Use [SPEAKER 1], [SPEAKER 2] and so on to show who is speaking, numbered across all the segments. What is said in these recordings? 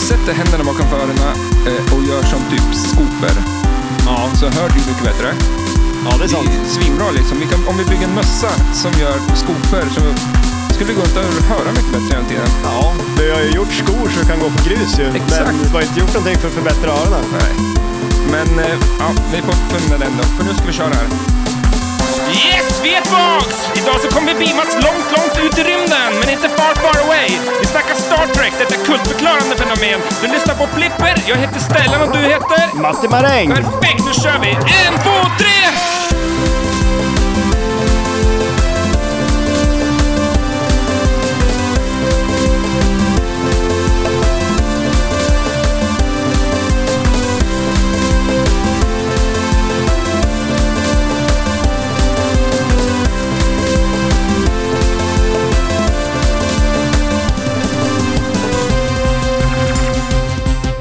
[SPEAKER 1] sätter händerna bakom för öronen eh, och gör som typ skoper.
[SPEAKER 2] Ja,
[SPEAKER 1] Så hör du mycket bättre.
[SPEAKER 2] ja det är
[SPEAKER 1] Det
[SPEAKER 2] sant.
[SPEAKER 1] är svinbra liksom. Vi kan, om vi bygger en mössa som gör skoper så skulle vi gå runt och höra mycket bättre hela tiden.
[SPEAKER 2] Ja, det har ju gjort skor så kan gå på grus ju.
[SPEAKER 1] Exakt.
[SPEAKER 2] Men du har inte gjort någonting för att förbättra öronen.
[SPEAKER 1] Nej. Men eh, ja, vi får fundera den då. För nu ska vi köra här. Yes, vi är tillbaks! Idag så kommer vi beamas långt, långt ut i rymden, men inte far, far away. Vi snackar Star Trek, detta kultförklarande fenomen. Du lyssnar på Flipper, jag heter Stellan och du heter...
[SPEAKER 2] Matti Maräng!
[SPEAKER 1] Perfekt, nu kör vi! En, två, tre!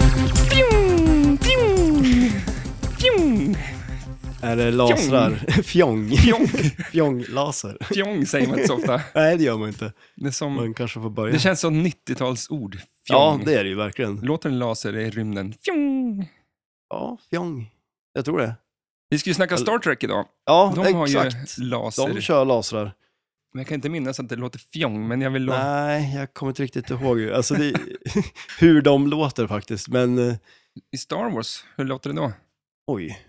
[SPEAKER 1] Fjong, fjong, fjong.
[SPEAKER 2] Är det lasrar? Fjong.
[SPEAKER 1] Fjong.
[SPEAKER 2] Fjonglaser.
[SPEAKER 1] Fjong säger man inte så ofta.
[SPEAKER 2] Nej, det gör man inte.
[SPEAKER 1] Det, är som,
[SPEAKER 2] Man kanske får börja.
[SPEAKER 1] det känns som 90-talsord.
[SPEAKER 2] ja,
[SPEAKER 1] Fjong.
[SPEAKER 2] det är det ju verkligen.
[SPEAKER 1] Låter en laser i rymden. Fjong.
[SPEAKER 2] Ja, fjong. Jag tror det.
[SPEAKER 1] Vi ska ju snacka Star Trek idag.
[SPEAKER 2] Ja,
[SPEAKER 1] De har ju
[SPEAKER 2] exakt.
[SPEAKER 1] laser.
[SPEAKER 2] De kör lasrar.
[SPEAKER 1] Men jag kan inte minnas att det låter fjong, men jag vill låta...
[SPEAKER 2] Nej, jag kommer inte riktigt ihåg alltså det, hur de låter faktiskt. Men eh,
[SPEAKER 1] I Star Wars, hur låter det då?
[SPEAKER 2] oj,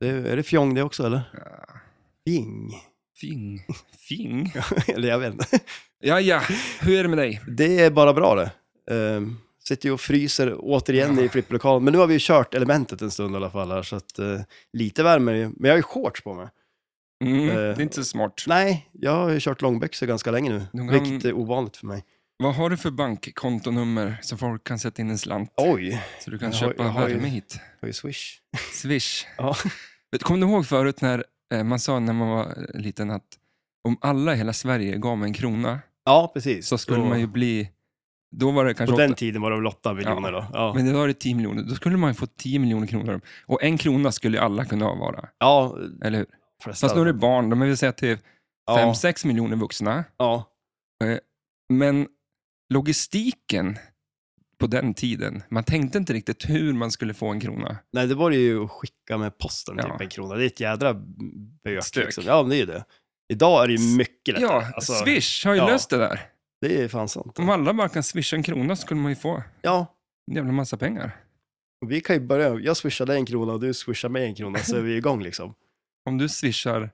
[SPEAKER 2] det, är det fjong det också eller? Fjing.
[SPEAKER 1] Fing. Fing?
[SPEAKER 2] eller jag vet inte.
[SPEAKER 1] Ja, ja. Hur är det med dig?
[SPEAKER 2] Det är bara bra det. Ehm, sitter ju och fryser återigen i flipplokalen. Men nu har vi ju kört elementet en stund i alla fall här, så att eh, lite värme är det ju. Men jag har ju shorts på mig.
[SPEAKER 1] Mm,
[SPEAKER 2] Eh,
[SPEAKER 1] det är inte så smart.
[SPEAKER 2] Nej, jag har ju kört långbyxor ganska länge nu,
[SPEAKER 1] De kan-
[SPEAKER 2] vilket är ovanligt för mig.
[SPEAKER 1] Vad har du för bankkontonummer så folk kan sätta in en slant?
[SPEAKER 2] Oj, jag
[SPEAKER 1] Så du kan
[SPEAKER 2] jag har-
[SPEAKER 1] köpa
[SPEAKER 2] jag har ju-
[SPEAKER 1] värme hit.
[SPEAKER 2] har ju swish.
[SPEAKER 1] Swish.
[SPEAKER 2] Ja.
[SPEAKER 1] Vet- Kommer du ihåg förut när eh, man sa när man var eh, liten att om alla i hela Sverige gav mig en krona
[SPEAKER 2] Ja, precis.
[SPEAKER 1] så skulle
[SPEAKER 2] Och-
[SPEAKER 1] man ju bli... Då var det kanske...
[SPEAKER 2] På
[SPEAKER 1] åtta-
[SPEAKER 2] den tiden var det väl 8 miljoner då? Ja.
[SPEAKER 1] Men idag är det 10 miljoner. Då skulle man ju få 10 miljoner kronor. Och en krona skulle ju alla kunna vara,
[SPEAKER 2] ja,
[SPEAKER 1] eller hur?
[SPEAKER 2] förresten.
[SPEAKER 1] Fast nu är det barn, de vill säga till 5-6
[SPEAKER 2] ja,
[SPEAKER 1] miljoner vuxna.
[SPEAKER 2] ja.
[SPEAKER 1] Men logistiken på den tiden, man tänkte inte riktigt hur man skulle få en krona.
[SPEAKER 2] Nej, det var det ju att skicka med posten
[SPEAKER 1] Ja.
[SPEAKER 2] typ en krona. Det är ett jädra bök.
[SPEAKER 1] Stök.
[SPEAKER 2] Liksom. Ja, men det är ju det. Idag är det ju mycket lättare.
[SPEAKER 1] Ja,
[SPEAKER 2] Alltså,
[SPEAKER 1] Swish har ju
[SPEAKER 2] ja.
[SPEAKER 1] löst det där.
[SPEAKER 2] Det är fan sant.
[SPEAKER 1] Om alla bara kan swisha en krona så skulle man ju få
[SPEAKER 2] Ja,
[SPEAKER 1] en jävla massa pengar.
[SPEAKER 2] och vi kan ju börja. Jag swishar dig en krona och du swishar mig en krona så är vi igång liksom.
[SPEAKER 1] Om du swishar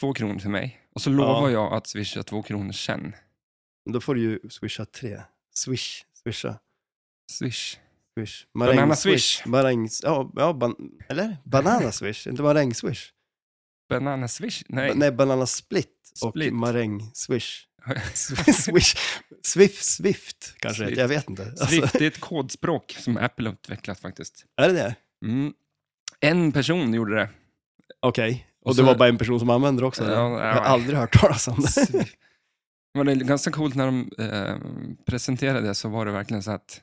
[SPEAKER 1] två kronor till mig och så lovar jag att swisha två kronor sen.
[SPEAKER 2] Men då får du ju swisha tre. Swish, swisha,
[SPEAKER 1] Swish.
[SPEAKER 2] swish.
[SPEAKER 1] Banana swish.
[SPEAKER 2] Marängs, ja, ja ban, eller? Banana swish, inte maräng swish.
[SPEAKER 1] Banana swish? Nej.
[SPEAKER 2] Nej. Nej, banana split och
[SPEAKER 1] Split.
[SPEAKER 2] maräng swish.
[SPEAKER 1] Alltså.
[SPEAKER 2] Swish. Swift, Swift kanske det heter. jag vet inte. Alltså,
[SPEAKER 1] Swift det är ett kodspråk som Apple har utvecklat faktiskt.
[SPEAKER 2] Är det det?
[SPEAKER 1] Mm. En person gjorde det.
[SPEAKER 2] Okej. Och,
[SPEAKER 1] Och
[SPEAKER 2] det
[SPEAKER 1] så-
[SPEAKER 2] var bara en person som använde det också?
[SPEAKER 1] Ja,
[SPEAKER 2] eller?
[SPEAKER 1] ja.
[SPEAKER 2] Jag har aldrig hört talas om det.
[SPEAKER 1] Men det är ganska coolt när de eh, presenterade det så var det verkligen så att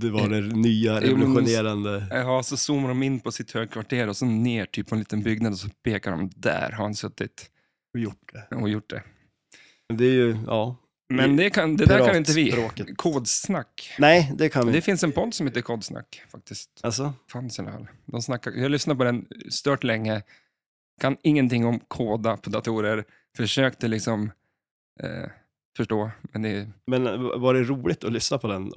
[SPEAKER 2] Det var det nya
[SPEAKER 1] Jo, men-
[SPEAKER 2] revolutionerande.
[SPEAKER 1] eh, ja, så zoomar de in på sitt högkvarter och så ner typ på en liten byggnad och så pekar de där har han suttit
[SPEAKER 2] Vi gjort det.
[SPEAKER 1] och gjort det.
[SPEAKER 2] Men Det är ju, ja.
[SPEAKER 1] Men det, kan, det där kan inte vi.
[SPEAKER 2] Piratspråket.
[SPEAKER 1] Kodsnack.
[SPEAKER 2] Nej, det kan vi
[SPEAKER 1] Det
[SPEAKER 2] inte.
[SPEAKER 1] finns en podd som heter Kodsnack faktiskt.
[SPEAKER 2] Alltså,
[SPEAKER 1] Fanns i alla fall. De snackar, jag lyssnade på den stört länge. Kan ingenting om koda på datorer. Försökte liksom eh, förstå, men det är
[SPEAKER 2] men var det roligt att lyssna på den?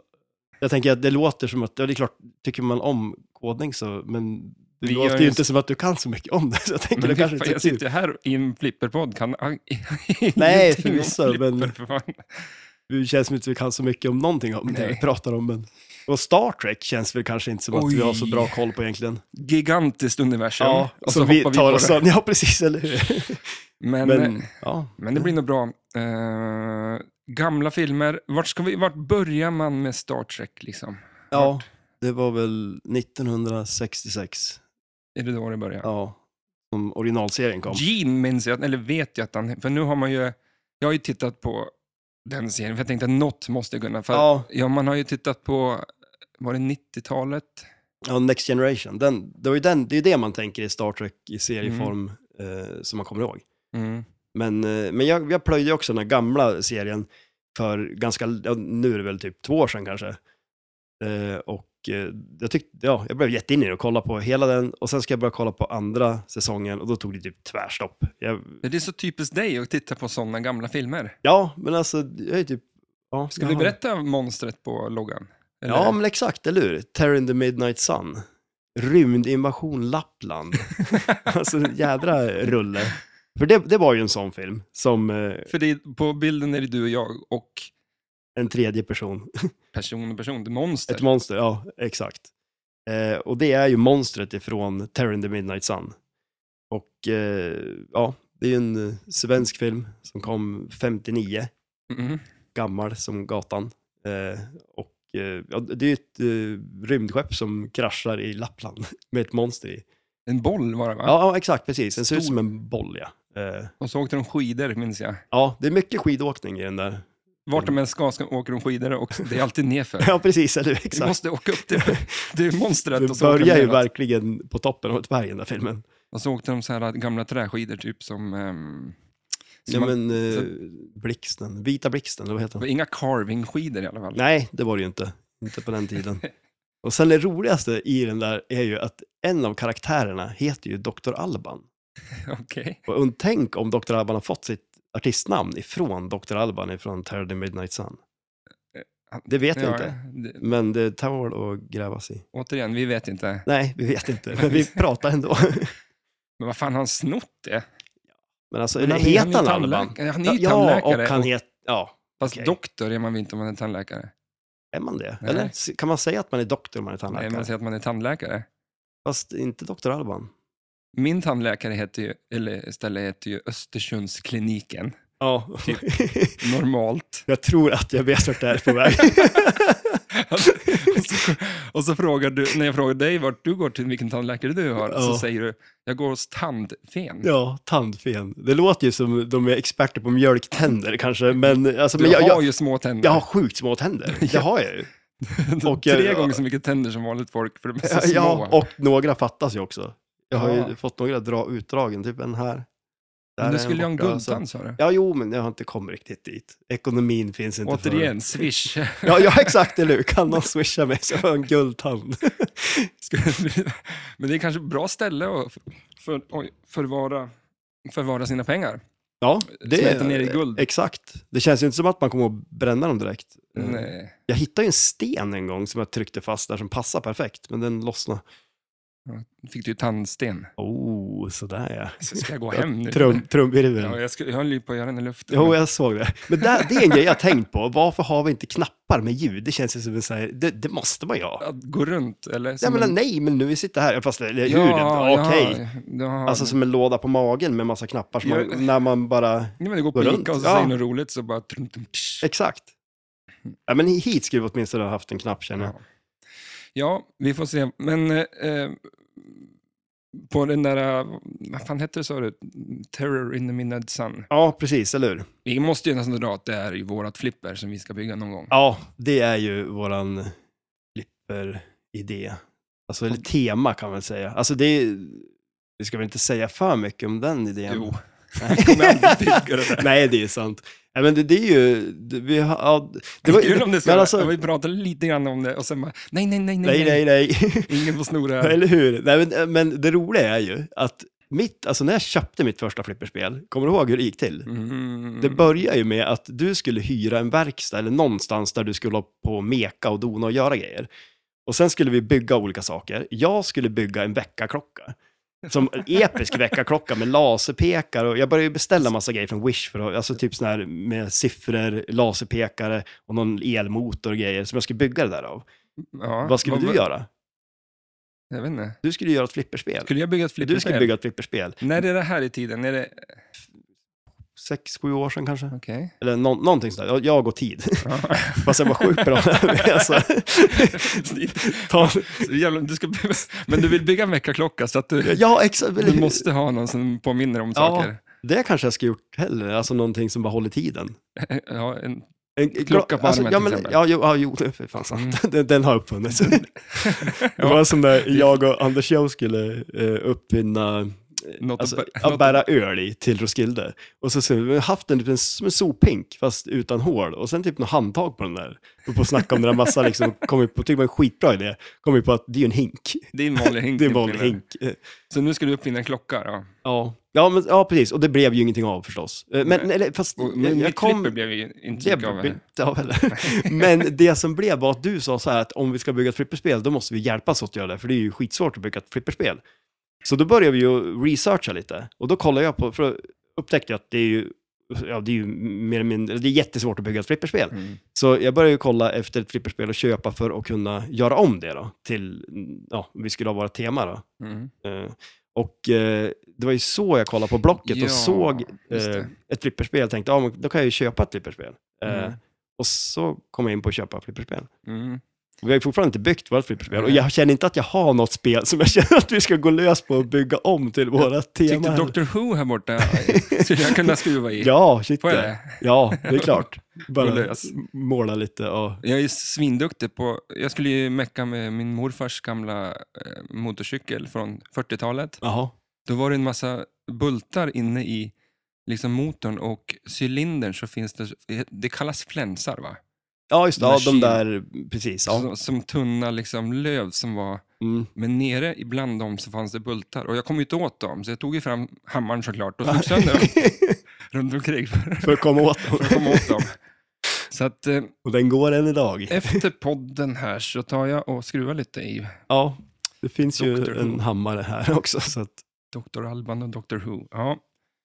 [SPEAKER 2] Jag tänker att det låter som att, ja det är klart, tycker man om kodning så, men det
[SPEAKER 1] Vi gör
[SPEAKER 2] låter ju
[SPEAKER 1] ju-
[SPEAKER 2] inte som att du kan så mycket om det. Så jag tänker,
[SPEAKER 1] Men
[SPEAKER 2] det
[SPEAKER 1] det
[SPEAKER 2] kanske
[SPEAKER 1] jag
[SPEAKER 2] inte är så kul.
[SPEAKER 1] sitter här i en flipperpodd, kan
[SPEAKER 2] Nej,
[SPEAKER 1] ingenting om
[SPEAKER 2] förvisso,
[SPEAKER 1] flipper,
[SPEAKER 2] men-
[SPEAKER 1] för fan.
[SPEAKER 2] Det känns som inte vi kan så mycket om någonting om det
[SPEAKER 1] Nej.
[SPEAKER 2] vi pratar om. Men... Och Star Trek känns väl kanske inte som att vi har så
[SPEAKER 1] Oj.
[SPEAKER 2] bra koll på egentligen.
[SPEAKER 1] Gigantiskt universum. och så
[SPEAKER 2] som vi
[SPEAKER 1] hoppar vi på
[SPEAKER 2] tar oss
[SPEAKER 1] det.
[SPEAKER 2] an. Ja, precis, eller hur?
[SPEAKER 1] Men,
[SPEAKER 2] Men,
[SPEAKER 1] men...
[SPEAKER 2] ja.
[SPEAKER 1] men det blir nog bra. Eh, gamla filmer. Vart, ska vi, vart börjar man med Star Trek? Liksom?
[SPEAKER 2] ja, det var väl 1966,
[SPEAKER 1] Är det då det börjar?
[SPEAKER 2] ja, som originalserien kom.
[SPEAKER 1] Gene minns jag, eller vet jag att han... För nu har man ju... Jag har ju tittat på den serien, för jag tänkte att något måste jag kunna. För, ja.
[SPEAKER 2] Ja,
[SPEAKER 1] man har ju tittat på, var det 90-talet?
[SPEAKER 2] ja, Next Generation. Den, det, var ju den, det är ju det man tänker i Star Trek i serieform eh, som man kommer ihåg.
[SPEAKER 1] Mm.
[SPEAKER 2] Men, eh, men jag, jag plöjde också den här gamla serien för ganska, ja, nu är det väl typ två år sedan kanske. Eh, och eh, jag, tyckte, ja, jag blev jätteinne i det och kollade på hela den. Och sen ska jag börja kolla på andra säsongen och då tog det typ tvärstopp. Jag,
[SPEAKER 1] Det är så typiskt dig att titta på sådana gamla filmer.
[SPEAKER 2] ja, men alltså, jag är typ... Ja,
[SPEAKER 1] Ska vi
[SPEAKER 2] jaha.
[SPEAKER 1] berätta om monstret på loggan? Eller?
[SPEAKER 2] Ja, men exakt, eller hur? Terror in the Midnight Sun. Rymdinvasion Lappland. alltså, jädra rulle. För det, det var ju en sån film, som eh,
[SPEAKER 1] För det är, på bilden är det du och jag och
[SPEAKER 2] en tredje person.
[SPEAKER 1] person och person, det är monster.
[SPEAKER 2] Ett monster, ja, exakt. Eh, och det är ju monstret ifrån Terror in the Midnight Sun. Och eh, ja, det är ju en eh, svensk film som kom 59.
[SPEAKER 1] Mhm.
[SPEAKER 2] gammal som gatan. Eh, och eh, ja, det är ju ett eh, rymdskepp som kraschar i Lappland med ett monster i.
[SPEAKER 1] En boll var det va?
[SPEAKER 2] Ja, ja exakt, precis. Den ser ut
[SPEAKER 1] Stor.
[SPEAKER 2] som en boll, ja. Eh,
[SPEAKER 1] Och så åkte de skidor minns jag.
[SPEAKER 2] ja, det är mycket skidåkning i den där.
[SPEAKER 1] Vart
[SPEAKER 2] Mm.
[SPEAKER 1] de än ska, ska åker de skidor och det är alltid nerför.
[SPEAKER 2] Ja, precis, eller hur?
[SPEAKER 1] Du
[SPEAKER 2] Exakt.
[SPEAKER 1] måste åka upp till, till monstret och
[SPEAKER 2] Det
[SPEAKER 1] så åker de
[SPEAKER 2] börjar ju
[SPEAKER 1] neråt.
[SPEAKER 2] verkligen på toppen av ett berg, den där filmen.
[SPEAKER 1] Och så åkte de så här gamla träskidor typ som... ehm, som
[SPEAKER 2] Ja,
[SPEAKER 1] man-
[SPEAKER 2] men eh, blixten, vita blixten, eller vad heter
[SPEAKER 1] det var
[SPEAKER 2] den?
[SPEAKER 1] inga carvingskidor i alla fall.
[SPEAKER 2] Nej, det var det ju inte. Inte på den tiden. Och sen det roligaste i den där är ju att en av karaktärerna heter ju Dr. Alban.
[SPEAKER 1] Okej.
[SPEAKER 2] Och und- tänk om Dr. Alban har fått sitt artistnamn ifrån Dr. Alban ifrån Terror the Midnight Sun. Eh, Det vet jag
[SPEAKER 1] Ja,
[SPEAKER 2] inte,
[SPEAKER 1] det,
[SPEAKER 2] men det tar att grävas i.
[SPEAKER 1] återigen, vi vet inte.
[SPEAKER 2] Nej, vi vet inte, men vi pratar ändå.
[SPEAKER 1] Men vad fan har han snott det?
[SPEAKER 2] Men alltså,
[SPEAKER 1] Men
[SPEAKER 2] eller
[SPEAKER 1] han är-
[SPEAKER 2] heter han
[SPEAKER 1] han är ju
[SPEAKER 2] Alban?
[SPEAKER 1] tandläkare. Han är ju
[SPEAKER 2] Ja,
[SPEAKER 1] tandläkare.
[SPEAKER 2] och han heter... Ja,
[SPEAKER 1] Fast
[SPEAKER 2] okej.
[SPEAKER 1] doktor är man väl inte om man är tandläkare?
[SPEAKER 2] är man det?
[SPEAKER 1] Nej.
[SPEAKER 2] Eller S- kan man säga att man är doktor om man är
[SPEAKER 1] Nej,
[SPEAKER 2] tandläkare?
[SPEAKER 1] man säger att man är tandläkare.
[SPEAKER 2] Fast inte Dr. Alban.
[SPEAKER 1] Min tandläkare heter ju, eller ställe heter ju Östersundskliniken,
[SPEAKER 2] Ja,
[SPEAKER 1] Typ. normalt.
[SPEAKER 2] jag tror att jag vet vart det här är på väg.
[SPEAKER 1] Och så- och så frågar du, när jag frågar dig vart du går till, vilken tandläkare du har, så
[SPEAKER 2] Ja.
[SPEAKER 1] säger du, jag går hos tandfen.
[SPEAKER 2] Ja, tandfen. Det låter ju som de är experter på mjölktänder kanske, men... Alltså,
[SPEAKER 1] Du
[SPEAKER 2] men jag,
[SPEAKER 1] har
[SPEAKER 2] jag,
[SPEAKER 1] ju små tänder.
[SPEAKER 2] Jag har sjukt små tänder. Det har jag ju. och
[SPEAKER 1] Tre
[SPEAKER 2] jag-
[SPEAKER 1] gånger så mycket tänder som vanligt folk, för de är så små.
[SPEAKER 2] Ja, och några fattas ju också. Jag har
[SPEAKER 1] Ja.
[SPEAKER 2] ju fått några dra utdragen, typ en här. Där
[SPEAKER 1] Men
[SPEAKER 2] är
[SPEAKER 1] du skulle ju ha en
[SPEAKER 2] borta, så-
[SPEAKER 1] guldtand, sa du.
[SPEAKER 2] Ja, jo, men jag har inte kommit riktigt dit. Ekonomin finns inte för...
[SPEAKER 1] Återigen, swish.
[SPEAKER 2] Ja, ja, exakt, eller hur? Kan någon swisha mig så jag får en guldtand?
[SPEAKER 1] Skulle- Men det är kanske ett bra ställe att för, oj, förvara, förvara sina pengar.
[SPEAKER 2] Ja,
[SPEAKER 1] Smälta ner i guld.
[SPEAKER 2] Exakt. Det känns ju inte som att man kommer att bränna dem direkt. Eh,
[SPEAKER 1] Nej.
[SPEAKER 2] Jag hittade ju en sten en gång som jag tryckte fast där som passade perfekt, men den lossnade.
[SPEAKER 1] Fick du ju tandsten.
[SPEAKER 2] Oh, sådär ja.
[SPEAKER 1] Så ska jag gå hem nu?
[SPEAKER 2] Trum, trumvirveln.
[SPEAKER 1] Ja, jag, skulle, jag höll ju på att göra den i luften.
[SPEAKER 2] Jo, jag såg det. Men där, det är en grej jag har tänkt på. Varför har vi inte knappar med ljud? Det känns ju som en så här, det, det måste man ju ha.
[SPEAKER 1] Att gå runt, eller?
[SPEAKER 2] Nej,
[SPEAKER 1] som
[SPEAKER 2] men,
[SPEAKER 1] en-
[SPEAKER 2] nej, men nu vi sitter här. Fast eller, hur? Ja, Okej.
[SPEAKER 1] Ja, ja.
[SPEAKER 2] Alltså som en låda på magen med massa knappar. Som
[SPEAKER 1] Ja.
[SPEAKER 2] man, när man bara...
[SPEAKER 1] Nej, men det går
[SPEAKER 2] gå
[SPEAKER 1] på
[SPEAKER 2] runt.
[SPEAKER 1] Ica och så
[SPEAKER 2] Ja.
[SPEAKER 1] säger något roligt så bara... Trum, trum, tsch.
[SPEAKER 2] Exakt. Ja, men hit skulle vi åtminstone ha haft en knapp, känner jag.
[SPEAKER 1] Mm. Ja. ja, vi får se. Men eh, eh, på den där, eh, vad fan hette det sa du? Terror in the Midnight Sun.
[SPEAKER 2] Ja, precis, eller hur?
[SPEAKER 1] Vi måste ju nästan dra att det är ju vårat flipper som vi ska bygga någon gång.
[SPEAKER 2] Ja, det är ju våran flipper-idé. Alltså, eller tema kan man säga. Alltså, det är... Vi ska väl inte säga för mycket om den idén?
[SPEAKER 1] Jo,
[SPEAKER 2] Nej.
[SPEAKER 1] vi kommer aldrig bygga det där.
[SPEAKER 2] Nej, det är sant. Nej, men det, det är ju... Det, vi har, ja,
[SPEAKER 1] Det var kul om det skulle,
[SPEAKER 2] men alltså-
[SPEAKER 1] vi pratade lite grann om det och sen bara, nej, nej, nej, nej,
[SPEAKER 2] nej, nej, nej.
[SPEAKER 1] ingen får sno det här.
[SPEAKER 2] Eller hur? Nej, men, eh, men det roliga är ju att mitt, alltså när jag köpte mitt första flipperspel, kommer du ihåg hur det gick till?
[SPEAKER 1] Mm.
[SPEAKER 2] Det började ju med att du skulle hyra en verkstad eller någonstans där du skulle hålla på och meka och dona och göra grejer. Och sen skulle vi bygga olika saker. Jag skulle bygga en väckarklocka. Som en episk väckarklocka med laserpekare. Och jag började ju beställa massa grejer från Wish, för att, alltså typ sån här med siffror, laserpekare och någon elmotor och grejer som jag skulle bygga det där av.
[SPEAKER 1] ja,
[SPEAKER 2] Vad skulle du göra?
[SPEAKER 1] Jag vet inte.
[SPEAKER 2] Du skulle göra ett flipperspel.
[SPEAKER 1] Skulle jag bygga ett flipperspel?
[SPEAKER 2] Du skulle bygga ett flipperspel.
[SPEAKER 1] När är det här i tiden? Är det...
[SPEAKER 2] Sex, sju år sedan kanske.
[SPEAKER 1] Okej.
[SPEAKER 2] Eller nå- någonting sånt där. Jag- Jag och tid.
[SPEAKER 1] Ja.
[SPEAKER 2] Fast jag var sjuk på de där. Alltså, ta,
[SPEAKER 1] Så jävla- du ska, men du vill bygga en väckarklocka så att du,
[SPEAKER 2] ja, exakt.
[SPEAKER 1] du måste ha någon som påminner om saker.
[SPEAKER 2] Det kanske jag ska gjort hellre. Alltså någonting som bara håller tiden.
[SPEAKER 1] Ja, en,
[SPEAKER 2] En, en
[SPEAKER 1] Klocka på armen,
[SPEAKER 2] ja,
[SPEAKER 1] till
[SPEAKER 2] men,
[SPEAKER 1] exempel. Mm.
[SPEAKER 2] ja, jo, ja, jo, det är för fan sant. Den, den har uppfunnits. Det var som när jag och Anders Joe skulle eh, uppfinna
[SPEAKER 1] Något
[SPEAKER 2] alltså,
[SPEAKER 1] att bä- något
[SPEAKER 2] att
[SPEAKER 1] att-
[SPEAKER 2] bära öl i till Roskilde. Och så, så vi har haft en, typ en, som en sopink, fast utan hål. Och sen typ något handtag på den där. Och på att snacka om den där massa, liksom, kom vi på, tyckte det var en skitbra idé. Kom vi på att det är ju en hink.
[SPEAKER 1] Det är en vanlig hink.
[SPEAKER 2] Det är
[SPEAKER 1] din
[SPEAKER 2] en vanlig
[SPEAKER 1] kille.
[SPEAKER 2] hink. Eh,
[SPEAKER 1] Så nu ska du uppfinna en klocka då.
[SPEAKER 2] Ja, ja, men, ja precis. Och det blev ju ingenting av förstås. Eh, Men,
[SPEAKER 1] Nej.
[SPEAKER 2] eller, fast,
[SPEAKER 1] Och,
[SPEAKER 2] jag-
[SPEAKER 1] men
[SPEAKER 2] jag
[SPEAKER 1] mitt
[SPEAKER 2] kom...
[SPEAKER 1] flipper blev ju inte
[SPEAKER 2] Det
[SPEAKER 1] mycket av
[SPEAKER 2] blev
[SPEAKER 1] det.
[SPEAKER 2] inte av heller. Men det som blev var att du sa så här att om vi ska bygga ett flipperspel, då måste vi hjälpas åt att göra det, för det är ju skitsvårt att bygga ett flipperspel. Så då började vi ju researcha lite, och då kollade jag på, för då upptäckte jag att det är ju, ja, det är ju mer eller mindre, det är jättesvårt att bygga ett flipperspel.
[SPEAKER 1] Mm.
[SPEAKER 2] Så jag började ju kolla efter ett flipperspel att köpa för att kunna göra om det då, till, ja, om vi skulle ha våra tema då.
[SPEAKER 1] Mm.
[SPEAKER 2] Eh, Och eh, det var ju så jag kollade på Blocket
[SPEAKER 1] Ja,
[SPEAKER 2] och såg
[SPEAKER 1] just det.
[SPEAKER 2] eh, ett flipperspel och tänkte, ja, men då kan jag ju köpa ett flipperspel. Eh,
[SPEAKER 1] Mm.
[SPEAKER 2] Och så kom jag in på att köpa flipperspel.
[SPEAKER 1] Mm.
[SPEAKER 2] Vi har ju fortfarande inte byggt vårt flipperspel och
[SPEAKER 1] Nej.
[SPEAKER 2] jag känner inte att jag har något spel som jag känner att vi ska gå lös på och bygga om till våra tema.
[SPEAKER 1] Tyckte
[SPEAKER 2] här.
[SPEAKER 1] Dr Who här borta skulle jag kunna skruva i.
[SPEAKER 2] Ja, shit
[SPEAKER 1] Får jag
[SPEAKER 2] ja.
[SPEAKER 1] det?
[SPEAKER 2] Ja, det är klart.
[SPEAKER 1] Gå
[SPEAKER 2] Bara
[SPEAKER 1] lös.
[SPEAKER 2] måla lite och...
[SPEAKER 1] Jag är svinduktig på... Jag skulle ju mecka med min morfars gamla eh, motorcykel från 40-talet.
[SPEAKER 2] Jaha.
[SPEAKER 1] Då var det en massa bultar inne i liksom motorn och cylindern så finns det... Det kallas flänsar va?
[SPEAKER 2] Ja, just det.
[SPEAKER 1] Den
[SPEAKER 2] Ja,
[SPEAKER 1] där
[SPEAKER 2] de
[SPEAKER 1] kilen.
[SPEAKER 2] där, precis. Ja.
[SPEAKER 1] Som, som tunna liksom löv som var...
[SPEAKER 2] Mm.
[SPEAKER 1] Men nere ibland dem så fanns det bultar och jag kom ju inte åt dem så jag tog ju fram hammaren såklart och slog sönder dem runt omkring för
[SPEAKER 2] För att komma åt dem.
[SPEAKER 1] att komma åt dem. Så att eh,
[SPEAKER 2] Och den går än idag.
[SPEAKER 1] efter podden här så tar jag och skruvar lite i
[SPEAKER 2] Ja, det finns
[SPEAKER 1] Dr.
[SPEAKER 2] ju
[SPEAKER 1] Who.
[SPEAKER 2] en hammare här också. Så att,
[SPEAKER 1] Dr. Alban och Dr. Who. Ja.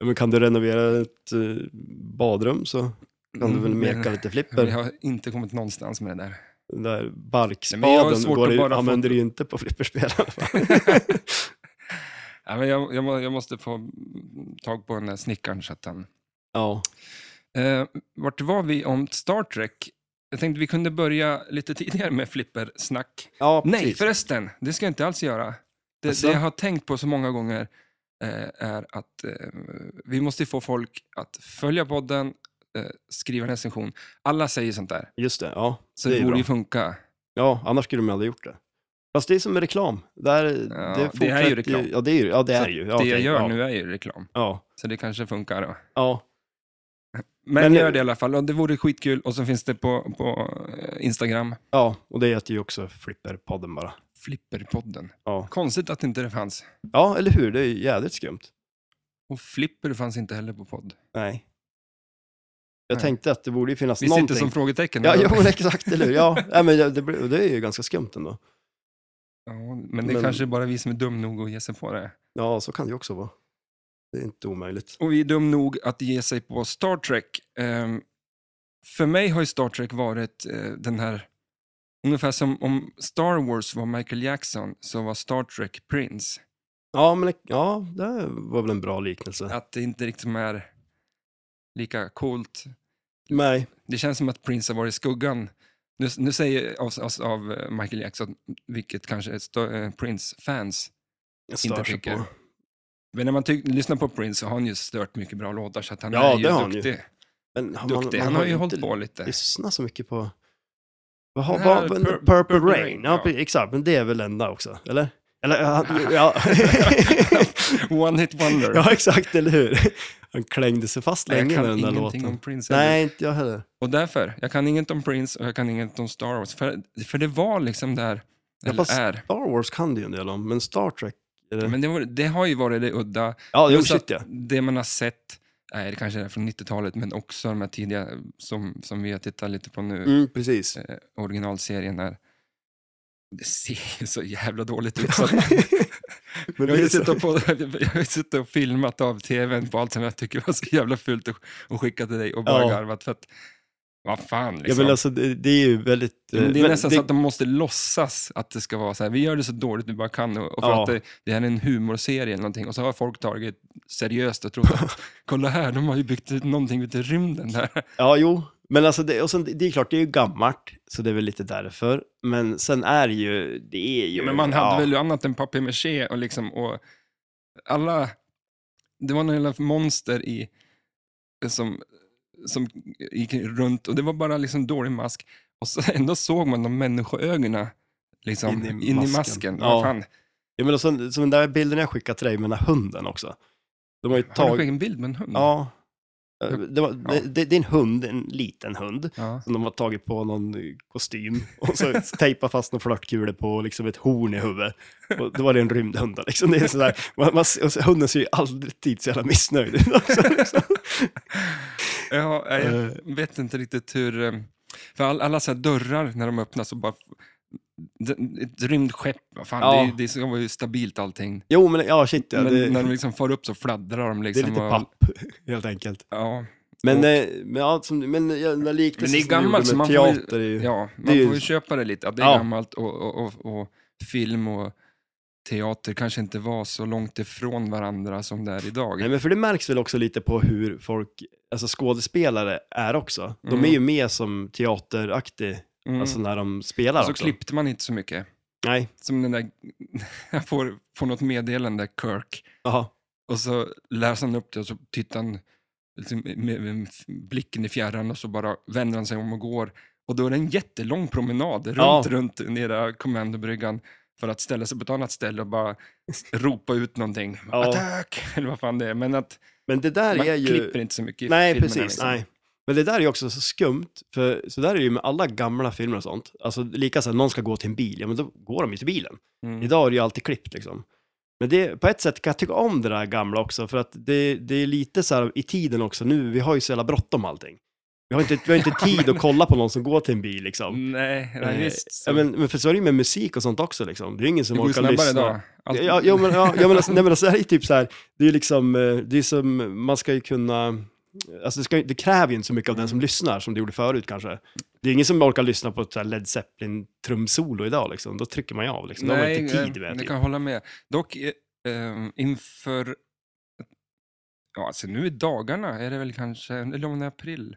[SPEAKER 2] men kan du renovera ett eh, badrum så kan du väl meka lite
[SPEAKER 1] Mm. Men
[SPEAKER 2] flipper.
[SPEAKER 1] Vi har inte kommit någonstans med det där.
[SPEAKER 2] Den
[SPEAKER 1] Nej, men
[SPEAKER 2] där
[SPEAKER 1] jag har
[SPEAKER 2] barkspaden
[SPEAKER 1] svårt
[SPEAKER 2] går
[SPEAKER 1] att
[SPEAKER 2] ju,
[SPEAKER 1] bara få-
[SPEAKER 2] använder du ju inte på flipperspel.
[SPEAKER 1] Ja, men jag, jag, må- jag måste få tag på den där snickaren så att han...
[SPEAKER 2] ja.
[SPEAKER 1] Eh, vart var vi om Star Trek? Jag tänkte vi kunde börja lite tidigare med flippersnack.
[SPEAKER 2] ja,
[SPEAKER 1] Nej,
[SPEAKER 2] precis.
[SPEAKER 1] förresten, det ska jag inte alls göra. Det,
[SPEAKER 2] Asså?
[SPEAKER 1] det jag har tänkt på så många gånger eh, är att eh, vi måste få folk att följa podden, eh, skriva en recension. Alla säger sånt där,
[SPEAKER 2] Just det, ja.
[SPEAKER 1] så
[SPEAKER 2] Det
[SPEAKER 1] det,
[SPEAKER 2] är
[SPEAKER 1] borde
[SPEAKER 2] bra.
[SPEAKER 1] ju funka.
[SPEAKER 2] ja. Annars skulle de aldrig gjort det. Fast det är som med reklam. Där, det,
[SPEAKER 1] det är ju
[SPEAKER 2] fortsätter
[SPEAKER 1] reklam.
[SPEAKER 2] Ja, det är ju. Ja, det,
[SPEAKER 1] Så
[SPEAKER 2] är ju. Ja,
[SPEAKER 1] det jag
[SPEAKER 2] okej,
[SPEAKER 1] gör
[SPEAKER 2] ja,
[SPEAKER 1] nu är ju reklam,
[SPEAKER 2] Ja,
[SPEAKER 1] så det kanske funkar då.
[SPEAKER 2] ja.
[SPEAKER 1] Men,
[SPEAKER 2] Men-
[SPEAKER 1] gör det i alla fall, och det vore skitkul. Och så finns det på, på eh, Instagram,
[SPEAKER 2] ja, och det heter ju också Flipperpodden bara.
[SPEAKER 1] Flipperpodden.
[SPEAKER 2] Ja.
[SPEAKER 1] Konstigt att inte det fanns.
[SPEAKER 2] ja, eller hur? Det är ju jädrigt skumt.
[SPEAKER 1] Och Flipper fanns inte heller på podd.
[SPEAKER 2] Nej. Jag
[SPEAKER 1] Nej.
[SPEAKER 2] tänkte att det borde ju finnas
[SPEAKER 1] Vi sitter
[SPEAKER 2] någonting.
[SPEAKER 1] som frågetecken.
[SPEAKER 2] Ja,
[SPEAKER 1] här.
[SPEAKER 2] jo, men exakt, eller hur? Ja, nej, men det, det, det är ju ganska skumt ändå.
[SPEAKER 1] Ja, men det
[SPEAKER 2] Men-
[SPEAKER 1] kanske är bara vi som är dum nog att ge sig på det.
[SPEAKER 2] Ja, så kan det ju också vara. Det är inte omöjligt.
[SPEAKER 1] Och vi är dum nog att ge sig på Star Trek. Ehm, för mig har ju Star Trek varit eh, den här... Ungefär som om Star Wars var Michael Jackson så var Star Trek Prince.
[SPEAKER 2] Ja, men ja, det var väl en bra liknelse.
[SPEAKER 1] Att det inte riktigt är lika coolt.
[SPEAKER 2] Nej,
[SPEAKER 1] Det känns som att Prince har varit i skuggan. Nu, nu säger av, av, av eh, Michael Jackson, vilket kanske är Sta- eh, Prince-fans,
[SPEAKER 2] jag
[SPEAKER 1] Inte
[SPEAKER 2] stör sig
[SPEAKER 1] tycker.
[SPEAKER 2] på.
[SPEAKER 1] men när man ty- lyssnar på Prince så har han ju stört mycket bra låtar så att han
[SPEAKER 2] Ja,
[SPEAKER 1] är ju
[SPEAKER 2] det har han ju.
[SPEAKER 1] duktig.
[SPEAKER 2] Men har
[SPEAKER 1] Duktig, han har ju
[SPEAKER 2] inte
[SPEAKER 1] hållit på lite.
[SPEAKER 2] lyssnat så mycket på... Vad har,
[SPEAKER 1] Den här
[SPEAKER 2] vad, vad,
[SPEAKER 1] Pur-
[SPEAKER 2] Purple, Rain, ja,
[SPEAKER 1] ja.
[SPEAKER 2] pre- exakt, men det är väl enda också, eller? Eller, ja, ja.
[SPEAKER 1] One hit wonder.
[SPEAKER 2] ja, exakt, eller hur? Han klängde sig fast
[SPEAKER 1] Nej, jag
[SPEAKER 2] länge
[SPEAKER 1] kan
[SPEAKER 2] med den där
[SPEAKER 1] ingenting
[SPEAKER 2] låten.
[SPEAKER 1] om Prince. heller.
[SPEAKER 2] Nej, inte jag heller.
[SPEAKER 1] Och därför, jag kan inget om Prince och jag kan inget om Star Wars. För, för det var liksom där,
[SPEAKER 2] Ja,
[SPEAKER 1] eller
[SPEAKER 2] fast-
[SPEAKER 1] är.
[SPEAKER 2] Star Wars kan du ju en del om, men Star Trek... Är det...
[SPEAKER 1] Men det, var, det har ju varit det udda.
[SPEAKER 2] ja, jo,
[SPEAKER 1] Plus
[SPEAKER 2] shit
[SPEAKER 1] att
[SPEAKER 2] ja.
[SPEAKER 1] Det man har sett, nej, det kanske är från 90-talet, men också de här tidiga som, som vi har tittat lite på nu,
[SPEAKER 2] Mm, precis.
[SPEAKER 1] eh, originalserien där. Det ser ju så jävla dåligt ut. Så att
[SPEAKER 2] Men
[SPEAKER 1] Jag har
[SPEAKER 2] det är
[SPEAKER 1] ju
[SPEAKER 2] så-
[SPEAKER 1] suttit och, på, jag har ju suttit och filmat av tvn på allt som jag tycker var så jävla fult och, och skickat till dig och bara
[SPEAKER 2] Ja.
[SPEAKER 1] garvat för att, vad fan
[SPEAKER 2] Ja,
[SPEAKER 1] liksom.
[SPEAKER 2] men alltså, det, det är ju väldigt... eh,
[SPEAKER 1] Men det är
[SPEAKER 2] men
[SPEAKER 1] nästan så att de måste låtsas att det ska vara så här, vi gör det så dåligt vi bara kan och, och för
[SPEAKER 2] Ja.
[SPEAKER 1] att det, det här är en humorserie eller någonting och så har folk tagit seriöst och trott att, kolla här, de har ju byggt ut någonting ute i rymden där.
[SPEAKER 2] Ja, jo. Men alltså, det, och sen, det är klart, det är ju gammalt, så det är väl lite därför. Men sen är det ju... Det är ju
[SPEAKER 1] Men man hade
[SPEAKER 2] ja.
[SPEAKER 1] väl annat än papier-maché och liksom, och alla, det var några jävla monster i, som, som gick runt och det var bara liksom dålig mask. Och så ändå såg man de människoögonen liksom, in i masken.
[SPEAKER 2] Ja.
[SPEAKER 1] Vad fan,
[SPEAKER 2] Ja, men och sen, som den där bilden jag skickade till dig med den här hunden också. De har ju
[SPEAKER 1] Har du
[SPEAKER 2] tagit...
[SPEAKER 1] skickat en bild med en hund?
[SPEAKER 2] Ja. Det, var, det, det, det är en hund, en liten hund,
[SPEAKER 1] Ja.
[SPEAKER 2] som de har tagit på någon eh, kostym och så tejpat fast några flörtkulor på liksom ett horn i huvudet. Och då var det en rymdhund. då, Liksom. Det är sådär, man, man, ser- och så, hunden ser ju alltid så jävla missnöjd ut. också, Liksom.
[SPEAKER 1] Ja, nej,
[SPEAKER 2] Eh.
[SPEAKER 1] jag vet inte riktigt hur... eh, För all, alla så här dörrar när de öppnas så bara... d- Ett rymdskepp, vad fan,
[SPEAKER 2] Ja.
[SPEAKER 1] det, är- det ska vara ju stabilt allting.
[SPEAKER 2] Jo, men ja, shit. Ja,
[SPEAKER 1] men
[SPEAKER 2] det,
[SPEAKER 1] när de liksom far upp så fladdrar de
[SPEAKER 2] det är
[SPEAKER 1] liksom.
[SPEAKER 2] lite
[SPEAKER 1] och-
[SPEAKER 2] papp, helt enkelt.
[SPEAKER 1] Ja,
[SPEAKER 2] Men,
[SPEAKER 1] Och-
[SPEAKER 2] eh, men, ja, som, men ja, den
[SPEAKER 1] Men
[SPEAKER 2] liknelsen
[SPEAKER 1] det är
[SPEAKER 2] som du gjorde
[SPEAKER 1] gammalt,
[SPEAKER 2] med
[SPEAKER 1] så man får ju-
[SPEAKER 2] teater är ju...
[SPEAKER 1] ja man
[SPEAKER 2] Det är ju-
[SPEAKER 1] får ju köpa det lite. Att det är
[SPEAKER 2] Ja.
[SPEAKER 1] gammalt och, och, och, och film och teater kanske inte var så långt ifrån varandra som det är idag.
[SPEAKER 2] Nej, men för det märks väl också lite på hur folk, alltså skådespelare är också. De
[SPEAKER 1] Mm.
[SPEAKER 2] är ju med som teateraktig,
[SPEAKER 1] Mm.
[SPEAKER 2] alltså när de spelar
[SPEAKER 1] så
[SPEAKER 2] också.
[SPEAKER 1] klippte man inte så mycket.
[SPEAKER 2] Nej,
[SPEAKER 1] Som den där, jag får, får något meddelande, Kirk,
[SPEAKER 2] jaha.
[SPEAKER 1] Och så läser han upp det och så tittar han liksom, med, med blicken i fjärran och så bara vänder han sig om och går. Och då är det en jättelång promenad runt,
[SPEAKER 2] Ja.
[SPEAKER 1] runt nere kommandobryggan för att ställa sig på ett annat ställe och bara ropa ut någonting.
[SPEAKER 2] Ja.
[SPEAKER 1] Attack! Eller vad fan det är. Men att
[SPEAKER 2] Men det där
[SPEAKER 1] man
[SPEAKER 2] är ju...
[SPEAKER 1] klipper inte så mycket i
[SPEAKER 2] Nej,
[SPEAKER 1] filmerna.
[SPEAKER 2] precis.
[SPEAKER 1] liksom.
[SPEAKER 2] Nej. Men det där är ju också så skumt, för så där är det ju med alla gamla filmer och sånt. Alltså lika så här, någon ska gå till en bil, ja men då går de ju till bilen.
[SPEAKER 1] Mm.
[SPEAKER 2] Idag är det ju alltid klippt liksom. Men det, på ett sätt kan jag tycka om det där gamla också, för att det, det är lite så här i tiden också nu, vi har ju så jävla bråttom allting. Vi har inte, vi har inte tid att kolla på någon som går till en bil liksom.
[SPEAKER 1] Nej, nej,
[SPEAKER 2] Eh,
[SPEAKER 1] Mm. visst.
[SPEAKER 2] ja, men, men för så är det ju med musik och sånt också liksom. Det är ju ingen
[SPEAKER 1] det
[SPEAKER 2] som
[SPEAKER 1] går ju
[SPEAKER 2] orkar
[SPEAKER 1] snabbare
[SPEAKER 2] lyssna.
[SPEAKER 1] idag. Allt-
[SPEAKER 2] Ja, ja, men, ja, ja, men, alltså, nej, men alltså, det här är ju typ så här, det är ju liksom, eh, det är som, man ska ju kunna, alltså det, ska, ju- det kräver ju inte så mycket av den som lyssnar som det gjorde förut kanske. Det är ingen som orkar lyssna på ett så här Led Zeppelin-trumsolo idag liksom, då trycker man ju av liksom, då har man inte tid
[SPEAKER 1] eh,
[SPEAKER 2] med
[SPEAKER 1] det
[SPEAKER 2] typ.
[SPEAKER 1] kan jag hålla med. Dock, eh, ehm, inför... Ja, alltså nu i dagarna är det väl kanske, eller om det är april.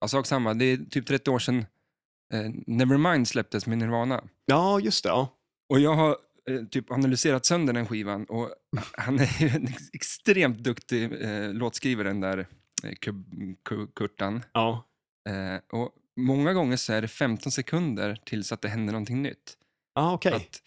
[SPEAKER 1] Alltså, och samma, det är typ 30 år sedan eh, Nevermind släpptes med Nirvana.
[SPEAKER 2] Ja, just det, ja.
[SPEAKER 1] Och jag har eh, typ analyserat sönder den skivan och han är ju en ex- extremt duktig eh, låtskrivare, den där eh, Kub- Ku- Kurtan.
[SPEAKER 2] ja.
[SPEAKER 1] Eh, och många gånger så är det 15 sekunder tills att det händer någonting nytt.
[SPEAKER 2] Ja, okej.
[SPEAKER 1] Att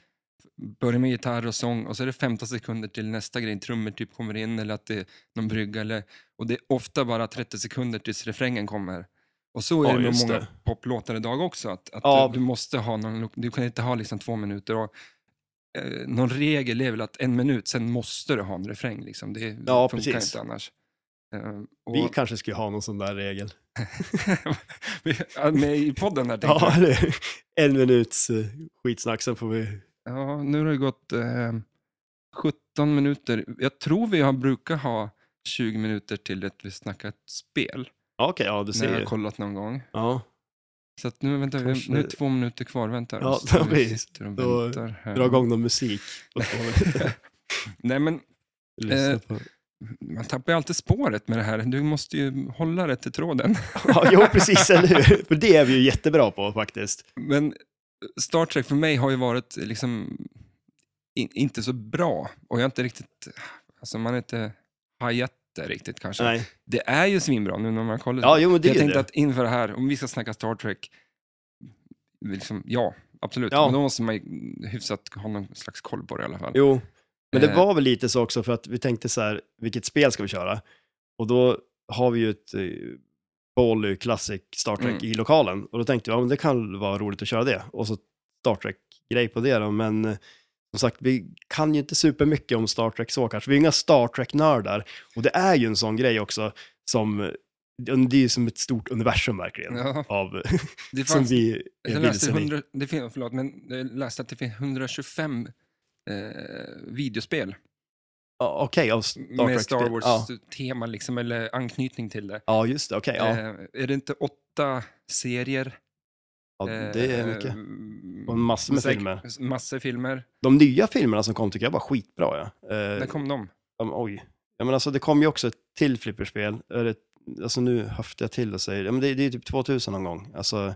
[SPEAKER 1] börja med gitarr och sång och så är det 15 sekunder till nästa grej. Trummor typ kommer in eller att det är någon brygga. Eller, och det är ofta bara 30 sekunder tills refrängen kommer. Och så är
[SPEAKER 2] Ja,
[SPEAKER 1] det med
[SPEAKER 2] just
[SPEAKER 1] många
[SPEAKER 2] det.
[SPEAKER 1] poplåtar idag också. Att, att
[SPEAKER 2] Ja.
[SPEAKER 1] du, du måste ha någon, du kan inte ha liksom två minuter. Och, eh, någon regel är väl att en minut, sen måste du ha en refräng. Liksom. Det
[SPEAKER 2] Ja,
[SPEAKER 1] funkar
[SPEAKER 2] precis.
[SPEAKER 1] inte annars. Eh, och,
[SPEAKER 2] Vi kanske skulle ha någon sån där regel.
[SPEAKER 1] Ja, med i podden här tänkte jag.
[SPEAKER 2] Ja, eller en minuts eh, skitsnack, sen får vi...
[SPEAKER 1] Ja, nu har det gått eh, 17 minuter. Jag tror vi har, brukar ha 20 minuter till att vi snackar ett spel.
[SPEAKER 2] Ja, okej, ja, du
[SPEAKER 1] när
[SPEAKER 2] ser
[SPEAKER 1] jag har
[SPEAKER 2] ju.
[SPEAKER 1] kollat någon gång.
[SPEAKER 2] Ja,
[SPEAKER 1] Så att nu, vänta, vi-
[SPEAKER 2] Kanske-
[SPEAKER 1] nu är det två minuter kvar. Vänta.
[SPEAKER 2] Ja,
[SPEAKER 1] Så vi
[SPEAKER 2] precis.
[SPEAKER 1] sitter och
[SPEAKER 2] Då
[SPEAKER 1] väntar här.
[SPEAKER 2] dra igång någon musik. på två
[SPEAKER 1] Eh,
[SPEAKER 2] minuter.
[SPEAKER 1] Nej, men
[SPEAKER 2] Lyssna på-
[SPEAKER 1] man tappar ju alltid spåret med det här. Du måste ju hålla rätt till tråden.
[SPEAKER 2] Ja, jo, precis, eller hur? För det är vi ju jättebra på faktiskt.
[SPEAKER 1] Men Star Trek för mig har ju varit liksom in, inte så bra. Och jag har inte riktigt, alltså man har inte hajat det riktigt kanske.
[SPEAKER 2] Nej.
[SPEAKER 1] Det är ju svinbra nu när man kollar.
[SPEAKER 2] Ja, jo, men det
[SPEAKER 1] jag
[SPEAKER 2] är
[SPEAKER 1] tänkte
[SPEAKER 2] det.
[SPEAKER 1] att inför det här, om vi ska snacka Star Trek, liksom, ja, absolut.
[SPEAKER 2] Ja.
[SPEAKER 1] Men då måste man ju hyfsat ha någon slags koll på det i alla fall.
[SPEAKER 2] Jo, men det
[SPEAKER 1] Eh.
[SPEAKER 2] var väl lite så också för att vi tänkte så här, vilket spel ska vi köra? Och då har vi ju ett eh, Bolly Classic Star Trek
[SPEAKER 1] Mm.
[SPEAKER 2] i lokalen. Och då tänkte jag, ja, men det kan vara roligt att köra det. Och så Star Trek-grej på det då, men eh, som sagt, vi kan ju inte supermycket om Star Trek så kanske. Vi är inga Star Trek-nördar. Och det är ju en sån grej också som, eh, det är ju som ett stort universum verkligen.
[SPEAKER 1] Ja,
[SPEAKER 2] Av,
[SPEAKER 1] det
[SPEAKER 2] som
[SPEAKER 1] fanns,
[SPEAKER 2] vi är
[SPEAKER 1] jag läste,
[SPEAKER 2] vilsen i.
[SPEAKER 1] 100, det fin, förlåt, men jag läste att det finns 125 eh, videospel
[SPEAKER 2] Ja, Okej, av Star
[SPEAKER 1] med
[SPEAKER 2] Trek.
[SPEAKER 1] Star
[SPEAKER 2] Ja,
[SPEAKER 1] Wars-tema, liksom, eller anknytning till det.
[SPEAKER 2] ja just det. Okej, ja.
[SPEAKER 1] Eh, är det inte åtta serier?
[SPEAKER 2] ja. Det är mycket.
[SPEAKER 1] Eh,
[SPEAKER 2] Och en massa med
[SPEAKER 1] säkert-
[SPEAKER 2] filmer.
[SPEAKER 1] Massor filmer.
[SPEAKER 2] De nya filmerna som kom tycker jag var skitbra. Ja. Eh,
[SPEAKER 1] När kom de?
[SPEAKER 2] om- Oj. Ja, men alltså, det kom ju också ett till flipperspel. Eller, alltså, nu höftar jag till och säger ja, men det. Det är ju typ 2000 någon gång. Alltså,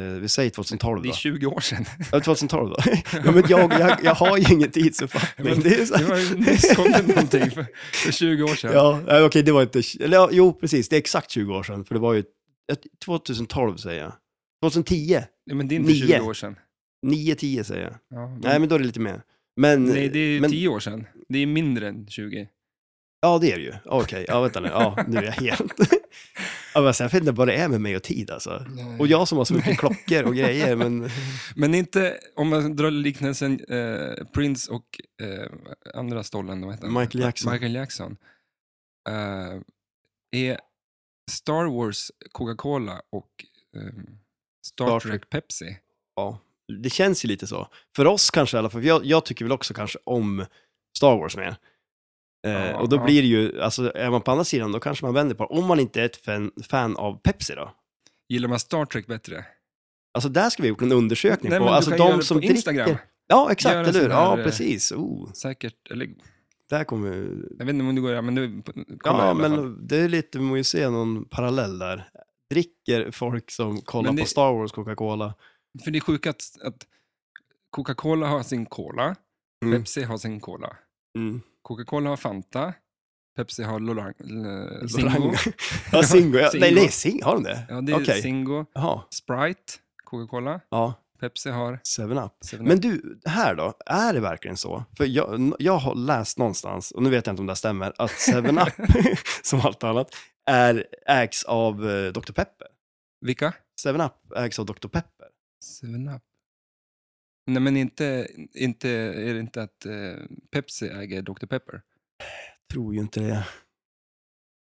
[SPEAKER 2] eh, vi säger 2012
[SPEAKER 1] Det är
[SPEAKER 2] då.
[SPEAKER 1] 20 år sedan.
[SPEAKER 2] Ja, 2012 då. ja, men jag, jag, jag har ju ingen tidsuppfattning.
[SPEAKER 1] Men
[SPEAKER 2] Det är så...
[SPEAKER 1] Det var ju nyss kom det någonting för, för 20 år sedan.
[SPEAKER 2] Ja, nej, okej, det var inte... Eller, ja, jo, precis. Det är exakt 20 år sedan. För det var ju... ett- 2012 säger jag. 2010.
[SPEAKER 1] Nej, Men det är inte
[SPEAKER 2] Nio.
[SPEAKER 1] 20 år sedan.
[SPEAKER 2] 9-10 säger jag.
[SPEAKER 1] Ja, men,
[SPEAKER 2] Nej, men då är det lite mer. Men,
[SPEAKER 1] Mm. Nej, det är
[SPEAKER 2] men,
[SPEAKER 1] tio år sedan. Det är mindre än 20.
[SPEAKER 2] Ja, det är det ju. Okej, ja, vänta nu. Ja, nu är jag helt... ja, men sen vet jag inte vad det är med mig och tid alltså. Och jag som har så mycket klockor och grejer, men...
[SPEAKER 1] Men inte, om man drar liknelsen eh, Prince och eh, andra stollen, vad heter han?
[SPEAKER 2] Michael Jackson.
[SPEAKER 1] Michael Jackson. Eh, är Star Wars Coca-Cola och ehm, Star,
[SPEAKER 2] Star
[SPEAKER 1] Trek Pepsi?
[SPEAKER 2] Ja, det känns ju lite så. För oss kanske i alla fall, för jag, jag tycker väl också kanske om Star Wars mer. Eh,
[SPEAKER 1] Ja,
[SPEAKER 2] och då
[SPEAKER 1] ja.
[SPEAKER 2] blir det ju, alltså är man på andra sidan då kanske man vänder på det. Om man inte är ett fan, fan av Pepsi då?
[SPEAKER 1] Gillar man Star Trek bättre?
[SPEAKER 2] Alltså där ska vi ha gjort en undersökning
[SPEAKER 1] Nej,
[SPEAKER 2] på.
[SPEAKER 1] men du
[SPEAKER 2] Alltså
[SPEAKER 1] kan
[SPEAKER 2] de
[SPEAKER 1] göra det
[SPEAKER 2] som
[SPEAKER 1] på Instagram.
[SPEAKER 2] dricker. Ja, exakt,
[SPEAKER 1] Gör en
[SPEAKER 2] eller hur?
[SPEAKER 1] sån här,
[SPEAKER 2] Ja,
[SPEAKER 1] eh,
[SPEAKER 2] precis. Oh,
[SPEAKER 1] Säkert, eller
[SPEAKER 2] där kommer...
[SPEAKER 1] jag vet inte om det går, men det, kolla i
[SPEAKER 2] Ja,
[SPEAKER 1] alla fall.
[SPEAKER 2] men det är lite, vi måste ju se någon parallell där. Dricker folk som kollar
[SPEAKER 1] Men det-
[SPEAKER 2] på Star Wars Coca-Cola?
[SPEAKER 1] För det är sjukt att, att Coca-Cola har sin cola,
[SPEAKER 2] Mm.
[SPEAKER 1] Pepsi har sin cola.
[SPEAKER 2] Mm.
[SPEAKER 1] Coca-Cola har Fanta, Pepsi har Lorang, eh, l- Zingo.
[SPEAKER 2] Lorang. Ja, Zingo. Ja,
[SPEAKER 1] Zingo.
[SPEAKER 2] nej, nej, Zing, har de det?
[SPEAKER 1] Ja, det är
[SPEAKER 2] Okej.
[SPEAKER 1] Zingo,
[SPEAKER 2] Jaha,
[SPEAKER 1] Sprite, Coca-Cola,
[SPEAKER 2] ja.
[SPEAKER 1] Pepsi har
[SPEAKER 2] Seven up
[SPEAKER 1] Seven
[SPEAKER 2] Men
[SPEAKER 1] Up.
[SPEAKER 2] du, här då, är det verkligen så? För jag, jag har läst någonstans, och nu vet jag inte om det stämmer, att Seven up som allt annat, är, ägs av eh, Dr. Pepper.
[SPEAKER 1] Vilka?
[SPEAKER 2] Seven up ägs av Dr. Pepper.
[SPEAKER 1] Seven Up. Nej, men inte, inte, är det inte att eh, Pepsi äger Dr. Pepper?
[SPEAKER 2] Tror ju inte det.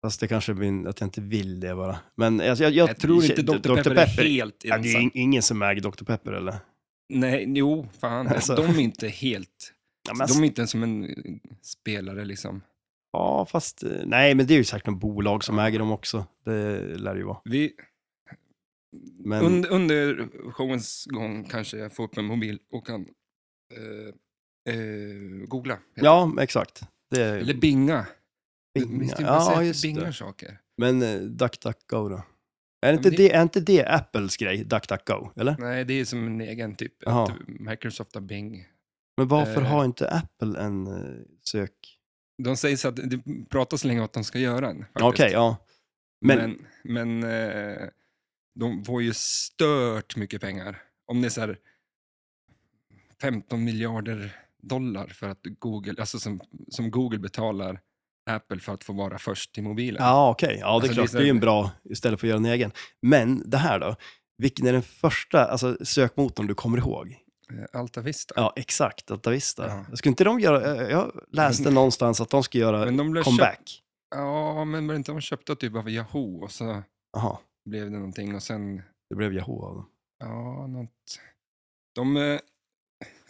[SPEAKER 2] Fast det kanske blir en- att jag inte vill det bara. Men alltså, jag,
[SPEAKER 1] Jag, tror inte Dr. Pepper är helt
[SPEAKER 2] Ja, det är
[SPEAKER 1] ensam.
[SPEAKER 2] ju ingen som äger Dr. Pepper eller?
[SPEAKER 1] Nej, jo, fan.
[SPEAKER 2] Alltså.
[SPEAKER 1] De är inte helt...
[SPEAKER 2] Ja, men alltså-
[SPEAKER 1] De är inte som en eh, spelare liksom.
[SPEAKER 2] ja, fast eh, nej, men det är ju säkert något bolag som äger dem också. Det lär det ju vara.
[SPEAKER 1] Vi,
[SPEAKER 2] Men
[SPEAKER 1] und, under showens gång kanske jag får upp en mobil och kan eh, eh, googla.
[SPEAKER 2] ja, exakt. Det är
[SPEAKER 1] Eller binga.
[SPEAKER 2] Binga.
[SPEAKER 1] Visst är det
[SPEAKER 2] Ja,
[SPEAKER 1] säkert
[SPEAKER 2] just det.
[SPEAKER 1] bingar saker?
[SPEAKER 2] Men eh, DuckDuckGo då? Är
[SPEAKER 1] men
[SPEAKER 2] inte,
[SPEAKER 1] det-
[SPEAKER 2] det... är inte det Apples grej, DuckDuckGo? Eller?
[SPEAKER 1] Nej, det är som en egen typ.
[SPEAKER 2] Jaha.
[SPEAKER 1] Att Microsoft har Bing.
[SPEAKER 2] Men varför
[SPEAKER 1] Eh.
[SPEAKER 2] har inte Apple en eh, sök...
[SPEAKER 1] De säger att det pratas länge om att de ska göra en. faktiskt.
[SPEAKER 2] Okej, ja. Men,
[SPEAKER 1] Men, men, eh, de får ju stört mycket pengar. Om det är så här 15 miljarder dollar för att Google, alltså som, som Google betalar Apple för att få vara först i mobilen.
[SPEAKER 2] ja okej. Ja, det är
[SPEAKER 1] Alltså, det är
[SPEAKER 2] klart.
[SPEAKER 1] så
[SPEAKER 2] Det
[SPEAKER 1] här-
[SPEAKER 2] är ju en bra, istället för att göra en egen. Men det här då? Vilken är den första alltså, sökmotorn du kommer ihåg?
[SPEAKER 1] Eh, Alta Vista.
[SPEAKER 2] Ja, exakt. Altavista.
[SPEAKER 1] Ja.
[SPEAKER 2] Skulle inte de göra... eh, Jag läste
[SPEAKER 1] Men-
[SPEAKER 2] någonstans att de ska göra
[SPEAKER 1] Men de blev köpt,
[SPEAKER 2] comeback.
[SPEAKER 1] ja, men var det inte de köpta typ av Yahoo och så
[SPEAKER 2] Jaha,
[SPEAKER 1] blev det någonting och sen,
[SPEAKER 2] det blev Yahoo av dem.
[SPEAKER 1] ja, något. De, eh,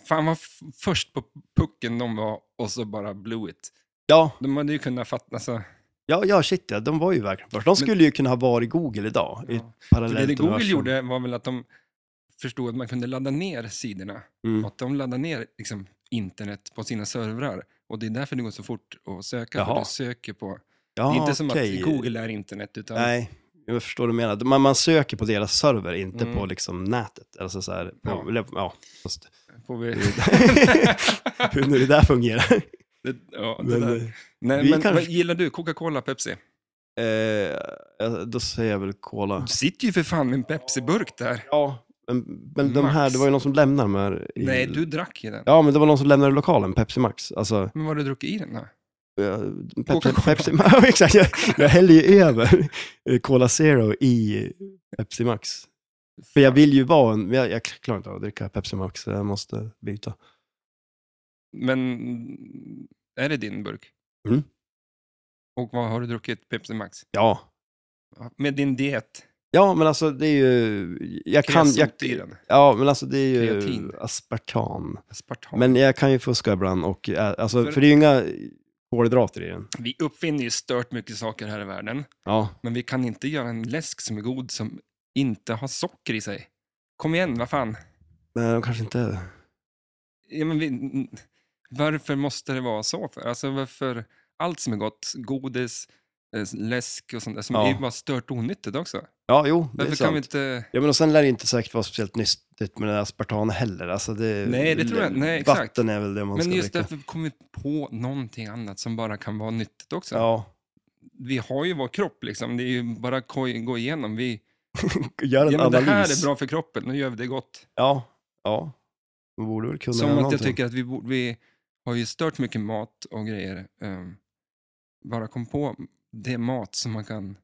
[SPEAKER 1] fan var f- först på pucken de var och så bara blew it.
[SPEAKER 2] Ja,
[SPEAKER 1] De hade ju kunnat fatta, alltså,
[SPEAKER 2] ja, ja, shit ja, de var ju verkligen först. De skulle ju kunna ha varit Google idag. I ett
[SPEAKER 1] ja. För
[SPEAKER 2] parallellt
[SPEAKER 1] det, det Google
[SPEAKER 2] universum.
[SPEAKER 1] gjorde var väl att de förstod att man kunde ladda ner sidorna.
[SPEAKER 2] Mm.
[SPEAKER 1] Och att de laddar ner liksom, internet på sina servrar. Och det är därför det går så fort att söka. För
[SPEAKER 2] Jaha.
[SPEAKER 1] du söker på...
[SPEAKER 2] Ja,
[SPEAKER 1] det är inte som
[SPEAKER 2] okej.
[SPEAKER 1] att Google är internet, utan
[SPEAKER 2] Nej, jag förstår vad du menar. Man, man söker på deras server, inte
[SPEAKER 1] Mm.
[SPEAKER 2] på liksom nätet. Alltså så här, på,
[SPEAKER 1] Ja.
[SPEAKER 2] eller- ja. fast
[SPEAKER 1] får vi...
[SPEAKER 2] hur nu det där fungerar.
[SPEAKER 1] det, ja, det
[SPEAKER 2] Men, eh,
[SPEAKER 1] där. Nej,
[SPEAKER 2] vi
[SPEAKER 1] men
[SPEAKER 2] kanske-
[SPEAKER 1] vad gillar du? Coca-Cola, Pepsi?
[SPEAKER 2] eh, eh, då säger jag väl Cola.
[SPEAKER 1] Du sitter ju för fan med en Pepsi-burk där.
[SPEAKER 2] Ja, men, men de här,
[SPEAKER 1] Max.
[SPEAKER 2] det var ju någon som lämnade de här. i-
[SPEAKER 1] Nej, du drack ju den.
[SPEAKER 2] Ja, men det var någon som lämnade lokalen, Pepsi Max. Alltså,
[SPEAKER 1] Men vad har du druckit i den då?
[SPEAKER 2] eh, Pepsi,
[SPEAKER 1] Coca-Cola.
[SPEAKER 2] Pepsi Max. Ja, Exakt, jag, jag häller ju över eh, Cola Zero i Pepsi Max. För jag vill ju vara en, jag, jag klarar inte av att dricka Pepsi Max, så jag måste byta.
[SPEAKER 1] Men är det din burk?
[SPEAKER 2] Mm.
[SPEAKER 1] Och vad har du druckit? Pepsi Max?
[SPEAKER 2] Ja,
[SPEAKER 1] Med din diet?
[SPEAKER 2] Ja, men alltså det är ju... Jag kan, jag,
[SPEAKER 1] kreosot i den.
[SPEAKER 2] ja, men alltså det är ju
[SPEAKER 1] Kreatin.
[SPEAKER 2] aspartam.
[SPEAKER 1] Aspartam.
[SPEAKER 2] Men jag kan ju fuska ibland, och, ä- alltså,
[SPEAKER 1] För-
[SPEAKER 2] för... det är ju inga kolhydrater i den.
[SPEAKER 1] Vi uppfinner ju stört mycket saker här i världen,
[SPEAKER 2] Ja.
[SPEAKER 1] men vi kan inte göra en läsk som är god som inte har socker i sig. Kom igen, vad fan.
[SPEAKER 2] Men de kanske inte...
[SPEAKER 1] Ja, men vi, n- varför måste det vara så? För? Alltså varför allt som är gott, godis, eh, läsk och sånt där, som
[SPEAKER 2] Ja.
[SPEAKER 1] är bara stört onyttigt också.
[SPEAKER 2] Ja, jo, det
[SPEAKER 1] Varför
[SPEAKER 2] är
[SPEAKER 1] kan vi
[SPEAKER 2] sant.
[SPEAKER 1] inte...
[SPEAKER 2] Ja, men och sen lär det inte säkert vara speciellt nyttigt med den där aspartan heller. Alltså, det,
[SPEAKER 1] Nej, det tror jag- nej, exakt.
[SPEAKER 2] Vatten är väl det man
[SPEAKER 1] Men
[SPEAKER 2] ska
[SPEAKER 1] just
[SPEAKER 2] dricka.
[SPEAKER 1] därför kommer vi på någonting annat som bara kan vara nyttigt också.
[SPEAKER 2] Ja,
[SPEAKER 1] Vi har ju vår kropp liksom, det är ju bara att ko- gå igenom. Vi,
[SPEAKER 2] gör en
[SPEAKER 1] ja, men det
[SPEAKER 2] analys.
[SPEAKER 1] här är bra för kroppen, nu gör vi det gott.
[SPEAKER 2] Ja, ja. Man borde väl kunna
[SPEAKER 1] Som
[SPEAKER 2] göra
[SPEAKER 1] att jag
[SPEAKER 2] någonting.
[SPEAKER 1] tycker att vi, borde, vi har ju stört mycket mat och grejer. ehm, bara kom på det mat som man kan,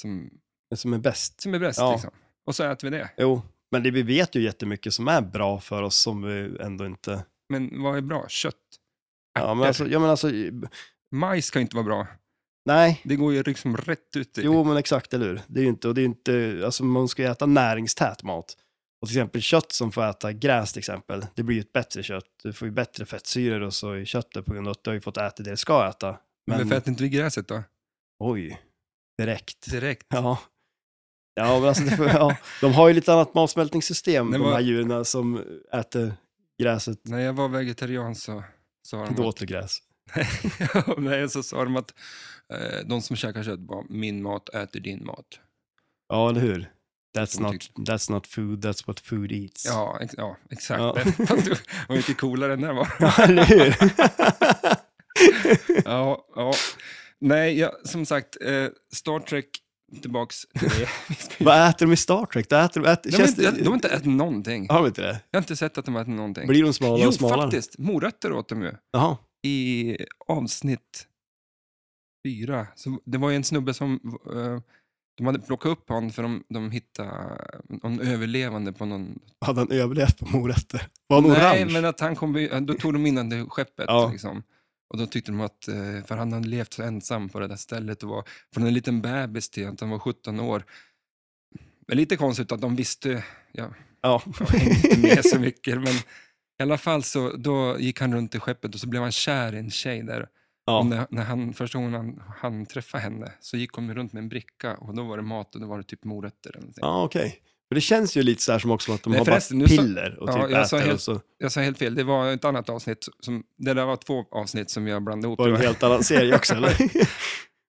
[SPEAKER 1] som,
[SPEAKER 2] Som är bäst.
[SPEAKER 1] som är bäst
[SPEAKER 2] Ja.
[SPEAKER 1] liksom. Och så äter vi det.
[SPEAKER 2] Jo, men det, vi vet ju jättemycket som är bra för oss som vi ändå inte...
[SPEAKER 1] Men vad är bra? Kött?
[SPEAKER 2] Ja, men
[SPEAKER 1] Ärtor.
[SPEAKER 2] alltså, ja, men alltså
[SPEAKER 1] Majs kan ju inte vara bra.
[SPEAKER 2] nej.
[SPEAKER 1] Det går ju liksom rätt ut i.
[SPEAKER 2] Jo, men exakt, eller hur? Det är ju inte, och det är ju inte, alltså man ska ju äta näringstät mat. Och till exempel kött som får äta gräs till exempel, det blir ju ett bättre kött. Du får ju bättre fettsyror och så i köttet på grund av att du har ju fått äta det du ska äta.
[SPEAKER 1] men...
[SPEAKER 2] Men,
[SPEAKER 1] Varför äter inte vi gräset då?
[SPEAKER 2] oj, direkt.
[SPEAKER 1] Direkt.
[SPEAKER 2] Ja. Ja, men alltså, det får, ja, de har ju lite annat matsmältningssystem,
[SPEAKER 1] Det
[SPEAKER 2] de
[SPEAKER 1] var-
[SPEAKER 2] här djuren som äter gräset,
[SPEAKER 1] När jag var vegetarian så sa de
[SPEAKER 2] då
[SPEAKER 1] att,
[SPEAKER 2] åt du gräs.
[SPEAKER 1] Nej, så sa de att eh, de som käkar kött bara, min mat äter din mat.
[SPEAKER 2] Ja, eller hur? That's not,
[SPEAKER 1] Otyckt.
[SPEAKER 2] that's not food, that's what food eats.
[SPEAKER 1] Ja, ex- ja exakt.
[SPEAKER 2] Ja.
[SPEAKER 1] Det Fast det var mycket coolare än det var.
[SPEAKER 2] Ja, eller hur?
[SPEAKER 1] Ja, ja. Nej, ja, som sagt, eh, Star Trek, tillbaks till det. Vi ska ju-
[SPEAKER 2] Vad äter de i Star Trek? Det äter, de- äter,
[SPEAKER 1] De, har
[SPEAKER 2] känns
[SPEAKER 1] inte, de har inte ätit någonting.
[SPEAKER 2] Har de inte det?
[SPEAKER 1] Jag har inte sett att de har ätit någonting.
[SPEAKER 2] Blir de smalare
[SPEAKER 1] Jo,
[SPEAKER 2] och smalare?
[SPEAKER 1] faktiskt. Morötter åt de ju.
[SPEAKER 2] Jaha.
[SPEAKER 1] I avsnitt fyra. Så det var ju en snubbe som... Eh, de hade plockat upp honom för de, de hittade någon överlevande på någon...
[SPEAKER 2] Hade han överlevt på morötter? Var han
[SPEAKER 1] Nej,
[SPEAKER 2] orange?
[SPEAKER 1] men att han kom... Då tog de in honom till skeppet.
[SPEAKER 2] Ja.
[SPEAKER 1] Liksom. Och då tyckte de att... eh, För han hade levt så ensam på det där stället. Och var från en liten bebis till att han var 17 år. Men lite konstigt att de visste... Ja,
[SPEAKER 2] Ja.
[SPEAKER 1] jag hängde inte med så mycket. Men i alla fall så då gick han runt i skeppet och så blev han kär i en tjej där. Och
[SPEAKER 2] ja.
[SPEAKER 1] när, när han, första gången han, han träffade henne så gick hon runt med en bricka och då var det mat och då var det typ morötter eller någonting.
[SPEAKER 2] ja okej. Men det känns ju lite så här som också att de
[SPEAKER 1] Nej,
[SPEAKER 2] har bara
[SPEAKER 1] förresten, nu sa-
[SPEAKER 2] piller och
[SPEAKER 1] Ja,
[SPEAKER 2] typ
[SPEAKER 1] jag sa
[SPEAKER 2] äter
[SPEAKER 1] helt-
[SPEAKER 2] och så
[SPEAKER 1] Jag sa helt fel, det var ett annat avsnitt. Som, det där var två avsnitt som jag blandade ihop.
[SPEAKER 2] var det en
[SPEAKER 1] tyvärr.
[SPEAKER 2] helt annan serie också, eller?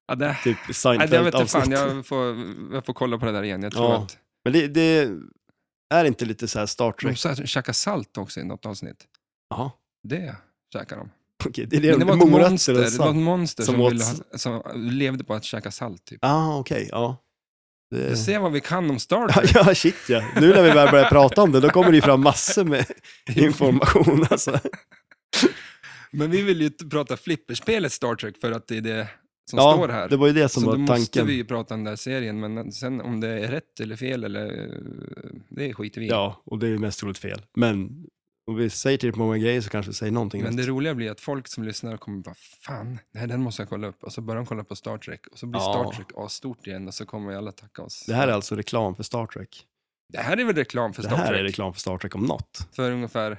[SPEAKER 1] ja, det,
[SPEAKER 2] typ
[SPEAKER 1] nej, det vet inte
[SPEAKER 2] Seinfeld-avsnitt.
[SPEAKER 1] fan, jag får, jag får kolla på det där igen. Jag tror
[SPEAKER 2] Ja.
[SPEAKER 1] att
[SPEAKER 2] Men det, det är inte lite så här Star
[SPEAKER 1] de
[SPEAKER 2] Trek?
[SPEAKER 1] sa- käkade salt också i något avsnitt.
[SPEAKER 2] Jaha.
[SPEAKER 1] Det käkade de.
[SPEAKER 2] Okej, det är det,
[SPEAKER 1] Men det var ett
[SPEAKER 2] morötter
[SPEAKER 1] monster,
[SPEAKER 2] och
[SPEAKER 1] det var ett
[SPEAKER 2] salt.
[SPEAKER 1] monster som,
[SPEAKER 2] Som åt-
[SPEAKER 1] ville ha, som levde på att käka salt. Typ.
[SPEAKER 2] Ah, okej, ja. Det-
[SPEAKER 1] Du ser vad vi kan om Star
[SPEAKER 2] Ja,
[SPEAKER 1] Trek.
[SPEAKER 2] Ja, shit ja. Nu när vi väl börjar prata om det, då kommer det ju fram massor med information. Alltså.
[SPEAKER 1] Men vi vill ju t- prata flipperspelet Star Trek för att det är det som
[SPEAKER 2] Ja,
[SPEAKER 1] står här.
[SPEAKER 2] Det var ju det
[SPEAKER 1] så
[SPEAKER 2] som
[SPEAKER 1] då
[SPEAKER 2] var
[SPEAKER 1] måste
[SPEAKER 2] tanken.
[SPEAKER 1] vi ju prata om den där serien, men sen om det är rätt eller fel, eller, eh, det skiter vi i.
[SPEAKER 2] Ja, och det är mest troligt fel. Men om vi säger tillräckligt många grejer så kanske vi säger någonting.
[SPEAKER 1] Men det
[SPEAKER 2] rätt.
[SPEAKER 1] roliga blir att folk som lyssnar kommer bara, fan, nej den måste jag kolla upp. Och så börjar de kolla på Star Trek, och så blir
[SPEAKER 2] Ja.
[SPEAKER 1] Star Trek asstort igen, och så kommer vi alla tacka oss.
[SPEAKER 2] det här är alltså reklam för Star Trek.
[SPEAKER 1] Det här är väl reklam för
[SPEAKER 2] Det
[SPEAKER 1] Star
[SPEAKER 2] här
[SPEAKER 1] Trek?
[SPEAKER 2] är reklam för Star Trek om något.
[SPEAKER 1] För ungefär,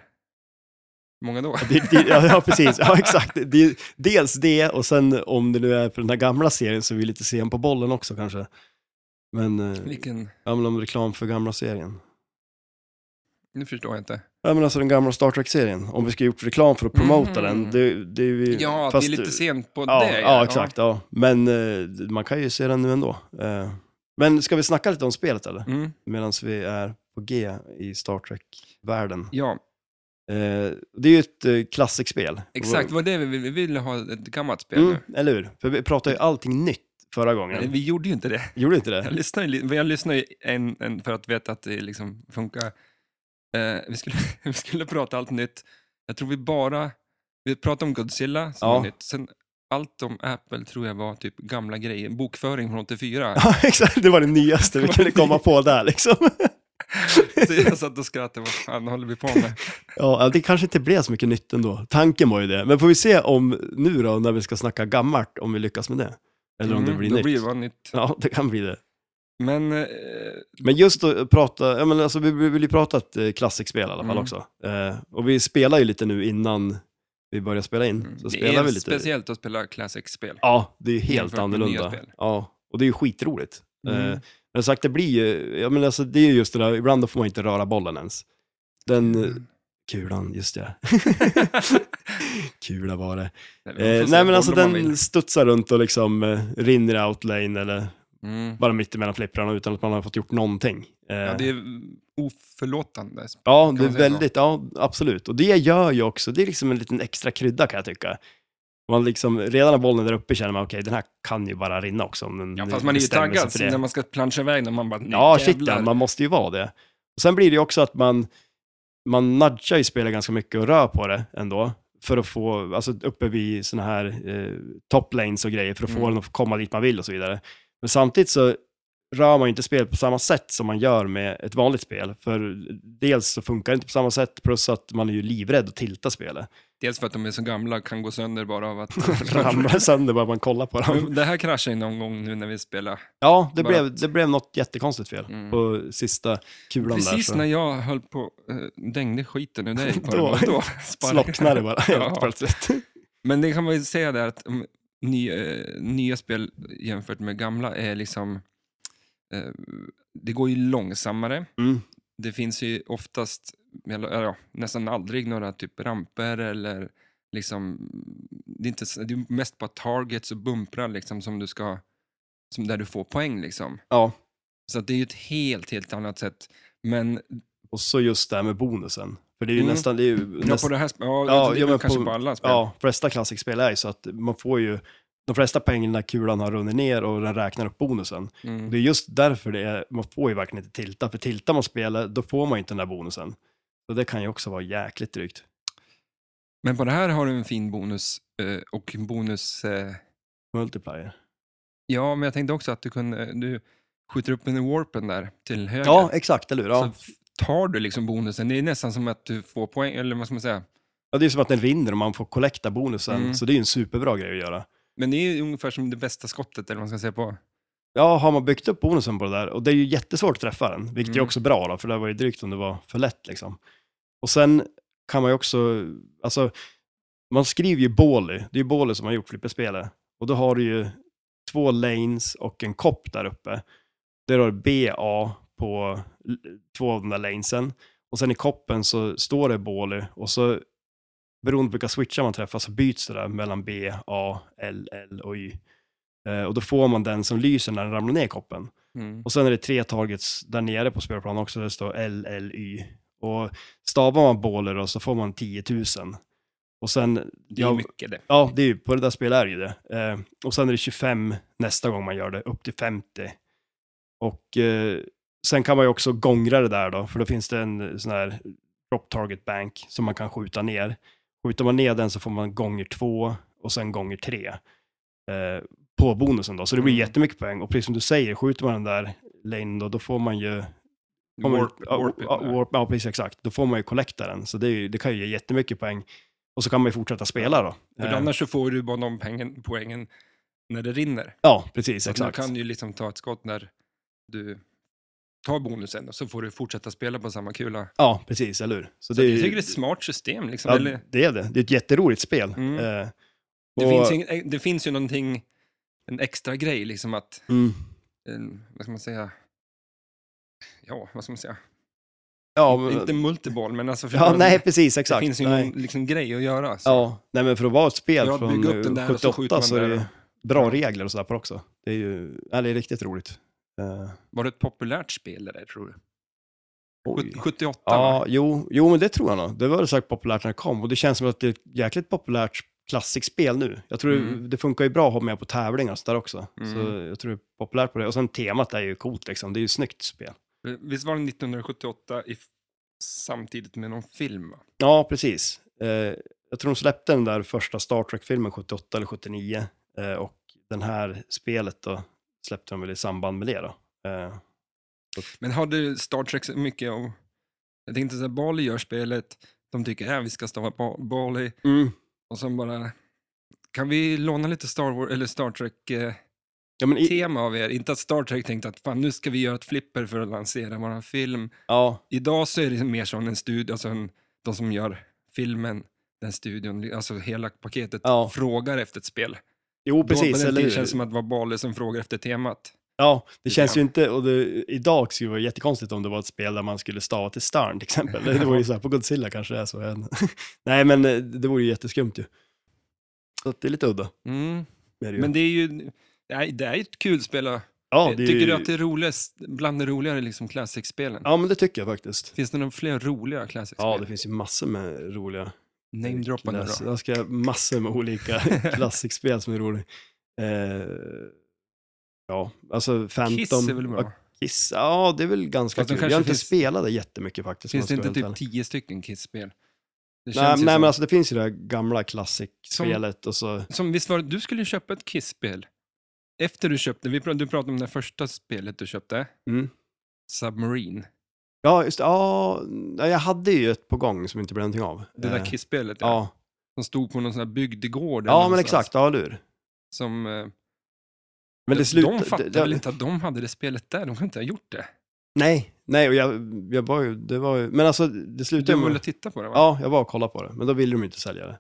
[SPEAKER 1] hur många då?
[SPEAKER 2] Det, det, ja, ja, precis. Ja, exakt. Det, är dels det, och sen om det nu är för den här gamla serien så är vi lite sen på bollen också kanske. Men, eh,
[SPEAKER 1] Vilken,
[SPEAKER 2] ja, men om reklam för gamla serien.
[SPEAKER 1] nu förstår jag inte.
[SPEAKER 2] Ja, men alltså den gamla Star Trek-serien. Om vi ska gjort reklam för att promota
[SPEAKER 1] Mhm.
[SPEAKER 2] den. Det, det är vi,
[SPEAKER 1] Ja,
[SPEAKER 2] fast-
[SPEAKER 1] det är lite sent på
[SPEAKER 2] ja,
[SPEAKER 1] det.
[SPEAKER 2] Ja, exakt. Ja. Men eh, man kan ju se den nu ändå. Eh, men ska vi snacka lite om spelet eller?
[SPEAKER 1] Mm,
[SPEAKER 2] Medan vi är på G i Star Trek-världen.
[SPEAKER 1] ja,
[SPEAKER 2] Eh, det är ju ett eh, klassikspel.
[SPEAKER 1] exakt. Det var det vi ville, vi ville ha ett gammalt spel
[SPEAKER 2] Mm,
[SPEAKER 1] nu.
[SPEAKER 2] eller hur? För vi pratade ju allting nytt förra gången.
[SPEAKER 1] Nej, vi gjorde ju inte det.
[SPEAKER 2] Gjorde inte
[SPEAKER 1] Jag
[SPEAKER 2] det?
[SPEAKER 1] lyssnar ju, li- jag lyssnar ju en, en för att veta att det liksom funkar. Eh, vi, skulle, vi skulle prata allt nytt. Jag tror vi bara, vi pratade om Godzilla som
[SPEAKER 2] Ja.
[SPEAKER 1] var nytt. Sen allt om Apple tror jag var typ gamla grejer. Bokföring från 84.
[SPEAKER 2] Ja, exakt. Det var det nyaste vi
[SPEAKER 1] Det var
[SPEAKER 2] kunde
[SPEAKER 1] det nya.
[SPEAKER 2] komma på där liksom.
[SPEAKER 1] Så jag satt och skrattade. Vad fan håller vi på med?
[SPEAKER 2] Ja, det kanske inte blev så mycket nytt ändå. Tanken var ju det. Men får vi se om nu då, när vi ska snacka gammalt, om vi lyckas med det. Eller om det
[SPEAKER 1] Mm,
[SPEAKER 2] blir
[SPEAKER 1] då
[SPEAKER 2] nytt.
[SPEAKER 1] blir det bara nytt.
[SPEAKER 2] Ja, det kan bli det.
[SPEAKER 1] Men eh,
[SPEAKER 2] Men just att prata, ja, men alltså, vi vi vill ju prata ett eh, klassikspel i alla fall
[SPEAKER 1] Mm.
[SPEAKER 2] också. Eh, och vi spelar ju lite nu innan vi börjar spela in. Så
[SPEAKER 1] Mm. det
[SPEAKER 2] spelar
[SPEAKER 1] är
[SPEAKER 2] vi lite.
[SPEAKER 1] speciellt att spela classic-spel.
[SPEAKER 2] Ja, det är ju
[SPEAKER 1] Jämfört
[SPEAKER 2] helt
[SPEAKER 1] med nya
[SPEAKER 2] annorlunda.
[SPEAKER 1] spel.
[SPEAKER 2] Ja, och det är ju skitroligt.
[SPEAKER 1] Mm.
[SPEAKER 2] Eh, men sagt, det blir ju, ja, men alltså, det är ju just det där, ibland då får man inte röra bollen ens. Den
[SPEAKER 1] Mm.
[SPEAKER 2] eh, kulan, just det. Kula var det.
[SPEAKER 1] Nej, man får
[SPEAKER 2] Eh,
[SPEAKER 1] säga
[SPEAKER 2] nej men alltså
[SPEAKER 1] boll om man
[SPEAKER 2] den
[SPEAKER 1] vill.
[SPEAKER 2] studsar runt och liksom eh, rinner i outlane eller
[SPEAKER 1] Mm.
[SPEAKER 2] bara mitt emellan flipprarna utan att man har fått gjort någonting. Eh,
[SPEAKER 1] Ja, det är oförlåtande.
[SPEAKER 2] Ja,
[SPEAKER 1] man
[SPEAKER 2] det är
[SPEAKER 1] säga så?
[SPEAKER 2] väldigt, ja, absolut. Och det gör ju också, det är liksom en liten extra krydda kan jag tycka. Man liksom, redan när bollen är där uppe känner man, okej, den här kan ju bara rinna också. om den
[SPEAKER 1] Ja, fast man är ju
[SPEAKER 2] bestämmer sig
[SPEAKER 1] taggad
[SPEAKER 2] för
[SPEAKER 1] så
[SPEAKER 2] det.
[SPEAKER 1] när man ska planscha iväg när man bara,
[SPEAKER 2] Ja,
[SPEAKER 1] "Nu jävlar."
[SPEAKER 2] shit, ja, man måste ju vara det. Och sen blir det ju också att man, man nudgar ju spelet ganska mycket och rör på det ändå. För att få, alltså uppe vid sådana här eh, top lanes och grejer, för att få
[SPEAKER 1] Mm.
[SPEAKER 2] den att komma dit man vill och så vidare. Men samtidigt så rör man ju inte spelet på samma sätt som man gör med ett vanligt spel. För dels så funkar det inte på samma sätt, plus att man är ju livrädd att tilta spelet.
[SPEAKER 1] Dels för att de är så gamla kan gå sönder bara av att...
[SPEAKER 2] Man ramlar sönder bara man kollar på dem.
[SPEAKER 1] det här kraschade ju någon gång nu när vi spelade.
[SPEAKER 2] Ja, det,
[SPEAKER 1] Mm. Bara
[SPEAKER 2] blev, det blev något jättekonstigt fel
[SPEAKER 1] Mm.
[SPEAKER 2] på sista kulan
[SPEAKER 1] Precis
[SPEAKER 2] där.
[SPEAKER 1] när jag höll på eh, dängde skiten ur dig.
[SPEAKER 2] Då-
[SPEAKER 1] då, då
[SPEAKER 2] Så
[SPEAKER 1] sparkade jag.
[SPEAKER 2] slocknade det bara helt
[SPEAKER 1] Ja.
[SPEAKER 2] plötsligt.
[SPEAKER 1] Men det kan man ju säga där att mm, ny, eh, nya spel jämfört med gamla är liksom... Eh, det går ju långsammare.
[SPEAKER 2] Mm.
[SPEAKER 1] Det finns ju oftast, eller, eller ja, nästan aldrig några typ ramper eller liksom... Det är, inte, så- det är mest bara targets och bumprar liksom som du ska... Som där du får poäng liksom.
[SPEAKER 2] Ja,
[SPEAKER 1] Så att det är ju ett helt, helt annat sätt. Men
[SPEAKER 2] och så just det här med bonusen. För det är ju
[SPEAKER 1] Mm.
[SPEAKER 2] nästan, det är ju
[SPEAKER 1] ja, på
[SPEAKER 2] nästan
[SPEAKER 1] det här sp- ja,
[SPEAKER 2] Ja,
[SPEAKER 1] det
[SPEAKER 2] ja,
[SPEAKER 1] är
[SPEAKER 2] men
[SPEAKER 1] väl kanske
[SPEAKER 2] på-
[SPEAKER 1] på, alla spel.
[SPEAKER 2] Ja, flesta klassikspel är ju så att man får ju de flesta pengarna när kulan har runnit ner och den räknar upp bonusen.
[SPEAKER 1] Mm.
[SPEAKER 2] Det är just därför det är, man får ju verkligen inte tilta, för tiltar man spelet, då får man ju inte den där bonusen. Så det kan ju också vara jäkligt drygt.
[SPEAKER 1] Men på det här har du en fin bonus eh, och en bonus... eh,
[SPEAKER 2] Multiplier.
[SPEAKER 1] Ja, men jag tänkte också att du kunde... Du skjuter upp en warpen där till höger.
[SPEAKER 2] Ja, exakt, eller hur? Ja.
[SPEAKER 1] Så f- tar du liksom bonusen. Det är nästan som att du får poäng, eller vad ska man säga?
[SPEAKER 2] ja, det är ju som att den vinner och man får kollekta bonusen,
[SPEAKER 1] Mm.
[SPEAKER 2] så det är ju en superbra grej att göra.
[SPEAKER 1] Men det är ju ungefär som det bästa skottet, eller vad man ska säga på.
[SPEAKER 2] Ja, har man byggt upp bonusen på det där, och det är ju jättesvårt att träffa den, vilket är
[SPEAKER 1] Mm.
[SPEAKER 2] också bra då, för det var ju drygt om det var för lätt liksom. Och sen kan man ju också, alltså, man skriver ju Båly, det är ju Båly som har gjort flipperspelet, och då har du ju två lanes och en kopp där uppe. Där har du BA på l- två av de där lanesen, och sen i koppen så står det Båly, och så beroende på vilka switchar man träffar så byts det där mellan B, A, L, L och Y. Eh, Och då får man den som lyser när den ramlar ner i koppen. Och sen är det tre targets där nere på spelplanen också, där det står L, L, Y. Och stavar man båler då så får man 10 000. Och sen,
[SPEAKER 1] Det är
[SPEAKER 2] ja,
[SPEAKER 1] mycket det.
[SPEAKER 2] ja det är ju, på det där spelet är det ju det. Eh, och sen är det 25 nästa gång man gör det, upp till 50. Och eh, sen kan man ju också gångra det där då, för då finns det en eh, sån här drop target bank som man kan skjuta ner. Skjuter man ner den så får man gånger två och sen gånger tre eh, på bonusen då. Så det blir
[SPEAKER 1] Mm.
[SPEAKER 2] jättemycket poäng och precis som du säger, skjuter man den där lane då, då får man ju... får man-
[SPEAKER 1] Warp,
[SPEAKER 2] ja,
[SPEAKER 1] warpen
[SPEAKER 2] ja,
[SPEAKER 1] där.
[SPEAKER 2] warp, ja, precis exakt. Då får man ju collecta den, så det, är ju, det kan ju ge jättemycket poäng. Och så kan man ju fortsätta spela då.
[SPEAKER 1] För
[SPEAKER 2] Eh,
[SPEAKER 1] annars så får du bara de pengen, poängen när det rinner.
[SPEAKER 2] Ja, precis,
[SPEAKER 1] Så att du
[SPEAKER 2] exakt.
[SPEAKER 1] kan ju liksom ta ett skott när du tar bonusen och så får du fortsätta spela på samma kula.
[SPEAKER 2] Ja, precis, eller hur? Så
[SPEAKER 1] Så
[SPEAKER 2] är
[SPEAKER 1] det,
[SPEAKER 2] ju-
[SPEAKER 1] jag tycker det är ett smart system. Liksom.
[SPEAKER 2] Ja,
[SPEAKER 1] Eller,
[SPEAKER 2] det är det. Det är ett jätteroligt spel.
[SPEAKER 1] Mm.
[SPEAKER 2] Eh,
[SPEAKER 1] det,
[SPEAKER 2] och-
[SPEAKER 1] finns ju, det finns ju någonting, en extra grej, liksom att,
[SPEAKER 2] Mm.
[SPEAKER 1] en, vad ska man säga, ja, vad ska man säga,
[SPEAKER 2] Ja, men,
[SPEAKER 1] inte multiball, men alltså, förstår
[SPEAKER 2] ja,
[SPEAKER 1] du?
[SPEAKER 2] nej, precis, exakt.
[SPEAKER 1] det finns ju
[SPEAKER 2] nej.
[SPEAKER 1] någon liksom, grej att göra. Så.
[SPEAKER 2] Ja, nej, men för att vara ett spel
[SPEAKER 1] Ja,
[SPEAKER 2] från
[SPEAKER 1] bygga upp den
[SPEAKER 2] eh,
[SPEAKER 1] där och så
[SPEAKER 2] 78
[SPEAKER 1] skjuter
[SPEAKER 2] så,
[SPEAKER 1] man
[SPEAKER 2] är
[SPEAKER 1] där.
[SPEAKER 2] det bra regler och sådär på också. Det är ju, ja, det är riktigt roligt. Eh,
[SPEAKER 1] Var det ett populärt spel det där, tror du?
[SPEAKER 2] oj.
[SPEAKER 1] Sjut- 78, va?
[SPEAKER 2] Ja, jo, jo, men det tror jag nog. Det var säkert populärt när det kom och det känns som att det är ett jäkligt populärt klassikspel nu. Jag tror
[SPEAKER 1] Mm.
[SPEAKER 2] det funkar ju bra att ha med på tävlingar och sådär också. Så
[SPEAKER 1] Mm.
[SPEAKER 2] jag tror det är populärt på det. Och sen temat är ju coolt liksom. Det är ju ett snyggt spel.
[SPEAKER 1] Visst var det 1978 i, f- samtidigt med någon film? Va?
[SPEAKER 2] Ja, precis. Eh, jag tror de släppte den där första Star Trek-filmen 78 eller 79 eh, och den här spelet då släppte de väl i samband med det då. Eh,
[SPEAKER 1] Men hade Star Trek så mycket av... Jag tänkte så här, Bali gör spelet, de tycker att vi ska stava Ba- Bali, och sen bara... Kan vi låna lite Star Wars eller Star Trek-tema
[SPEAKER 2] Ja, men i,
[SPEAKER 1] av er? Inte att Star Trek tänkte att fan, nu ska vi göra ett flipper för att lansera våran film.
[SPEAKER 2] ja,
[SPEAKER 1] Idag så är det mer som en studio, alltså en, de som gör filmen, den studion, alltså hela paketet,
[SPEAKER 2] Ja.
[SPEAKER 1] frågar efter ett spel.
[SPEAKER 2] jo,
[SPEAKER 1] Då, på
[SPEAKER 2] precis.
[SPEAKER 1] den
[SPEAKER 2] Eller
[SPEAKER 1] tiden
[SPEAKER 2] hur?
[SPEAKER 1] känns det som att det var Bali som frågar efter temat.
[SPEAKER 2] Ja, det
[SPEAKER 1] Lite
[SPEAKER 2] känns ju
[SPEAKER 1] grann.
[SPEAKER 2] inte, och det, idag skulle det vara jättekonstigt om det var ett spel där man skulle stava till Starn till exempel. Det vore ju så här, på Godzilla kanske det är så. jag vet inte. Nej, men eh, det vore ju jätteskumt ju. Så att det är lite udda.
[SPEAKER 1] Mm.
[SPEAKER 2] Det är det ju.
[SPEAKER 1] Men det är ju... Nej, det är ju ett kul spel att
[SPEAKER 2] ja, det är
[SPEAKER 1] Tycker
[SPEAKER 2] ju-
[SPEAKER 1] du att det är roligast, bland de roligare liksom classic-spelen?
[SPEAKER 2] Ja, men det tycker jag faktiskt.
[SPEAKER 1] Finns det några fler roliga classic-spel?
[SPEAKER 2] Ja, det finns ju massor med roliga
[SPEAKER 1] Namedroppa nu
[SPEAKER 2] Klass-
[SPEAKER 1] då.
[SPEAKER 2] Jag ska massor med olika klassikspel som är roligt. Eh, ja, alltså Phantom.
[SPEAKER 1] Kiss är väl bra?
[SPEAKER 2] Kiss, ja det är väl ganska
[SPEAKER 1] Fast de
[SPEAKER 2] kul. Jag
[SPEAKER 1] kanske
[SPEAKER 2] har inte
[SPEAKER 1] finns-
[SPEAKER 2] spelat det jättemycket faktiskt. om
[SPEAKER 1] Finns det
[SPEAKER 2] jag ska
[SPEAKER 1] inte
[SPEAKER 2] vara
[SPEAKER 1] typ
[SPEAKER 2] helt
[SPEAKER 1] tio stycken Kiss-spel? Det
[SPEAKER 2] ärlig. Nej,
[SPEAKER 1] känns ju
[SPEAKER 2] nej
[SPEAKER 1] som,
[SPEAKER 2] men alltså det finns ju det här gamla klassikspelet och så,
[SPEAKER 1] som, visst var det, du skulle ju köpa ett Kiss-spel. Efter du köpte, vi, pr- du pratade om det första spelet du köpte,
[SPEAKER 2] mm.
[SPEAKER 1] Submarine.
[SPEAKER 2] Ja just det, ja, nej, jag hade ju ett på gång som inte blev någonting av.
[SPEAKER 1] Det
[SPEAKER 2] Eh,
[SPEAKER 1] där Kiss-spelet, ja.
[SPEAKER 2] Ja,
[SPEAKER 1] Som stod på någon sån här bygdegård. eller
[SPEAKER 2] ja men
[SPEAKER 1] någonstans.
[SPEAKER 2] exakt, ja lur.
[SPEAKER 1] Som, eh,
[SPEAKER 2] Men det
[SPEAKER 1] De
[SPEAKER 2] slutade...
[SPEAKER 1] fattade
[SPEAKER 2] det-
[SPEAKER 1] väl inte att de hade det spelet där? De kan inte ha gjort det.
[SPEAKER 2] Nej, nej och jag, jag var ju, det var ju, men alltså det
[SPEAKER 1] Du
[SPEAKER 2] slutade
[SPEAKER 1] ville
[SPEAKER 2] med,
[SPEAKER 1] titta på det va?
[SPEAKER 2] Ja, jag var och kollade på det, men då ville de ju inte sälja det.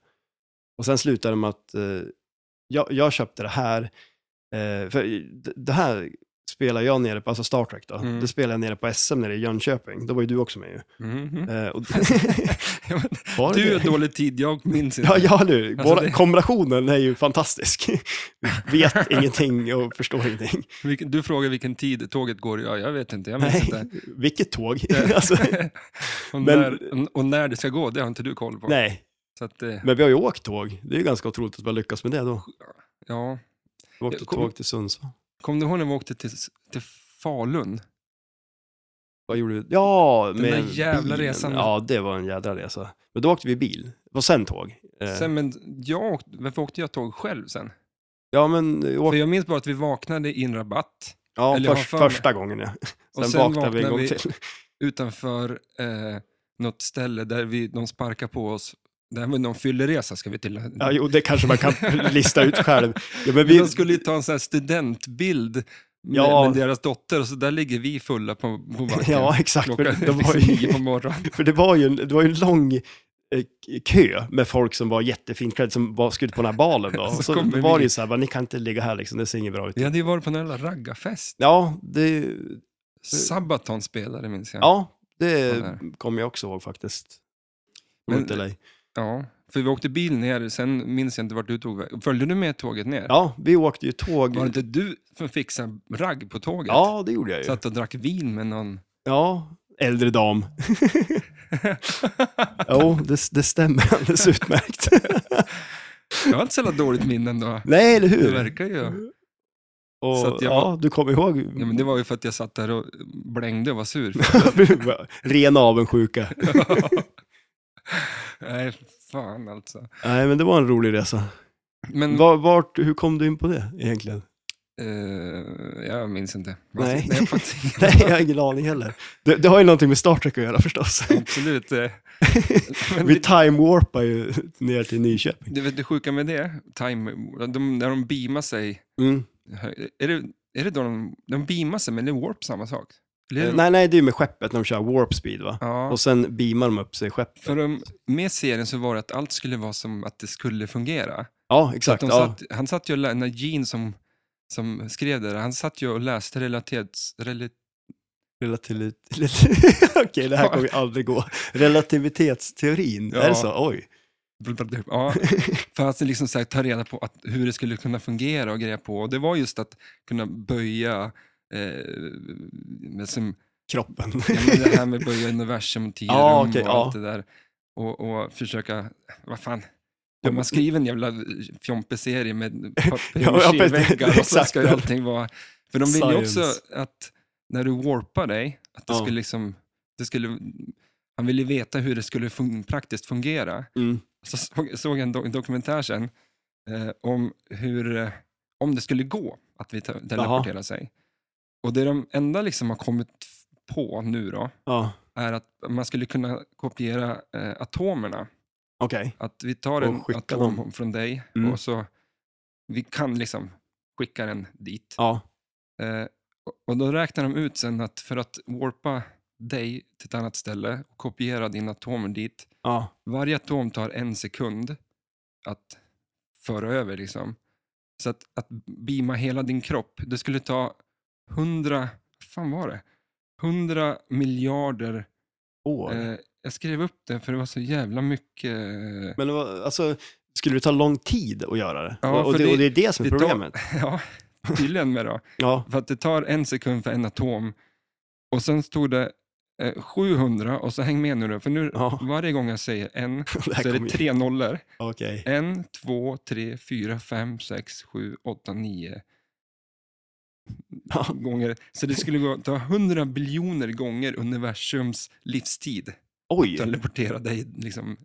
[SPEAKER 2] Och sen slutade de med att eh, jag, jag köpte det här, eh, för d- det här spelar jag nere på, alltså Star Trek då,
[SPEAKER 1] Mm.
[SPEAKER 2] det spelar jag nere på SM nere i Jönköping, då var ju du också med ju.
[SPEAKER 1] Mhm.
[SPEAKER 2] Eh, och,
[SPEAKER 1] Ja, men
[SPEAKER 2] var det
[SPEAKER 1] Du
[SPEAKER 2] det?
[SPEAKER 1] har dålig tid, jag minns inte.
[SPEAKER 2] Ja, ja du.
[SPEAKER 1] Alltså,
[SPEAKER 2] Våra,
[SPEAKER 1] det-
[SPEAKER 2] Kombinationen är ju fantastisk. Vet ingenting och förstår ingenting.
[SPEAKER 1] Vilken- Du frågar vilken tid tåget går. Ja, jag vet inte, jag minns
[SPEAKER 2] Nej,
[SPEAKER 1] inte.
[SPEAKER 2] vilket tåg. alltså,
[SPEAKER 1] och,
[SPEAKER 2] Men-
[SPEAKER 1] när, och när det ska gå, det har inte du koll på.
[SPEAKER 2] nej,
[SPEAKER 1] Så att, eh,
[SPEAKER 2] men vi har ju åkt tåg. Det är ju ganska otroligt att vi har lyckats med det då.
[SPEAKER 1] ja.
[SPEAKER 2] Vi åkte
[SPEAKER 1] Jag kom-
[SPEAKER 2] tåg till Sundsvall.
[SPEAKER 1] Kommer du ihåg när vi åkte till, till Falun?
[SPEAKER 2] Vad gjorde du? Ja,
[SPEAKER 1] Den
[SPEAKER 2] med
[SPEAKER 1] där jävla
[SPEAKER 2] bilen.
[SPEAKER 1] resan.
[SPEAKER 2] Ja, det var en jädra resa. Men då åkte vi bil. Och sen tåg. Eh,
[SPEAKER 1] Sen, men jag åkte, varför åkte jag tåg själv sen?
[SPEAKER 2] ja, men eh, åk...
[SPEAKER 1] För jag minns bara att vi vaknade i en rabatt
[SPEAKER 2] ja,
[SPEAKER 1] eller jag har
[SPEAKER 2] först,
[SPEAKER 1] för mig.
[SPEAKER 2] första gången ja. Sen,
[SPEAKER 1] Och sen
[SPEAKER 2] vaknade vi en
[SPEAKER 1] vaknade
[SPEAKER 2] gång
[SPEAKER 1] vi-
[SPEAKER 2] till.
[SPEAKER 1] utanför eh, något ställe där vi, de sparkar på oss. Det här var någon fylleresa ska vi till.
[SPEAKER 2] Ja, jo, det kanske man kan lista ut själv. Ja, men
[SPEAKER 1] Men
[SPEAKER 2] vi...
[SPEAKER 1] de skulle ju ta en sån här studentbild med,
[SPEAKER 2] Ja.
[SPEAKER 1] med deras dotter och så där ligger vi fulla på, på backen.
[SPEAKER 2] ja exakt. För
[SPEAKER 1] Klockan är
[SPEAKER 2] det, det var
[SPEAKER 1] liksom nio
[SPEAKER 2] ju,
[SPEAKER 1] på morgonen.
[SPEAKER 2] för det, var ju en, det var ju en lång eh, k- kö med folk som var jättefint klädda, som var, skulle på den här balen då.
[SPEAKER 1] Så
[SPEAKER 2] Och så
[SPEAKER 1] kommer
[SPEAKER 2] var det
[SPEAKER 1] vi.
[SPEAKER 2] ju så här, bara, ni kan inte ligga här liksom, det ser inget bra ut.
[SPEAKER 1] Vi hade ju varit på en jävla raggarfest.
[SPEAKER 2] Ja, det,
[SPEAKER 1] Sabaton spelade minns jag.
[SPEAKER 2] ja,
[SPEAKER 1] Ja,
[SPEAKER 2] det
[SPEAKER 1] där.
[SPEAKER 2] kommer jag också ihåg faktiskt.
[SPEAKER 1] Men-
[SPEAKER 2] Mot LA.
[SPEAKER 1] Ja, För vi åkte bil ner, sen minns jag inte vart du tog vägen. Följde du med tåget ner?
[SPEAKER 2] Ja, vi åkte ju tåg.
[SPEAKER 1] Var det inte du som fixade ragg på tåget?
[SPEAKER 2] Ja, det gjorde jag ju.
[SPEAKER 1] Satt och drack vin med någon.
[SPEAKER 2] Ja, äldre dam. Jo, det, det stämmer alldeles utmärkt.
[SPEAKER 1] jag har inte så jävla dåligt minne ändå.
[SPEAKER 2] Nej, eller
[SPEAKER 1] Det
[SPEAKER 2] hur?
[SPEAKER 1] verkar ju.
[SPEAKER 2] Och,
[SPEAKER 1] så att jag-
[SPEAKER 2] Ja, du kommer ihåg.
[SPEAKER 1] Ja, men det var ju för att jag satt där och blängde och var sur.
[SPEAKER 2] Ren avundsjuka.
[SPEAKER 1] Nej, fan alltså.
[SPEAKER 2] Nej, men det var en rolig resa.
[SPEAKER 1] Men
[SPEAKER 2] Var, vart, hur kom du in på det egentligen?
[SPEAKER 1] eh, jag minns inte. Vad-
[SPEAKER 2] Nej.
[SPEAKER 1] jag har faktiskt ingen
[SPEAKER 2] Nej, jag har ingen aning heller. Det, det har ju någonting med Star Trek att göra förstås.
[SPEAKER 1] Absolut. eh. Men
[SPEAKER 2] Vi
[SPEAKER 1] det,
[SPEAKER 2] time-warpar ju ner till Nyköping.
[SPEAKER 1] det, vet du sjuka med det, time, de, när de beamar sig,
[SPEAKER 2] Mm.
[SPEAKER 1] är det, är det då de, de beamar sig, men det är warp samma sak? Eller är det-
[SPEAKER 2] Eh, Nej, nej, det är ju med skeppet när de kör warp speed va?
[SPEAKER 1] Ja,
[SPEAKER 2] Och sen beamar de upp sig i skeppet.
[SPEAKER 1] för de, med serien så var det att allt skulle vara som att det skulle fungera.
[SPEAKER 2] Ja,
[SPEAKER 1] Så att
[SPEAKER 2] exakt.
[SPEAKER 1] de
[SPEAKER 2] Ja.
[SPEAKER 1] satt, han satt ju och lä- när Gene som, som skrev det, där, han satt ju och läste relativt, rel,
[SPEAKER 2] Relativitet... Okej, det här kommer ju aldrig gå. Relativitetsteorin,
[SPEAKER 1] Ja.
[SPEAKER 2] är det så? Oj.
[SPEAKER 1] Ja, för att liksom så här, ta reda på att, hur det skulle kunna fungera och grejer på. Och det var just att kunna böja, eh, med som,
[SPEAKER 2] Kroppen.
[SPEAKER 1] ja, men det här med böja universum och tid och
[SPEAKER 2] Ja,
[SPEAKER 1] rum
[SPEAKER 2] okej,
[SPEAKER 1] och
[SPEAKER 2] ja.
[SPEAKER 1] allt det där. Och, och försöka, vad fan, om
[SPEAKER 2] Ja, men-
[SPEAKER 1] man skriver en jävla fjompig serie med
[SPEAKER 2] Ja, ja, precis.
[SPEAKER 1] pappersväggar och så
[SPEAKER 2] Exakt.
[SPEAKER 1] ska ju allting vara... För de vill ju
[SPEAKER 2] Science.
[SPEAKER 1] också att när du warpar dig, att det
[SPEAKER 2] Ja.
[SPEAKER 1] skulle liksom, det skulle, han ville veta hur det skulle fun- praktiskt fungera.
[SPEAKER 2] Mm.
[SPEAKER 1] så såg, såg jag en, do, en dokumentär sen eh, om hur, eh, om det skulle gå att vi te- teleporterar sig. Och det de enda liksom har kommit f- på nu då,
[SPEAKER 2] Ja,
[SPEAKER 1] är att man skulle kunna kopiera eh, atomerna.
[SPEAKER 2] okej.
[SPEAKER 1] Att vi tar
[SPEAKER 2] Och
[SPEAKER 1] en
[SPEAKER 2] skicka
[SPEAKER 1] atom
[SPEAKER 2] dem.
[SPEAKER 1] från dig
[SPEAKER 2] Mm.
[SPEAKER 1] och så vi kan liksom skicka den dit.
[SPEAKER 2] Ja.
[SPEAKER 1] Eh, och- och då räknar de ut sen att för att warpa dig till ett annat ställe och kopiera dina atomer dit
[SPEAKER 2] ja.
[SPEAKER 1] varje atom tar en sekund att föra över. Liksom. Så att, att beama hela din kropp, det skulle ta 100, fan var det? 100 miljarder.
[SPEAKER 2] År.
[SPEAKER 1] Eh, jag skrev upp det för det var så jävla mycket. eh,
[SPEAKER 2] Men det var, alltså, skulle det ta lång tid att göra det?
[SPEAKER 1] Ja,
[SPEAKER 2] och,
[SPEAKER 1] för
[SPEAKER 2] det,
[SPEAKER 1] det-
[SPEAKER 2] och det är det som är
[SPEAKER 1] det tar-
[SPEAKER 2] problemet.
[SPEAKER 1] Ja, tydligen med då.
[SPEAKER 2] Ja.
[SPEAKER 1] För att det tar en sekund för en atom. Och sen stod det eh, 700 och så häng med nu då, för nu
[SPEAKER 2] Ja.
[SPEAKER 1] varje gång jag säger en
[SPEAKER 2] Det här
[SPEAKER 1] så är
[SPEAKER 2] kommer
[SPEAKER 1] det
[SPEAKER 2] ju-
[SPEAKER 1] tre nollor.
[SPEAKER 2] Okej.
[SPEAKER 1] En, två, tre, fyra, fem, sex, sju, åtta, nio,
[SPEAKER 2] Ja.
[SPEAKER 1] gånger. Så det skulle gå, ta hundra biljoner gånger universums livstid att
[SPEAKER 2] Oj,
[SPEAKER 1] teleportera dig. Liksom.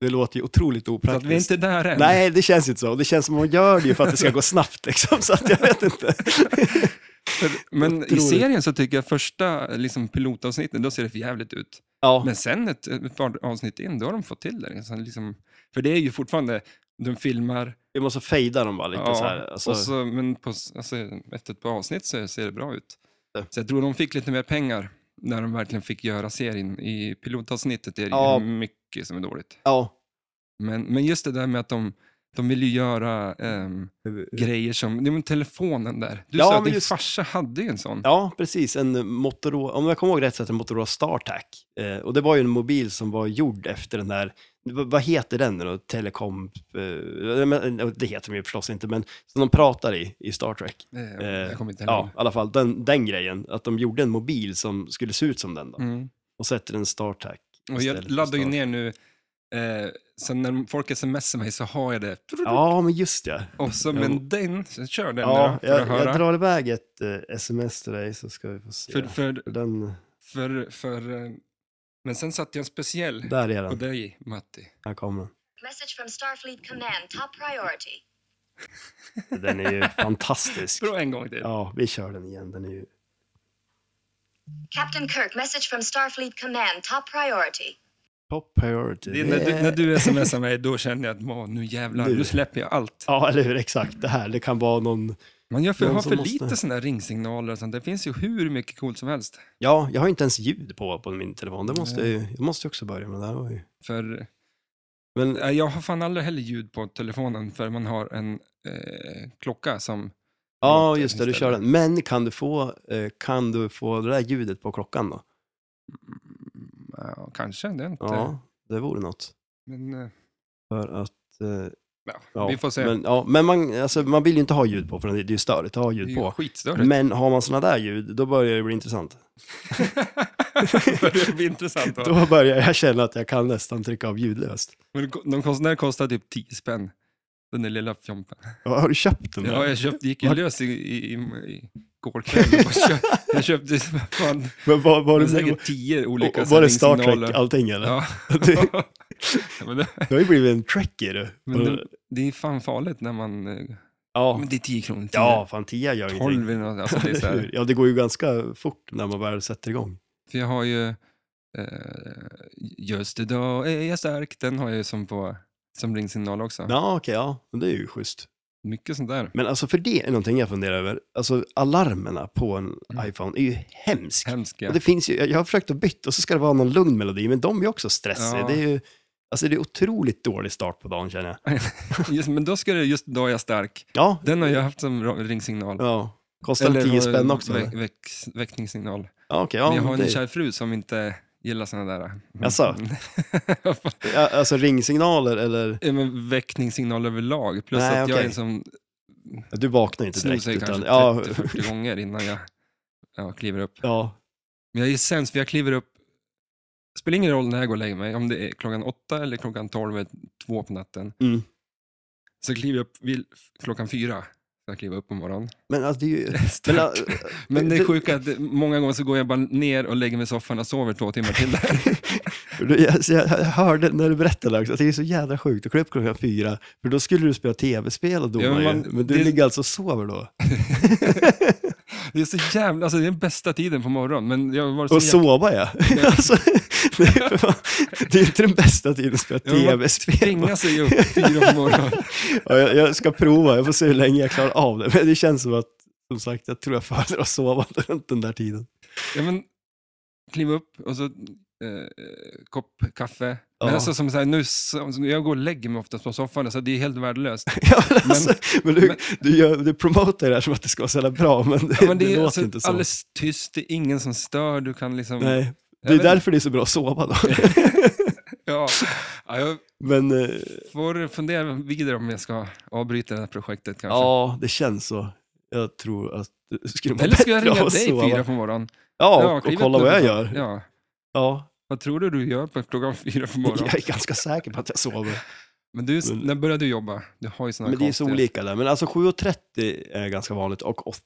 [SPEAKER 2] det låter ju otroligt
[SPEAKER 1] Så att
[SPEAKER 2] opraktiskt.
[SPEAKER 1] vi är inte där än.
[SPEAKER 2] Nej, det känns inte så. Det känns som man gör det ju för att det ska gå snabbt liksom, så att jag vet inte.
[SPEAKER 1] För, men i
[SPEAKER 2] Otroligt.
[SPEAKER 1] serien så tycker jag första liksom, pilotavsnittet, då ser det för jävligt ut.
[SPEAKER 2] Ja,
[SPEAKER 1] Men sen ett, ett par avsnitt in, då har de fått till det. Så liksom, för det är ju fortfarande, de filmar,
[SPEAKER 2] vi måste fejda dem bara lite
[SPEAKER 1] ja,
[SPEAKER 2] så här. Alltså,
[SPEAKER 1] och så, men på, s- alltså, efter ett par avsnitt så ser det bra ut.
[SPEAKER 2] Ja.
[SPEAKER 1] Så jag tror de fick lite mer pengar när de verkligen fick göra serien. I pilotavsnittet är det
[SPEAKER 2] Ja.
[SPEAKER 1] ju mycket som är dåligt.
[SPEAKER 2] Ja,
[SPEAKER 1] Men, men just det där med att de, de vill ju göra ehm, grejer som, det var telefonen där. Du
[SPEAKER 2] Ja,
[SPEAKER 1] sa att
[SPEAKER 2] men
[SPEAKER 1] din
[SPEAKER 2] just-
[SPEAKER 1] farsa hade ju en sån.
[SPEAKER 2] ja, precis. En Motorola, om jag kommer ihåg rätt så heter den Motorola StarTAC. Eh, och det var ju en mobil som var gjord efter den där, v- vad heter den nu då? Telekom? Eh, men- det heter de ju förstås inte, men som de pratar i, i Star Trek.
[SPEAKER 1] Eh,
[SPEAKER 2] Eh,
[SPEAKER 1] jag kommer inte ihåg.
[SPEAKER 2] Ja, i alla fall den, den grejen. Att de gjorde en mobil som skulle se ut som den då.
[SPEAKER 1] Mm.
[SPEAKER 2] Och så hette den StarTAC.
[SPEAKER 1] Och
[SPEAKER 2] istället
[SPEAKER 1] jag
[SPEAKER 2] för
[SPEAKER 1] laddar ju
[SPEAKER 2] Star-
[SPEAKER 1] ner nu, eh, så när folk smsar mig så har jag det.
[SPEAKER 2] Ja, men just det.
[SPEAKER 1] Och så,
[SPEAKER 2] Jo.
[SPEAKER 1] men den, så kör den
[SPEAKER 2] Ja,
[SPEAKER 1] nu då, för
[SPEAKER 2] jag,
[SPEAKER 1] att höra.
[SPEAKER 2] jag drar iväg ett eh, sms till dig så ska vi få se.
[SPEAKER 1] för, för,
[SPEAKER 2] Den,
[SPEAKER 1] för, för, eh, men sen satte jag en speciell
[SPEAKER 2] där är
[SPEAKER 1] på
[SPEAKER 2] den.
[SPEAKER 1] dig, Matti.
[SPEAKER 2] Här kommer den.
[SPEAKER 3] Message from Starfleet Command, top priority.
[SPEAKER 2] Den är ju fantastisk.
[SPEAKER 1] Bra, en gång till.
[SPEAKER 2] Ja, vi kör den igen. Den är ju...
[SPEAKER 3] Captain Kirk, message from Starfleet Command, top priority.
[SPEAKER 2] Top priority.
[SPEAKER 1] Det är när, du, när du smsar mig, då känner jag att "Åh, nu jävlar,
[SPEAKER 2] Nu.
[SPEAKER 1] nu släpper jag allt.
[SPEAKER 2] Ja, eller hur? Exakt. Det här, det kan vara någon...
[SPEAKER 1] Man gör för,
[SPEAKER 2] Någon
[SPEAKER 1] har
[SPEAKER 2] som
[SPEAKER 1] för
[SPEAKER 2] måste-
[SPEAKER 1] lite sådana där ringsignaler och sånt. Det finns ju hur mycket coolt som helst.
[SPEAKER 2] Ja, jag har inte ens ljud på på min telefon. Det måste jag
[SPEAKER 1] Nej.
[SPEAKER 2] ju... Jag måste ju också börja med. Det här var ju...
[SPEAKER 1] För
[SPEAKER 2] Men
[SPEAKER 1] eh, jag har fan aldrig heller ljud på telefonen för man har en eh, klocka som...
[SPEAKER 2] ja,
[SPEAKER 1] låter
[SPEAKER 2] just det, du kör
[SPEAKER 1] istället.
[SPEAKER 2] den. Men kan du få, eh, kan du få det där ljudet på klockan då?
[SPEAKER 1] Ja, kanske, det är inte...
[SPEAKER 2] Ja, det vore något.
[SPEAKER 1] Men, eh,
[SPEAKER 2] För att... Eh,
[SPEAKER 1] ja,
[SPEAKER 2] ja,
[SPEAKER 1] vi får se.
[SPEAKER 2] Men, ja, men man, alltså, man vill ju inte ha ljud på, för det är ju störigt att ha
[SPEAKER 1] det är
[SPEAKER 2] ljud
[SPEAKER 1] ju
[SPEAKER 2] på.
[SPEAKER 1] skitstörigt.
[SPEAKER 2] Men har man såna där ljud, då börjar det bli intressant.
[SPEAKER 1] det blir intressant. Då.
[SPEAKER 2] Då börjar jag känna att jag kan nästan trycka av ljudlöst.
[SPEAKER 1] Men de kostnader kostar typ 10 spänn. Den där lilla fjompen.
[SPEAKER 2] Ja, Har du köpt den? där?
[SPEAKER 1] Ja, jag köpte, gick ju
[SPEAKER 2] Var-
[SPEAKER 1] lös i, i, i, i går kväll. Och köp, jag köpte fan,
[SPEAKER 2] Men var, var,
[SPEAKER 1] var det
[SPEAKER 2] det, var,
[SPEAKER 1] säkert tio olika
[SPEAKER 2] var det Star
[SPEAKER 1] signaler.
[SPEAKER 2] Trek allting eller?
[SPEAKER 1] Ja.
[SPEAKER 2] Du,
[SPEAKER 1] Ja, men det,
[SPEAKER 2] du har ju blivit en trekkie du.
[SPEAKER 1] men det, det är fan farligt när man... eh,
[SPEAKER 2] Ja.
[SPEAKER 1] Men det är 10 kronor. 10,
[SPEAKER 2] ja, fan tia gör ingenting.
[SPEAKER 1] 12 eller något, alltså det är så
[SPEAKER 2] Eller
[SPEAKER 1] här,
[SPEAKER 2] hur? Ja, det går ju ganska fort när man väl sätter igång.
[SPEAKER 1] För jag har ju... Eh, just idag är jag stark. Den har jag ju som, på, som ringsignal också.
[SPEAKER 2] Ja, okej, ja. Men Det är ju schysst.
[SPEAKER 1] Mycket sånt där.
[SPEAKER 2] Men alltså för det är någonting jag funderar över. Alltså alarmerna på en
[SPEAKER 1] Mm.
[SPEAKER 2] iPhone är ju hemska.
[SPEAKER 1] Hemska.
[SPEAKER 2] Och det finns ju, jag har försökt att byta och så ska det vara någon lugn melodi, men de är ju också stressiga.
[SPEAKER 1] Ja.
[SPEAKER 2] Det är ju, alltså det är otroligt dålig start på dagen känner jag.
[SPEAKER 1] Just, men då ska det just idag är jag stark.
[SPEAKER 2] Ja,
[SPEAKER 1] Den har jag haft som ra- ringsignal.
[SPEAKER 2] ja. kostar
[SPEAKER 1] Eller
[SPEAKER 2] den 10
[SPEAKER 1] vad-
[SPEAKER 2] spänn också?
[SPEAKER 1] Väck,
[SPEAKER 2] eller?
[SPEAKER 1] väck- väckningssignal.
[SPEAKER 2] Ja, okej,
[SPEAKER 1] men
[SPEAKER 2] ja,
[SPEAKER 1] jag har en
[SPEAKER 2] det,
[SPEAKER 1] kär fru som inte gillar såna där. Mm.
[SPEAKER 2] Jaså? ja, alltså ringsignaler eller,
[SPEAKER 1] Ja, men väckningssignal överlag. Plus
[SPEAKER 2] Nej,
[SPEAKER 1] att jag är
[SPEAKER 2] okej.
[SPEAKER 1] en som
[SPEAKER 2] du vaknar ju inte direkt.
[SPEAKER 1] snosar ju
[SPEAKER 2] Utan,
[SPEAKER 1] kanske
[SPEAKER 2] ja,
[SPEAKER 1] 30-40 gånger innan jag ja, kliver upp.
[SPEAKER 2] ja,
[SPEAKER 1] Men jag är sämst för jag kliver upp, spelar ingen roll när jag går och lägger mig, om det är klockan åtta eller klockan tolv eller två på natten.
[SPEAKER 2] Mm.
[SPEAKER 1] Så kliver jag upp vid klockan fyra. Så jag kliver upp på morgonen.
[SPEAKER 2] men alltså det är ju...
[SPEAKER 1] Stark.
[SPEAKER 2] Men, äh,
[SPEAKER 1] Men det är
[SPEAKER 2] det-
[SPEAKER 1] sjukt att många gånger så går jag bara ner och lägger mig i soffan och sover två timmar till där.
[SPEAKER 2] du, jag, så jag hörde när du berättade det också, att det är så jävla sjukt att klä upp klockan fyra, för då skulle du spela tv-spel och dona
[SPEAKER 1] Ja, men
[SPEAKER 2] men,
[SPEAKER 1] man-
[SPEAKER 2] men du
[SPEAKER 1] det-
[SPEAKER 2] ligger alltså och sover då?
[SPEAKER 1] Det är så jävla, alltså det är den bästa tiden på morgonen. Men jag har varit så
[SPEAKER 2] Och
[SPEAKER 1] jävla-
[SPEAKER 2] sova ja. alltså, det, är för fan, det är inte den bästa tiden att spela
[SPEAKER 1] Ja, men man
[SPEAKER 2] tv-spel.
[SPEAKER 1] tvingar sig upp fyra på morgonen.
[SPEAKER 2] Ja, jag, jag ska prova, jag får se hur länge jag klarar av det. Men det känns som att, som sagt, jag tror jag föredrar att sova runt den där tiden.
[SPEAKER 1] Ja, men, kliva upp och så eh, kopp kaffe. Men
[SPEAKER 2] Ja.
[SPEAKER 1] alltså som så här, nu, så- så jag går och lägger mig oftast på soffan, så det är helt värdelöst.
[SPEAKER 2] Ja, men alltså, men, du,
[SPEAKER 1] men-
[SPEAKER 2] du, gör, du promotar det här som att det ska vara så jävla bra, men det,
[SPEAKER 1] Ja, men det, är
[SPEAKER 2] låter
[SPEAKER 1] alltså
[SPEAKER 2] inte så.
[SPEAKER 1] alldeles tyst, det är ingen som stör, du kan liksom...
[SPEAKER 2] Nej,
[SPEAKER 1] Jag
[SPEAKER 2] det är
[SPEAKER 1] vet inte.
[SPEAKER 2] därför det är så bra att sova då.
[SPEAKER 1] Ja. Ja, jag
[SPEAKER 2] men eh,
[SPEAKER 1] får fundera vidare om jag ska avbryta det här projektet kanske.
[SPEAKER 2] ja, det känns så. Jag tror att det skulle vara
[SPEAKER 1] Eller ska jag
[SPEAKER 2] bättre
[SPEAKER 1] ringa
[SPEAKER 2] att
[SPEAKER 1] dig
[SPEAKER 2] sova.
[SPEAKER 1] fyra på morgonen?
[SPEAKER 2] Ja, och, och
[SPEAKER 1] kliv upp
[SPEAKER 2] kolla
[SPEAKER 1] nu
[SPEAKER 2] vad jag
[SPEAKER 1] för
[SPEAKER 2] gör.
[SPEAKER 1] fan. Ja.
[SPEAKER 2] ja.
[SPEAKER 1] Vad tror du du gör på klockan fyra på morgonen?
[SPEAKER 2] Jag är ganska säker på att jag sover.
[SPEAKER 1] Men du,
[SPEAKER 2] Men-
[SPEAKER 1] när började du jobba? Du har ju såna här
[SPEAKER 2] Men det är så
[SPEAKER 1] konstiga-
[SPEAKER 2] olika där. Men alltså 7.30 är ganska vanligt och 8.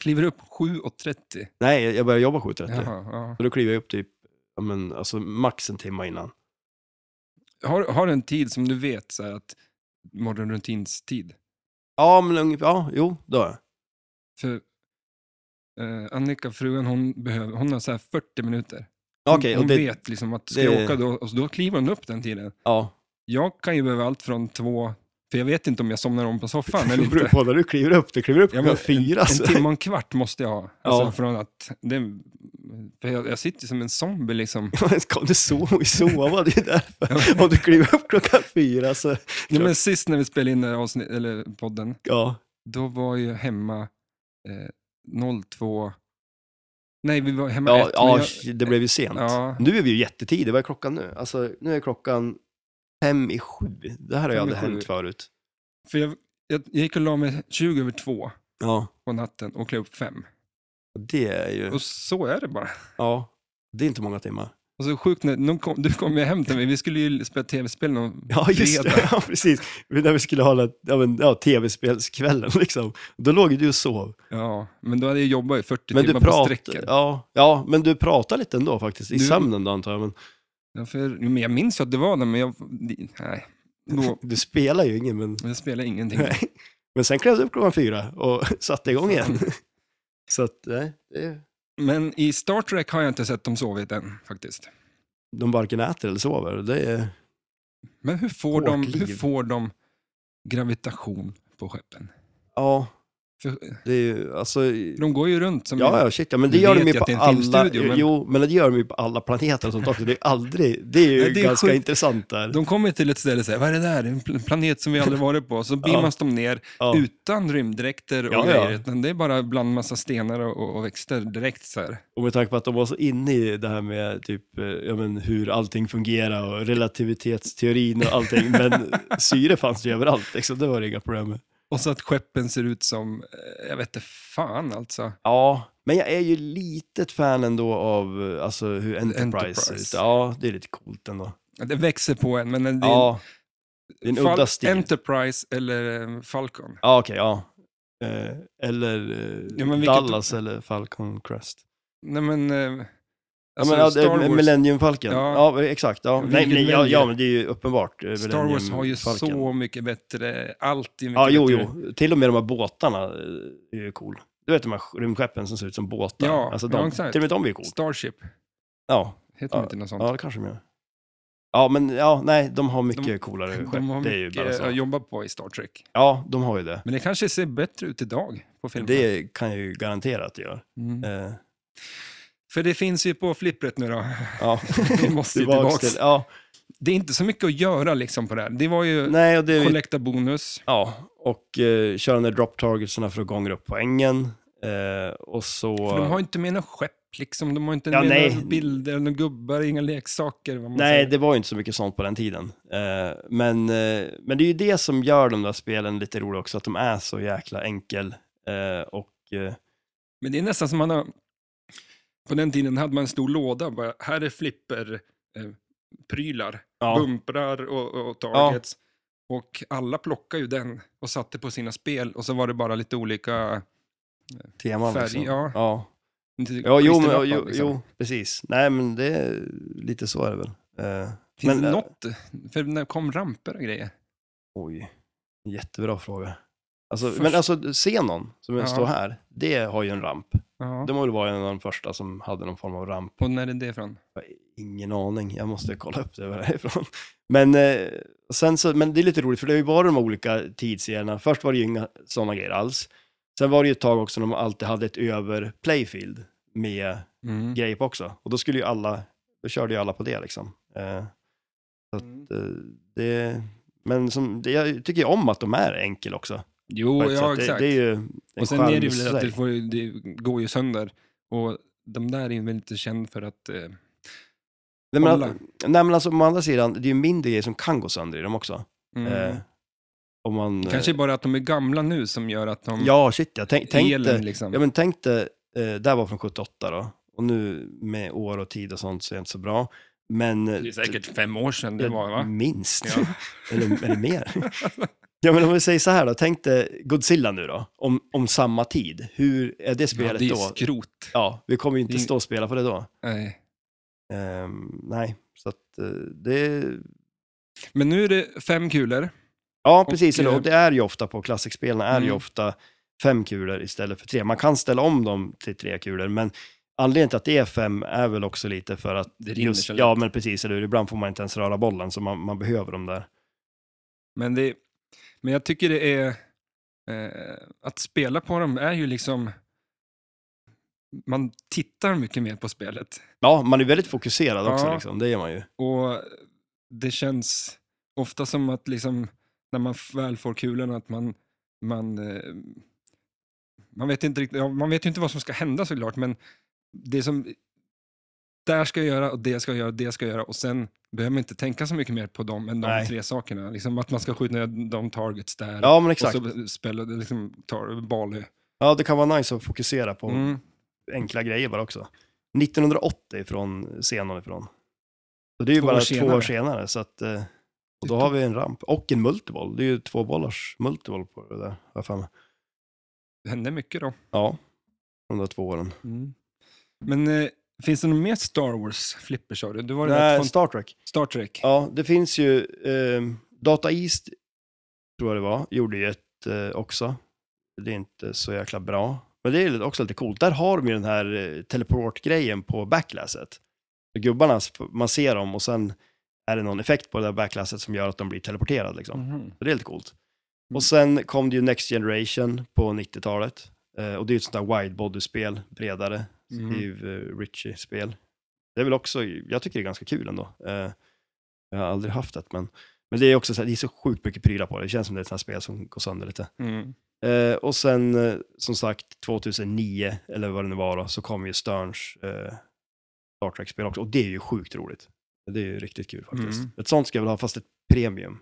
[SPEAKER 1] Kliver upp 7.30.
[SPEAKER 2] Nej, jag börjar jobba 7.30.
[SPEAKER 1] Jaha, ja.
[SPEAKER 2] Så då kliver jag upp typ, ja, men, alltså max en timme innan.
[SPEAKER 1] Har, har du en tid som du vet så här att morgonrutinstid?
[SPEAKER 2] Ja, men ungefär, ja, jo, då är jag.
[SPEAKER 1] För eh, Annika, fruen, hon, behöver, hon har så här 40 minuter.
[SPEAKER 2] Okej,
[SPEAKER 1] Hon,
[SPEAKER 2] och
[SPEAKER 1] hon
[SPEAKER 2] det,
[SPEAKER 1] vet liksom att ska
[SPEAKER 2] det-
[SPEAKER 1] jag åka då, och då kliver hon upp den tiden.
[SPEAKER 2] ja.
[SPEAKER 1] Jag kan ju behöva allt från två, för jag vet inte om jag somnar om på soffan eller
[SPEAKER 2] Det beror
[SPEAKER 1] inte.
[SPEAKER 2] på när du kliver upp. Du kliver upp
[SPEAKER 1] Ja,
[SPEAKER 2] klockan
[SPEAKER 1] men
[SPEAKER 2] fyra.
[SPEAKER 1] En
[SPEAKER 2] så-
[SPEAKER 1] timme och en kvart måste jag ha. Alltså
[SPEAKER 2] Ja.
[SPEAKER 1] från att, det, för jag, jag sitter som en zombie liksom.
[SPEAKER 2] Ska du sova? sova? Det är därför. Om du kliver upp klockan fyra så...
[SPEAKER 1] Nej, men sist när vi spelade in det här avsnitt, eller podden,
[SPEAKER 2] Ja,
[SPEAKER 1] då var jag hemma eh, 02... Nej, vi var hemma
[SPEAKER 2] ja,
[SPEAKER 1] ett, men
[SPEAKER 2] ja
[SPEAKER 1] jag-
[SPEAKER 2] det blev ju sent.
[SPEAKER 1] Ja.
[SPEAKER 2] Nu är vi ju jättetidigt. Vad är klockan nu? Alltså, nu är klockan fem i sju. Det här har ju
[SPEAKER 1] Fem i
[SPEAKER 2] aldrig
[SPEAKER 1] sju.
[SPEAKER 2] hänt förut.
[SPEAKER 1] För jag, jag, jag gick och la mig 20 över två
[SPEAKER 2] Ja,
[SPEAKER 1] på natten och klev upp fem.
[SPEAKER 2] det är ju...
[SPEAKER 1] Och så är det bara.
[SPEAKER 2] Ja, det är inte många timmar.
[SPEAKER 1] Och så sjukt när, någon kom, du kom ju hem till mig, vi skulle ju spela tv-spel någon
[SPEAKER 2] Ja, just det.
[SPEAKER 1] fredag.
[SPEAKER 2] Ja, precis. Men När vi skulle ha den- ja, men, ja, tv-spelskvällen, liksom. då låg ju du och sov.
[SPEAKER 1] Ja, men då hade jag jobbat i 40
[SPEAKER 2] Men du,
[SPEAKER 1] timmar på
[SPEAKER 2] prat,
[SPEAKER 1] sträcken. Ja.
[SPEAKER 2] ja, ja, men du pratar lite ändå faktiskt, i
[SPEAKER 1] Du-
[SPEAKER 2] sömnen då antar jag. Men
[SPEAKER 1] för, men jag minns ju att det var det, men jag... Nej, då,
[SPEAKER 2] du spelar ju ingen, men...
[SPEAKER 1] jag spelade ingenting.
[SPEAKER 2] Nej. Men sen klev du upp klockan fyra och satte igång igen. Så att, nej, det är,
[SPEAKER 1] Men i Star Trek har jag inte sett dem sovit än faktiskt.
[SPEAKER 2] de varken äter eller sover. Det är,
[SPEAKER 1] Men hur får, de,
[SPEAKER 2] Hårt
[SPEAKER 1] hur
[SPEAKER 2] liv.
[SPEAKER 1] får de gravitation på skeppen?
[SPEAKER 2] ja,
[SPEAKER 1] För,
[SPEAKER 2] det är ju, alltså...
[SPEAKER 1] de går ju runt som...
[SPEAKER 2] Ja, ja, shit, ja, men det
[SPEAKER 1] Du
[SPEAKER 2] gör de
[SPEAKER 1] vet ju
[SPEAKER 2] ju på
[SPEAKER 1] att det är en
[SPEAKER 2] alla...
[SPEAKER 1] filmstudio, men-
[SPEAKER 2] Jo, men det gör de ju på alla planeter och sånt också. Det är aldrig... Det är ju
[SPEAKER 1] Nej, det är
[SPEAKER 2] ganska
[SPEAKER 1] sjukt.
[SPEAKER 2] intressant där.
[SPEAKER 1] De kommer till ett ställe och säger, vad är det där? Det är En pl- planet som vi aldrig varit på. Så beamas de ner
[SPEAKER 2] ja.
[SPEAKER 1] utan rymddräkter och
[SPEAKER 2] Ja, ja.
[SPEAKER 1] grejer. Utan det är bara bland massa stenar och, och växter direkt så här.
[SPEAKER 2] Och med tanke på att de var så inne i det här med typ, eh, ja, men hur allting fungerar och relativitetsteorin och allting, men syre fanns ju överallt, liksom. det var det inga problem med.
[SPEAKER 1] Och så att skeppen ser ut som, eh, jag vet inte fan alltså.
[SPEAKER 2] Ja, men jag är ju litet fan ändå av eh, alltså, hur Enterprise ser ut.
[SPEAKER 1] Enterprise.
[SPEAKER 2] Ja, det är lite coolt ändå.
[SPEAKER 1] Det växer på en, men det är
[SPEAKER 2] Ja, det är en
[SPEAKER 1] Fal-
[SPEAKER 2] udda stil.
[SPEAKER 1] Enterprise eller eh, Falcon.
[SPEAKER 2] ja, okej, ja. Eh, eller eh,
[SPEAKER 1] Ja, men vilket-
[SPEAKER 2] Dallas eller Falcon Crest.
[SPEAKER 1] Nej men, eh,
[SPEAKER 2] Ja,
[SPEAKER 1] alltså
[SPEAKER 2] men, ja,
[SPEAKER 1] Star
[SPEAKER 2] det är
[SPEAKER 1] Wars.
[SPEAKER 2] Millennium Falcon. Ja,
[SPEAKER 1] Ja.
[SPEAKER 2] exakt. Ja.
[SPEAKER 1] Vilken
[SPEAKER 2] Nej, nej, ja,
[SPEAKER 1] väljer?
[SPEAKER 2] ja, men det är ju uppenbart. eh,
[SPEAKER 1] Star
[SPEAKER 2] Millennium
[SPEAKER 1] Wars har ju
[SPEAKER 2] Falcon.
[SPEAKER 1] så mycket bättre, allt är mycket
[SPEAKER 2] Ja, jo,
[SPEAKER 1] bättre.
[SPEAKER 2] jo. Till och med de här båtarna eh, är ju cool. Du vet de här rymdskeppen som ser ut som båtar?
[SPEAKER 1] Ja,
[SPEAKER 2] alltså,
[SPEAKER 1] ja,
[SPEAKER 2] de,
[SPEAKER 1] exakt.
[SPEAKER 2] Till och med de är ju cool.
[SPEAKER 1] Starship,
[SPEAKER 2] Ja,
[SPEAKER 1] heter de inte något sånt?
[SPEAKER 2] ja, det kanske de gör. Ja, men ja, nej, de har mycket
[SPEAKER 1] De-
[SPEAKER 2] coolare skepp.
[SPEAKER 1] De har
[SPEAKER 2] det är ju bara
[SPEAKER 1] mycket
[SPEAKER 2] så.
[SPEAKER 1] att jobba på i Star Trek.
[SPEAKER 2] Ja, de har ju det.
[SPEAKER 1] Men det kanske ser bättre ut idag på filmen.
[SPEAKER 2] Det kan jag ju garantera att det gör.
[SPEAKER 1] Mm.
[SPEAKER 2] Eh,
[SPEAKER 1] För det finns ju på flippret nu då.
[SPEAKER 2] ja.
[SPEAKER 1] Vi måste ju tillbaks.
[SPEAKER 2] Tillbaks till- Ja,
[SPEAKER 1] Det är inte så mycket att göra liksom på det här. Det var ju
[SPEAKER 2] nej, och det är ju
[SPEAKER 1] kollekta bonus.
[SPEAKER 2] Ja, och eh, köra de där drop targetsarna för att gånga upp poängen. Eh, och så...
[SPEAKER 1] För de har ju inte med något skepp liksom. De har inte
[SPEAKER 2] Ja,
[SPEAKER 1] med
[SPEAKER 2] nej.
[SPEAKER 1] några bilder, några gubbar, inga leksaker. Vad man
[SPEAKER 2] Nej,
[SPEAKER 1] säger.
[SPEAKER 2] det var ju inte så mycket sånt på den tiden. Eh, men, eh, men det är ju det som gör de där spelen lite roliga också, att de är så jäkla enkel. Eh, och, eh,
[SPEAKER 1] Men det är nästan som man har... På den tiden hade man en stor låda. Bara, här är flipper, eh, prylar,
[SPEAKER 2] ja,
[SPEAKER 1] bumprar och, och targets. Och alla plockade ju den och satte på sina spel. Och så var det bara lite olika...
[SPEAKER 2] teman
[SPEAKER 1] färg,
[SPEAKER 2] liksom.
[SPEAKER 1] ja.
[SPEAKER 2] ja.
[SPEAKER 1] inte
[SPEAKER 2] ja jo, men,
[SPEAKER 1] klisterlappar,
[SPEAKER 2] ja, jo,
[SPEAKER 1] liksom.
[SPEAKER 2] jo, precis. Nej, men det är lite så är det väl. Eh,
[SPEAKER 1] Finns
[SPEAKER 2] men,
[SPEAKER 1] det
[SPEAKER 2] eh,
[SPEAKER 1] något? För när kom ramper och grejer?
[SPEAKER 2] Oj, jättebra fråga. Alltså,
[SPEAKER 1] Först-
[SPEAKER 2] Men alltså, Xenon, som
[SPEAKER 1] Ja.
[SPEAKER 2] står här, det har ju en ramp.
[SPEAKER 1] Ja.
[SPEAKER 2] Det må väl vara en av de första som hade någon form av ramp.
[SPEAKER 1] Och när är det ifrån?
[SPEAKER 2] Jag har Ingen aning, jag måste kolla upp det var det är ifrån. Men, eh, sen så, men det är lite roligt, för det har ju varit de olika tidsserierna. Först var det ju inga sådana grejer alls. Sen var det ju ett tag också när de alltid hade ett över playfield med
[SPEAKER 1] Mm.
[SPEAKER 2] grejer på också. Och då skulle ju alla, då körde ju alla på det liksom. Eh,
[SPEAKER 1] Mm.
[SPEAKER 2] eh, det, men som, det, jag tycker ju om att de är enkel också.
[SPEAKER 1] Jo,
[SPEAKER 2] på ett
[SPEAKER 1] Oh, ja
[SPEAKER 2] sätt.
[SPEAKER 1] exakt.
[SPEAKER 2] Det, det är ju en
[SPEAKER 1] och sen
[SPEAKER 2] charm
[SPEAKER 1] är det
[SPEAKER 2] i
[SPEAKER 1] väl att
[SPEAKER 2] sig.
[SPEAKER 1] det, får, ju- det går ju sönder. Och de där är ju väl inte känd för att... Eh,
[SPEAKER 2] Nej men,
[SPEAKER 1] Kolla.
[SPEAKER 2] nej men alltså, å andra sidan, det är ju mindre grejer som kan gå sönder i dem också.
[SPEAKER 1] mm.
[SPEAKER 2] Eh, om man,
[SPEAKER 1] Kanske bara att de är gamla nu som gör att de...
[SPEAKER 2] Ja, shit ja. Tänk, tänk
[SPEAKER 1] elen
[SPEAKER 2] dig,
[SPEAKER 1] liksom.
[SPEAKER 2] ja, men tänk dig, eh, det här var från 78 då, och nu med år och tid och sånt så är det inte så bra. Men...
[SPEAKER 1] Det är säkert fem år sedan det var, va?
[SPEAKER 2] Minst.
[SPEAKER 1] Ja.
[SPEAKER 2] eller, eller mer. Ja, men om vi säger så här då, tänk dig Godzilla nu då, om, om samma tid. Hur är det
[SPEAKER 1] Ja,
[SPEAKER 2] spelet
[SPEAKER 1] det är
[SPEAKER 2] då?
[SPEAKER 1] skrot.
[SPEAKER 2] Ja, vi kommer ju inte
[SPEAKER 1] Det är-
[SPEAKER 2] stå och spela på det då.
[SPEAKER 1] Nej.
[SPEAKER 2] Ehm, nej, så att eh, det...
[SPEAKER 1] Men nu är det fem kulor.
[SPEAKER 2] Ja, precis.
[SPEAKER 1] Och,
[SPEAKER 2] eller,
[SPEAKER 1] eh,
[SPEAKER 2] och det är ju ofta på klassikspelen, är ju
[SPEAKER 1] Mm.
[SPEAKER 2] ofta fem kulor istället för tre. Man kan ställa om dem till tre kulor, men anledningen till att det är fem är väl också lite för att...
[SPEAKER 1] Det rinner så lätt.
[SPEAKER 2] ja, men precis. Eller hur? Ibland får man inte ens röra bollen, så man, man behöver dem där.
[SPEAKER 1] Men, det, men jag tycker det är... Eh, att spela på dem är ju liksom... Man tittar mycket mer på spelet.
[SPEAKER 2] Ja, man är väldigt fokuserad också,
[SPEAKER 1] Ja.
[SPEAKER 2] liksom. det gör man ju.
[SPEAKER 1] Och det känns ofta som att liksom, när man väl får kulorna att man... Man, eh, man, vet inte riktigt, ja, man vet ju inte vad som ska hända såklart, men det som... Där ska jag göra och det ska jag göra och det ska jag göra och sen behöver man inte tänka så mycket mer på dem än de
[SPEAKER 2] Nej.
[SPEAKER 1] tre sakerna. Liksom att man ska skjuta ner de targets där.
[SPEAKER 2] Ja, men exakt.
[SPEAKER 1] Och så spelar det liksom, tar Bali.
[SPEAKER 2] Ja, det kan vara nice att fokusera på
[SPEAKER 1] Mm.
[SPEAKER 2] enkla grejer bara också. 1980 från scenen ifrån. Så det är ju
[SPEAKER 1] Två
[SPEAKER 2] bara
[SPEAKER 1] år
[SPEAKER 2] två
[SPEAKER 1] senare.
[SPEAKER 2] år senare. Så att, eh, och då har vi en ramp och en multiboll. Det är ju två bollars multiboll på det där. har jag för mig.
[SPEAKER 1] Det hände mycket då.
[SPEAKER 2] Ja, de där två åren.
[SPEAKER 1] Men eh, finns det något mer Star Wars-flipper sa du? Du var det där
[SPEAKER 2] Nej,
[SPEAKER 1] från
[SPEAKER 2] Star Trek.
[SPEAKER 1] Star Trek.
[SPEAKER 2] Ja, det finns ju eh, Data East, tror jag det var, gjorde ju ett eh, också. Det är inte så jäkla bra. Men det är lite- också lite coolt. Där har de ju den här eh, teleport-grejen på backlasset. Så Gubbarna, man ser dem och sen är det någon effekt på det där backlasset som gör att de blir teleporterade. Liksom.
[SPEAKER 1] Mhm.
[SPEAKER 2] Så det är lite coolt. Och
[SPEAKER 1] Mm.
[SPEAKER 2] sen kom det ju Next Generation på 90-talet. Eh, och det är ju ett sånt där widebody-spel, bredare.
[SPEAKER 1] Mm.
[SPEAKER 2] Steve eh, Ritchie-spel. Det är väl också, jag tycker det är ganska kul ändå. Eh, jag har aldrig haft det, men, men det är också så här, det är så sjukt mycket prylar på det. Det känns som det är ett sånt här spel som går sönder lite.
[SPEAKER 1] Mm.
[SPEAKER 2] Eh, och sen, eh, som sagt, 2009, eller vad det nu var då, så kom ju Sterns eh, Star Trek-spel också. Och det är ju sjukt roligt. Det är ju riktigt kul faktiskt.
[SPEAKER 1] Mm.
[SPEAKER 2] Ett sånt ska jag väl ha, fast ett premium.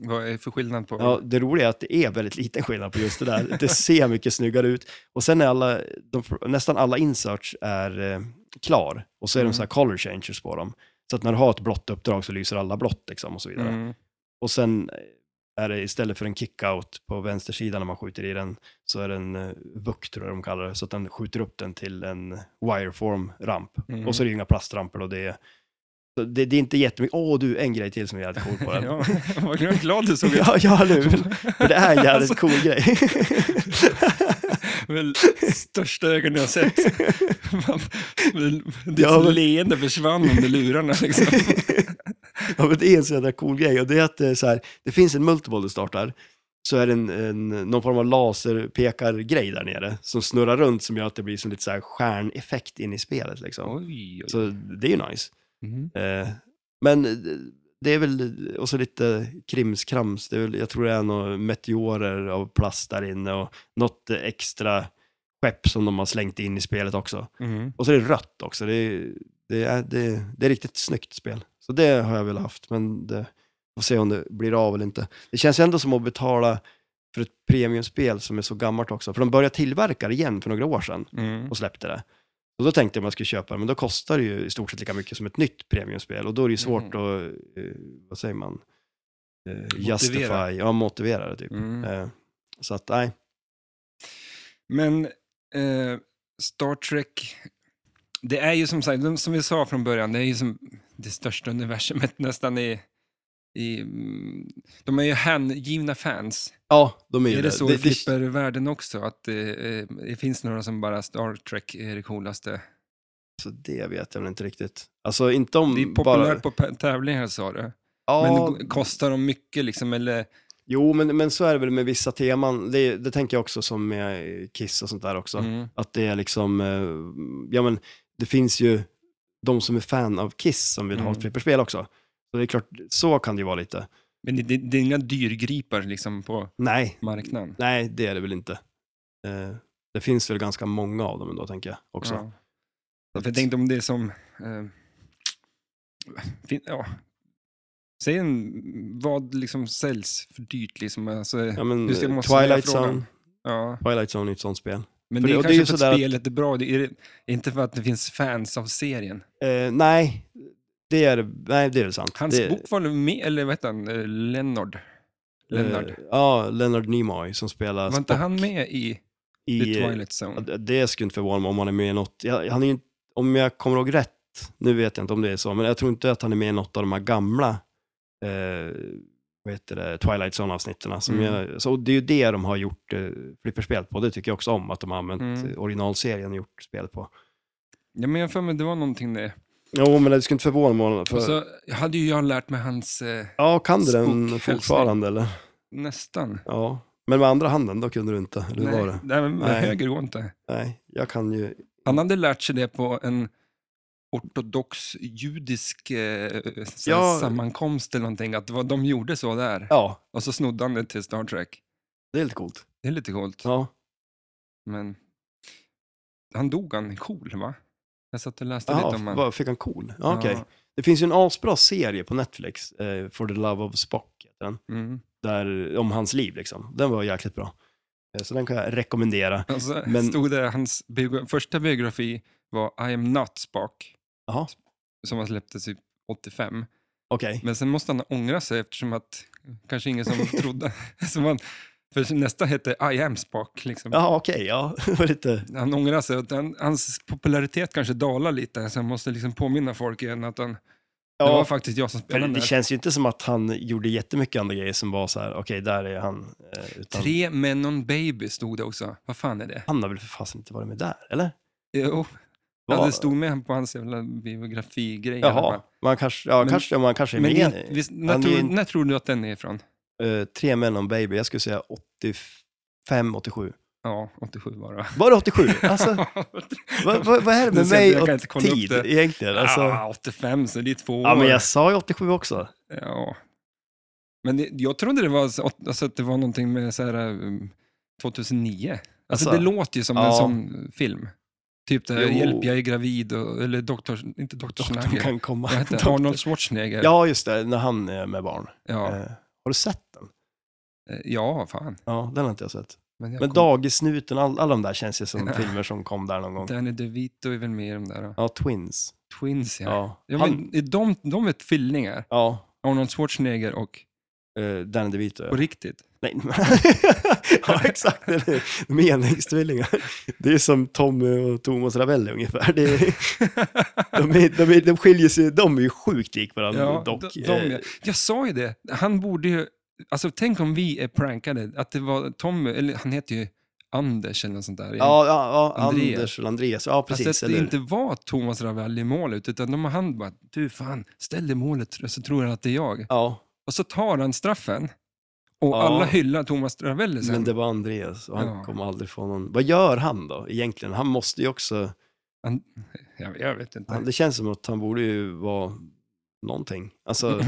[SPEAKER 1] Vad är det för skillnad på?
[SPEAKER 2] Ja, det roliga är att det är väldigt liten skillnad på just det där. Det ser mycket snyggare ut. Och sen är alla, de, nästan alla inserts är eh, klar. Och så är
[SPEAKER 1] Mm.
[SPEAKER 2] de så här color changers på dem. Så att när du har ett blått uppdrag så lyser alla blått liksom och så vidare.
[SPEAKER 1] Mm.
[SPEAKER 2] Och sen eh, är det istället för en kickout på vänstersidan när man skjuter i den så är det en eh, vuck tror jag de kallar det. Så att den skjuter upp den till en wireform ramp.
[SPEAKER 1] Mm.
[SPEAKER 2] Och så är det ju inga plastramper och det är så det, det är inte jättemycket, åh du, en grej till som är jävligt cool på den.
[SPEAKER 1] ja, vad glad du såg ut.
[SPEAKER 2] ja, ja, nu. För det är en jävligt
[SPEAKER 1] Alltså-
[SPEAKER 2] cool grej.
[SPEAKER 1] Väl största ögonen jag sett. Man, men ditt
[SPEAKER 2] Ja, men-
[SPEAKER 1] leende försvann under lurarna. Liksom.
[SPEAKER 2] ja, men det är en sån jävla cool grej och det är att det, är så här, det finns en multiboll du startar, så är det en, en, någon form av laserpekargrej där nere som snurrar runt som gör att det blir som lite så här stjärneffekt in i spelet liksom.
[SPEAKER 1] Oj, oj.
[SPEAKER 2] Så det är ju nice.
[SPEAKER 1] Mm.
[SPEAKER 2] Eh, men det är väl, och så lite krimskrams, det är väl, jag tror det är några meteorer av plast där inne och något extra skepp som de har slängt in i spelet också.
[SPEAKER 1] Mm.
[SPEAKER 2] Och så är det rött också. Det är, det är, det är, det är riktigt snyggt spel. Så det har jag väl haft, men det, får se om det blir av eller inte. Det känns ändå som att betala för ett premiumspel som är så gammalt också. För de började tillverka det igen för några år sedan
[SPEAKER 1] Mm.
[SPEAKER 2] och släppte det. Och då tänkte jag om jag skulle köpa det, men då kostar det ju i stort sett lika mycket som ett nytt premiumspel. Och då är det ju svårt
[SPEAKER 1] Mhm.
[SPEAKER 2] att, eh, vad säger man, eh, justify, ja motivera det typ.
[SPEAKER 1] Mm.
[SPEAKER 2] Eh, så att nej,
[SPEAKER 1] Men eh, Star Trek, det är ju som sagt, de- som vi sa från början, det är ju som det största universumet nästan i... i mm, de är ju hängivna fans.
[SPEAKER 2] ja, de är ju
[SPEAKER 1] Är det så i flippervärlden också, att det, eh, det finns några som bara Star Trek är det coolaste?
[SPEAKER 2] så det vet jag väl inte riktigt. Alltså inte om
[SPEAKER 1] Det är
[SPEAKER 2] bara...
[SPEAKER 1] populärt på pe- tävlingar sa du,
[SPEAKER 2] Ja,
[SPEAKER 1] men det kostar de mycket liksom? Eller,
[SPEAKER 2] Jo, men, men så är det väl med vissa teman. Det, det tänker jag också som med eh, Kiss och sånt där också.
[SPEAKER 1] mm,
[SPEAKER 2] Att det är liksom, eh, ja men det finns ju de som är fan av Kiss som vill ha
[SPEAKER 1] Mm.
[SPEAKER 2] ett flipperspel också. Så det är klart, så kan det ju vara lite.
[SPEAKER 1] men det, det, det är inga dyrgripar liksom på
[SPEAKER 2] Nej,
[SPEAKER 1] marknaden?
[SPEAKER 2] nej det är det väl inte. Eh, det finns väl ganska många av dem ändå tänker jag också.
[SPEAKER 1] Ja. För jag tänkte om det är som... Eh, fin, ja. Säg en, vad liksom säljs för dyrt liksom. Alltså,
[SPEAKER 2] Ja, men,
[SPEAKER 1] du ska-
[SPEAKER 2] eh,
[SPEAKER 1] måste ställa
[SPEAKER 2] Twilight
[SPEAKER 1] frågan.
[SPEAKER 2] Zone,
[SPEAKER 1] ja.
[SPEAKER 2] Twilight Zone är ett sånt spel.
[SPEAKER 1] Men
[SPEAKER 2] För
[SPEAKER 1] det är
[SPEAKER 2] det- och det är
[SPEAKER 1] kanske
[SPEAKER 2] ju
[SPEAKER 1] för att
[SPEAKER 2] sådär att-
[SPEAKER 1] spelet är bra, det är, inte för att det finns fans av serien.
[SPEAKER 2] Eh, nej, Det är, nej, det är väl sant.
[SPEAKER 1] Hans
[SPEAKER 2] det,
[SPEAKER 1] bok var med, eller vad hette han, Eh, Leonard? Leonard.
[SPEAKER 2] eh, ja, Leonard Nimoy som spelar
[SPEAKER 1] var inte
[SPEAKER 2] Spock
[SPEAKER 1] han med i The
[SPEAKER 2] i... eh,
[SPEAKER 1] Twilight
[SPEAKER 2] Ja,
[SPEAKER 1] Zone?
[SPEAKER 2] det- Det skulle inte förvåna mig om han är med i något. Jag, han är, ju inte- om jag kommer ihåg rätt, nu vet jag inte om det är så, men jag tror inte att han är med i något av de här gamla eh, vad heter det, Twilight Zone-avsnitten. som
[SPEAKER 1] Mm.
[SPEAKER 2] jag- Så det är ju det de har gjort eh, flipperspel på. Det tycker jag också om, att de har använt
[SPEAKER 1] Mm.
[SPEAKER 2] eh, originalserien och gjort spel på.
[SPEAKER 1] Ja, men jag har för mig det var någonting det.
[SPEAKER 2] Jo, men det skulle inte förvåna mig. om- För,
[SPEAKER 1] Och så hade ju jag lärt mig hans, eh,
[SPEAKER 2] ja, kan du den
[SPEAKER 1] Spookhälsning.
[SPEAKER 2] fortfarande? Eller?
[SPEAKER 1] nästan.
[SPEAKER 2] Ja. Men med andra handen, då kunde du inte. Eller hur
[SPEAKER 1] Nej,
[SPEAKER 2] var det?
[SPEAKER 1] nej, men med
[SPEAKER 2] Nej.
[SPEAKER 1] höger går inte.
[SPEAKER 2] Nej, jag kan ju...
[SPEAKER 1] Han hade lärt sig det på en ortodox judisk eh, så här
[SPEAKER 2] Ja.
[SPEAKER 1] sammankomst eller någonting, att vad de gjorde så där.
[SPEAKER 2] Ja,
[SPEAKER 1] Och så snodde han det till Star Trek.
[SPEAKER 2] det är lite coolt.
[SPEAKER 1] Det är lite coolt.
[SPEAKER 2] Ja.
[SPEAKER 1] Men han dog, han är cool va? Jag satt och läste lite om
[SPEAKER 2] Jaha,
[SPEAKER 1] han.
[SPEAKER 2] vad- fick han cool? Ja,
[SPEAKER 1] Ja.
[SPEAKER 2] Okej. Det finns ju en asbra serie på Netflix, eh, For the Love of Spock, heter den,
[SPEAKER 1] Mm.
[SPEAKER 2] där, om hans liv. Liksom. Den var jäkligt bra. Eh, så den kan jag rekommendera.
[SPEAKER 1] Och så
[SPEAKER 2] Men-
[SPEAKER 1] Alltså, stod det, hans biogra- första biografi var I am not Spock,
[SPEAKER 2] Jaha,
[SPEAKER 1] som han släpptes typ 85.
[SPEAKER 2] okej.
[SPEAKER 1] Men sen måste han ångra sig eftersom att kanske ingen som trodde, som han, för nästa hette I am Spock liksom.
[SPEAKER 2] Jaha, okej. ja, det var lite...
[SPEAKER 1] Han ångrar sig, att han, hans popularitet kanske dalar lite, så han måste liksom påminna folk igen att han, det var
[SPEAKER 2] Ja,
[SPEAKER 1] faktiskt jag som
[SPEAKER 2] för
[SPEAKER 1] spelade
[SPEAKER 2] det,
[SPEAKER 1] den
[SPEAKER 2] det
[SPEAKER 1] där.
[SPEAKER 2] känns ju inte som att han gjorde jättemycket andra grejer som var så här, okej, där är han. Eh, utan
[SPEAKER 1] Tre män och en baby stod det också. Vad fan är det?
[SPEAKER 2] Han har väl för fasen inte varit med där, eller?
[SPEAKER 1] Jo, ja,
[SPEAKER 2] Vad-
[SPEAKER 1] det stod med på hans jävla biografigrej. i alla
[SPEAKER 2] Jaha,
[SPEAKER 1] fall.
[SPEAKER 2] man kanske, ja,
[SPEAKER 1] Men-
[SPEAKER 2] kanske, man kanske är
[SPEAKER 1] Men
[SPEAKER 2] med.
[SPEAKER 1] det, visst, när,
[SPEAKER 2] han är
[SPEAKER 1] tror,
[SPEAKER 2] ju-
[SPEAKER 1] när tror du att den är ifrån?
[SPEAKER 2] eh, tre män och en baby, jag skulle säga 85, 87.
[SPEAKER 1] Ja, 87 var det.
[SPEAKER 2] Var det 87? Alltså, Vad, vad, vad är det
[SPEAKER 1] Nu
[SPEAKER 2] med
[SPEAKER 1] ser jag att
[SPEAKER 2] mig
[SPEAKER 1] jag kan inte
[SPEAKER 2] och
[SPEAKER 1] kolla upp
[SPEAKER 2] tid
[SPEAKER 1] det.
[SPEAKER 2] egentligen? Alltså,
[SPEAKER 1] ah, 85, så det är två år.
[SPEAKER 2] ja, men jag sa ju 87 också.
[SPEAKER 1] Ja. Men det, jag trodde det var, så- åt- alltså, att det var någonting med så här, um, 2009. Alltså,
[SPEAKER 2] Alltså,
[SPEAKER 1] det låter ju som en
[SPEAKER 2] ja.
[SPEAKER 1] sån film. Typ det här,
[SPEAKER 2] Jo.
[SPEAKER 1] Hjälp, jag är gravid, och, eller doktor, inte doktor
[SPEAKER 2] De
[SPEAKER 1] Schneider.
[SPEAKER 2] kan komma.
[SPEAKER 1] Vad heter han?
[SPEAKER 2] De-
[SPEAKER 1] Arnold Schwarzenegger.
[SPEAKER 2] Ja, just det, när han är med barn.
[SPEAKER 1] Ja,
[SPEAKER 2] Eh, har du sett den?
[SPEAKER 1] Eh, ja fan.
[SPEAKER 2] Ja, den har inte jag sett.
[SPEAKER 1] jag
[SPEAKER 2] Men
[SPEAKER 1] kom-
[SPEAKER 2] Dagisnuten, all- alla de där känns ju som
[SPEAKER 1] Ja.
[SPEAKER 2] filmer som kom där någon gång.
[SPEAKER 1] Danny DeVito är väl med i de där. då?
[SPEAKER 2] Ja, Twins.
[SPEAKER 1] Twins, ja.
[SPEAKER 2] Ja,
[SPEAKER 1] ja
[SPEAKER 2] han,
[SPEAKER 1] men, är de, de är tvillingar.
[SPEAKER 2] ja
[SPEAKER 1] Arnold Schwarzenegger och
[SPEAKER 2] eh, Danny DeVito.
[SPEAKER 1] på
[SPEAKER 2] Ja.
[SPEAKER 1] riktigt.
[SPEAKER 2] Nej, men- ja, exakt. eller hur? Meningstvillingar. Det är som Tommy och Thomas Ravelli ungefär. Det är, de, är, de, är, de skiljer sig, de är ju sjukt lik varandra
[SPEAKER 1] Ja,
[SPEAKER 2] dock.
[SPEAKER 1] de, de,
[SPEAKER 2] Eh,
[SPEAKER 1] ja. Jag sa ju det, han borde ju... Alltså tänk om vi är prankade, att det var Tommy, eller han heter ju Anders eller något sånt där.
[SPEAKER 2] Ja, ja, ja
[SPEAKER 1] Andreas.
[SPEAKER 2] Anders eller Andreas. Ja, precis.
[SPEAKER 1] alltså att
[SPEAKER 2] eller,
[SPEAKER 1] det inte var Thomas Ravelli i målet, utan de, han bara, du fan, ställ dig i målet så tror han att det är jag.
[SPEAKER 2] Ja,
[SPEAKER 1] Och så tar han straffen, och
[SPEAKER 2] Ja.
[SPEAKER 1] alla hyllar Thomas Ravelli sen.
[SPEAKER 2] men det var Andreas och han
[SPEAKER 1] Ja.
[SPEAKER 2] kommer aldrig få någon... Vad gör han då egentligen? Han måste ju också...
[SPEAKER 1] jag, jag vet inte.
[SPEAKER 2] Han, det känns som att han borde ju vara någonting. Alltså,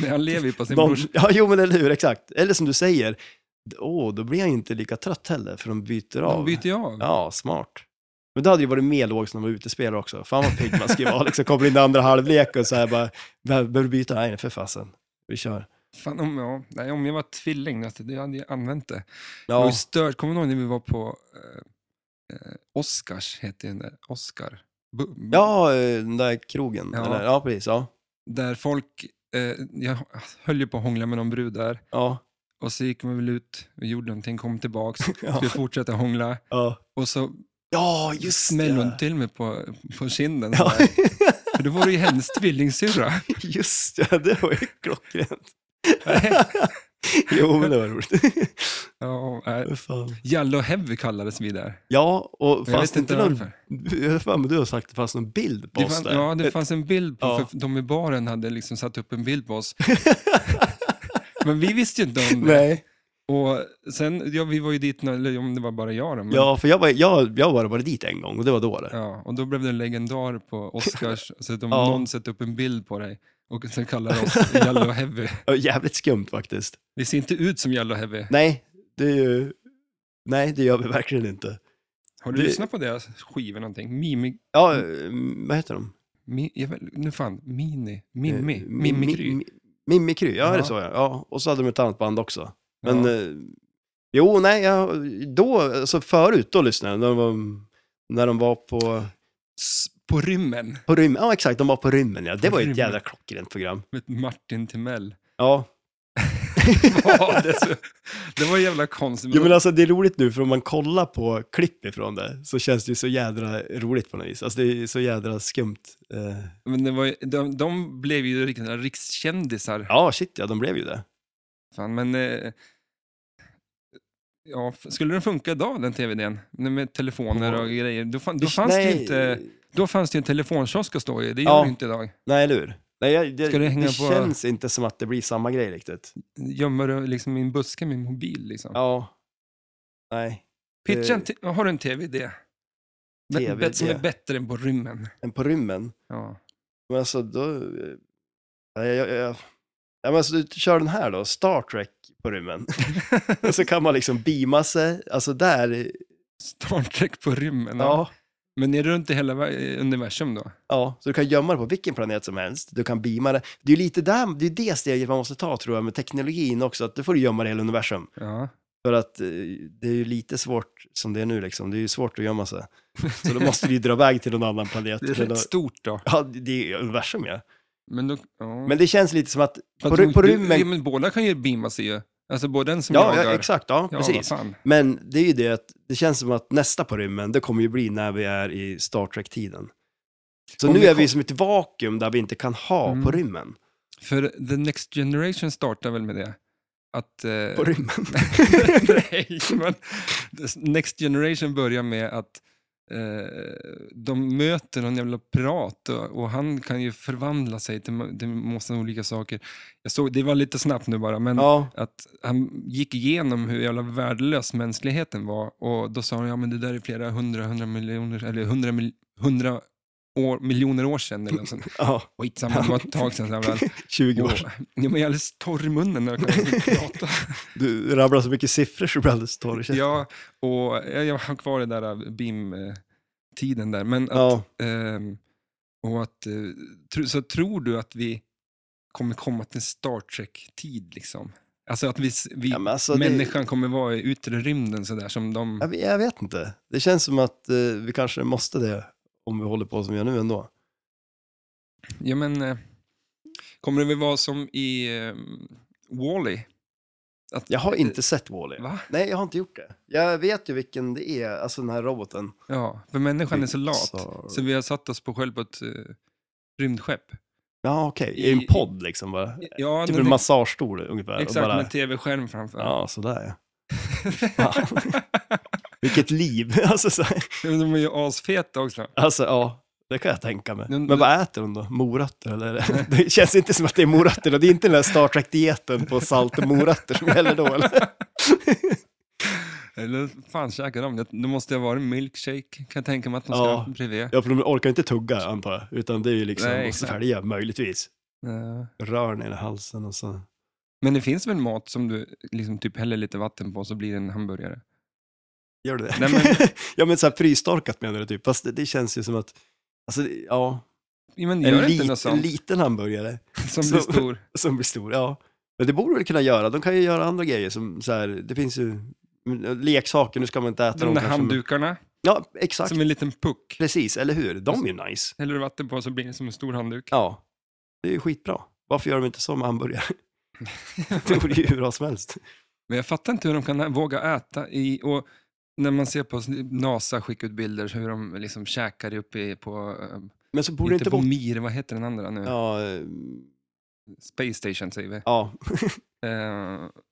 [SPEAKER 1] Men han lever ju på sin
[SPEAKER 2] någon,
[SPEAKER 1] brors...
[SPEAKER 2] ja, jo men eller hur, exakt. Eller som du säger, d- åh, då blir han ju inte lika trött heller för de byter av.
[SPEAKER 1] De byter ju av.
[SPEAKER 2] Ja, smart. Men det hade ju varit mer lågt när man var utespelare också. Fan vad pigg man ska vara. Liksom, kommer in i andra halvlek och så här bara, "Behöver- behöver du byta? Nej, för fasen. Vi kör.
[SPEAKER 1] Fan, om, ja, nej, om jag var tvilling, alltså, det hade jag använt det. Jag var
[SPEAKER 2] Ja,
[SPEAKER 1] ju störd. Kommer du ihåg när vi var på eh, eh, Oscars, heter den där, Oscar? Bu-
[SPEAKER 2] ja eh, den där krogen.
[SPEAKER 1] Ja.
[SPEAKER 2] Eller, ja precis. Ja.
[SPEAKER 1] Där folk, eh, jag höll ju på att hångla med någon brud där.
[SPEAKER 2] Ja.
[SPEAKER 1] Och så gick man väl ut och gjorde någonting, kom tillbaks,
[SPEAKER 2] Ja.
[SPEAKER 1] skulle fortsätta hångla.
[SPEAKER 2] Ja,
[SPEAKER 1] Och så
[SPEAKER 2] ja just
[SPEAKER 1] smällde hon
[SPEAKER 2] det.
[SPEAKER 1] till mig på, på kinden.
[SPEAKER 2] Ja,
[SPEAKER 1] sådär. För då var det ju hennes tvillingsyrra.
[SPEAKER 2] just det. Det var ju klockrent.
[SPEAKER 1] Nej.
[SPEAKER 2] jo, men det var roligt.
[SPEAKER 1] ja, nej.
[SPEAKER 2] Vad fan.
[SPEAKER 1] Jalle och Heavy kallades vi där.
[SPEAKER 2] Ja, och
[SPEAKER 1] Jag
[SPEAKER 2] fanns
[SPEAKER 1] vet
[SPEAKER 2] det inte
[SPEAKER 1] inte
[SPEAKER 2] någon...
[SPEAKER 1] varför.
[SPEAKER 2] Jag har för mig du har sagt att det fanns någon bild på
[SPEAKER 1] Det
[SPEAKER 2] oss
[SPEAKER 1] fann,
[SPEAKER 2] där.
[SPEAKER 1] ja, det fanns en bild på,
[SPEAKER 2] Ja.
[SPEAKER 1] för de i baren hade liksom satt upp en bild på oss. men vi visste ju inte om det.
[SPEAKER 2] Nej.
[SPEAKER 1] Och sen, ja, vi var ju dit, när- eller om det var bara jag då. Men,
[SPEAKER 2] Ja, för jag var, jag, jag var bara dit en gång och det var då det.
[SPEAKER 1] ja. Och då blev det en legendar på Oscars, så att de
[SPEAKER 2] Ja.
[SPEAKER 1] någon sätter upp en bild på dig och sen kallar oss Jalle och Heavy.
[SPEAKER 2] Ja, Jävligt skumt faktiskt.
[SPEAKER 1] Vi ser inte ut som Jalle och Heavy.
[SPEAKER 2] Nej, det är ju... Nej, det gör vi verkligen inte.
[SPEAKER 1] Har du
[SPEAKER 2] det-
[SPEAKER 1] lyssnat på deras skivor någonting? Mimi,
[SPEAKER 2] Ja, mm, vad heter de?
[SPEAKER 1] mi, jag vet, nu fan, Mini,
[SPEAKER 2] Eh,
[SPEAKER 1] Mimmi,
[SPEAKER 2] Mi-
[SPEAKER 1] Mimikry.
[SPEAKER 2] Mi- Mimikry, ja,
[SPEAKER 1] Ja.
[SPEAKER 2] är det så? Ja. ja. Och så hade de ett annat band också. Men
[SPEAKER 1] ja.
[SPEAKER 2] eh, jo, nej, jag, då, alltså förut, då lyssnade jag. När de var, när de var på,
[SPEAKER 1] S- på rymmen
[SPEAKER 2] På rymmen, ja exakt, de var på rymmen ja. Det
[SPEAKER 1] På
[SPEAKER 2] var ju
[SPEAKER 1] rymmen.
[SPEAKER 2] ett jävla klockrent program.
[SPEAKER 1] med Martin Timell.
[SPEAKER 2] Ja.
[SPEAKER 1] Ja, det, så, det var jävla konstigt. men
[SPEAKER 2] Jo men alltså det är roligt nu för om man kollar på klipp ifrån det så känns det ju så jädra roligt på något vis. Alltså det är så jädra skumt. Eh,
[SPEAKER 1] Men det var, ju- de, de blev ju riktiga rikskändisar.
[SPEAKER 2] Ja, shit ja, de blev ju det.
[SPEAKER 1] Fan, men, eh, ja, f- skulle den funka idag, den tv-idén? Med telefoner och grejer. Då, fan, då, fanns, det ju inte, då fanns det ju en telefonkiosk att stå i. Det gör
[SPEAKER 2] Ja.
[SPEAKER 1] det ju inte idag.
[SPEAKER 2] Nej, eller hur? Nej, jag, det
[SPEAKER 1] Ska det
[SPEAKER 2] det,
[SPEAKER 1] hänga på-
[SPEAKER 2] känns inte som att det blir samma grej riktigt.
[SPEAKER 1] Gömmer du liksom i en buske med min mobil? Liksom.
[SPEAKER 2] Ja. eh, Nej.
[SPEAKER 1] Pitcha en t- har du en tv-idé? Be-
[SPEAKER 2] TV
[SPEAKER 1] bet- som
[SPEAKER 2] idé.
[SPEAKER 1] är bättre än på rymmen.
[SPEAKER 2] Men på rymmen,
[SPEAKER 1] Ja.
[SPEAKER 2] men alltså då... eh, Nej, jag, jag, jag, ja, men alltså, du kör den här då, Star Trek på rymmen. Och så kan man liksom beama sig, alltså där...
[SPEAKER 1] Star Trek på rymmen. ja.
[SPEAKER 2] Ja.
[SPEAKER 1] Men är du runt i hela ver- universum då?
[SPEAKER 2] Ja, så du kan gömma det på vilken planet som helst. Du kan beama det. Det är ju lite där, det är det steget man måste ta tror jag med teknologin också, att du får gömma det i hela universum.
[SPEAKER 1] Ja.
[SPEAKER 2] För att eh, det är ju lite svårt som det är nu liksom, det är ju svårt att gömma sig. Så då måste du ju dra iväg till någon annan planet.
[SPEAKER 1] Det är
[SPEAKER 2] Eller-
[SPEAKER 1] rätt stort Mm. då.
[SPEAKER 2] Ja, det är ju universum ja.
[SPEAKER 1] Men, då, ja.
[SPEAKER 2] Men det känns lite som att
[SPEAKER 1] För
[SPEAKER 2] på,
[SPEAKER 1] att de-
[SPEAKER 2] ru- på
[SPEAKER 1] du- ja,
[SPEAKER 2] rymmen...
[SPEAKER 1] men båda kan ju beama sig ju. Alltså både den som
[SPEAKER 2] Ja,
[SPEAKER 1] jagar.
[SPEAKER 2] ja, exakt, ja,
[SPEAKER 1] Ja,
[SPEAKER 2] precis.
[SPEAKER 1] vad fan.
[SPEAKER 2] Men det är ju det att det känns som att nästa på rymmen, det kommer ju bli när vi är i Star Trek-tiden. Så
[SPEAKER 1] Om
[SPEAKER 2] nu
[SPEAKER 1] vi
[SPEAKER 2] är vi
[SPEAKER 1] kom-
[SPEAKER 2] som ett vakuum där vi inte kan ha
[SPEAKER 1] Mm.
[SPEAKER 2] på rymmen.
[SPEAKER 1] För The Next Generation startar väl med det? Att... Eh,
[SPEAKER 2] På rymmen.
[SPEAKER 1] nej, men The Next Generation börjar med att eh, de möter någon jävla pirat och, och han kan ju förvandla sig till, ma- till massa olika saker. Jag såg, det var lite snabbt nu bara, men
[SPEAKER 2] ja,
[SPEAKER 1] att han gick igenom hur jävla värdelös mänskligheten var och då sa han, ja men det där är flera hundra, hundra miljoner, eller hundra, mil, hundra år, miljoner år sedan eller något sånt.
[SPEAKER 2] ja,
[SPEAKER 1] Skitsamma, det var ett tag sedan. Så här, väl.
[SPEAKER 2] 20 år.
[SPEAKER 1] Och, ja, men jag är alldeles torr i munnen när jag kommer att prata.
[SPEAKER 2] Du rabblar så mycket siffror så du blir alldeles torr i käften.
[SPEAKER 1] Ja, och jag, jag har kvar den där äh, BIM-tiden där. Men att,
[SPEAKER 2] Ja,
[SPEAKER 1] ehm, och att, eh, tro, så tror du att vi kommer komma till en Star Trek-tid liksom? Alltså att vi, s- vi
[SPEAKER 2] ja men alltså det,
[SPEAKER 1] människan kommer vara i yttre rymden sådär som de...
[SPEAKER 2] jag, jag vet inte. Det känns som att eh, vi kanske måste det om vi håller på som vi gör nu ändå.
[SPEAKER 1] Ja men, eh, kommer det väl vara som i um, Wall-E? Att-
[SPEAKER 2] Jag har inte sett Wall-E.
[SPEAKER 1] Va?
[SPEAKER 2] Nej, jag har inte gjort det. Jag vet ju vilken det är, alltså den här roboten.
[SPEAKER 1] Ja, för människan är så lat.
[SPEAKER 2] Pixar.
[SPEAKER 1] Så vi har satt oss på själv på ett eh, rymdskepp.
[SPEAKER 2] Ja, okej. I
[SPEAKER 1] I-
[SPEAKER 2] en podd liksom bara.
[SPEAKER 1] Ja,
[SPEAKER 2] Typ
[SPEAKER 1] men
[SPEAKER 2] en
[SPEAKER 1] det-
[SPEAKER 2] massagestol ungefär. och
[SPEAKER 1] Exakt,
[SPEAKER 2] bara,
[SPEAKER 1] med tv-skärm framför.
[SPEAKER 2] Ja, sådär ja. Fan. Vilket liv. Alltså, så,
[SPEAKER 1] Men de är ju asfeta också.
[SPEAKER 2] alltså ja. Det kan jag tänka mig.
[SPEAKER 1] Men-
[SPEAKER 2] Men vad äter hon då? Morötter eller? Det känns inte som att det är morötter. och Det är inte den där Star Trek-dieten på salt och morötter som gäller då. Eller?
[SPEAKER 1] Eller fan käkar de? Det det måste ha varit milkshake, kan jag tänka mig att de ska
[SPEAKER 2] Ja.
[SPEAKER 1] ha bredvid.
[SPEAKER 2] Ja, för de orkar inte tugga antar jag, utan det är ju liksom
[SPEAKER 1] Nej,
[SPEAKER 2] att
[SPEAKER 1] exakt.
[SPEAKER 2] svälja möjligtvis.
[SPEAKER 1] Eh,
[SPEAKER 2] Rör ner i halsen och så.
[SPEAKER 1] Men det finns väl mat som du liksom typ häller lite vatten på så blir det en hamburgare?
[SPEAKER 2] Gör du det?
[SPEAKER 1] Nej, men-
[SPEAKER 2] ja, men så här frystorkat menar du typ, fast det, det känns ju som att, alltså det- ja,
[SPEAKER 1] Ja, men gör
[SPEAKER 2] en,
[SPEAKER 1] inte
[SPEAKER 2] lit,
[SPEAKER 1] något
[SPEAKER 2] en
[SPEAKER 1] sånt
[SPEAKER 2] liten hamburgare
[SPEAKER 1] som blir
[SPEAKER 2] så-
[SPEAKER 1] stor.
[SPEAKER 2] som blir stor, ja. Men det borde väl kunna göra, de kan ju göra andra grejer som så här, det finns ju mm, leksaker, nu ska man inte äta
[SPEAKER 1] De där
[SPEAKER 2] kanske, men-
[SPEAKER 1] handdukarna
[SPEAKER 2] Ja, exakt.
[SPEAKER 1] som en liten puck.
[SPEAKER 2] Precis, eller hur? De är ju nice.
[SPEAKER 1] Häller du vatten på så blir det som en stor handduk.
[SPEAKER 2] Ja, det är ju skitbra. Varför gör de inte så med hamburgare? det vore ju hur bra som helst.
[SPEAKER 1] Men jag fattar inte hur de kan våga äta i... Och när man ser på NASA skicka ut bilder hur de liksom käkar uppe i- på... eh,
[SPEAKER 2] Men så borde det
[SPEAKER 1] inte
[SPEAKER 2] inte
[SPEAKER 1] på
[SPEAKER 2] vara...
[SPEAKER 1] Mir, vad heter den andra nu?
[SPEAKER 2] Ja, eh,
[SPEAKER 1] Space Station säger vi.
[SPEAKER 2] Ja,
[SPEAKER 1] Eh,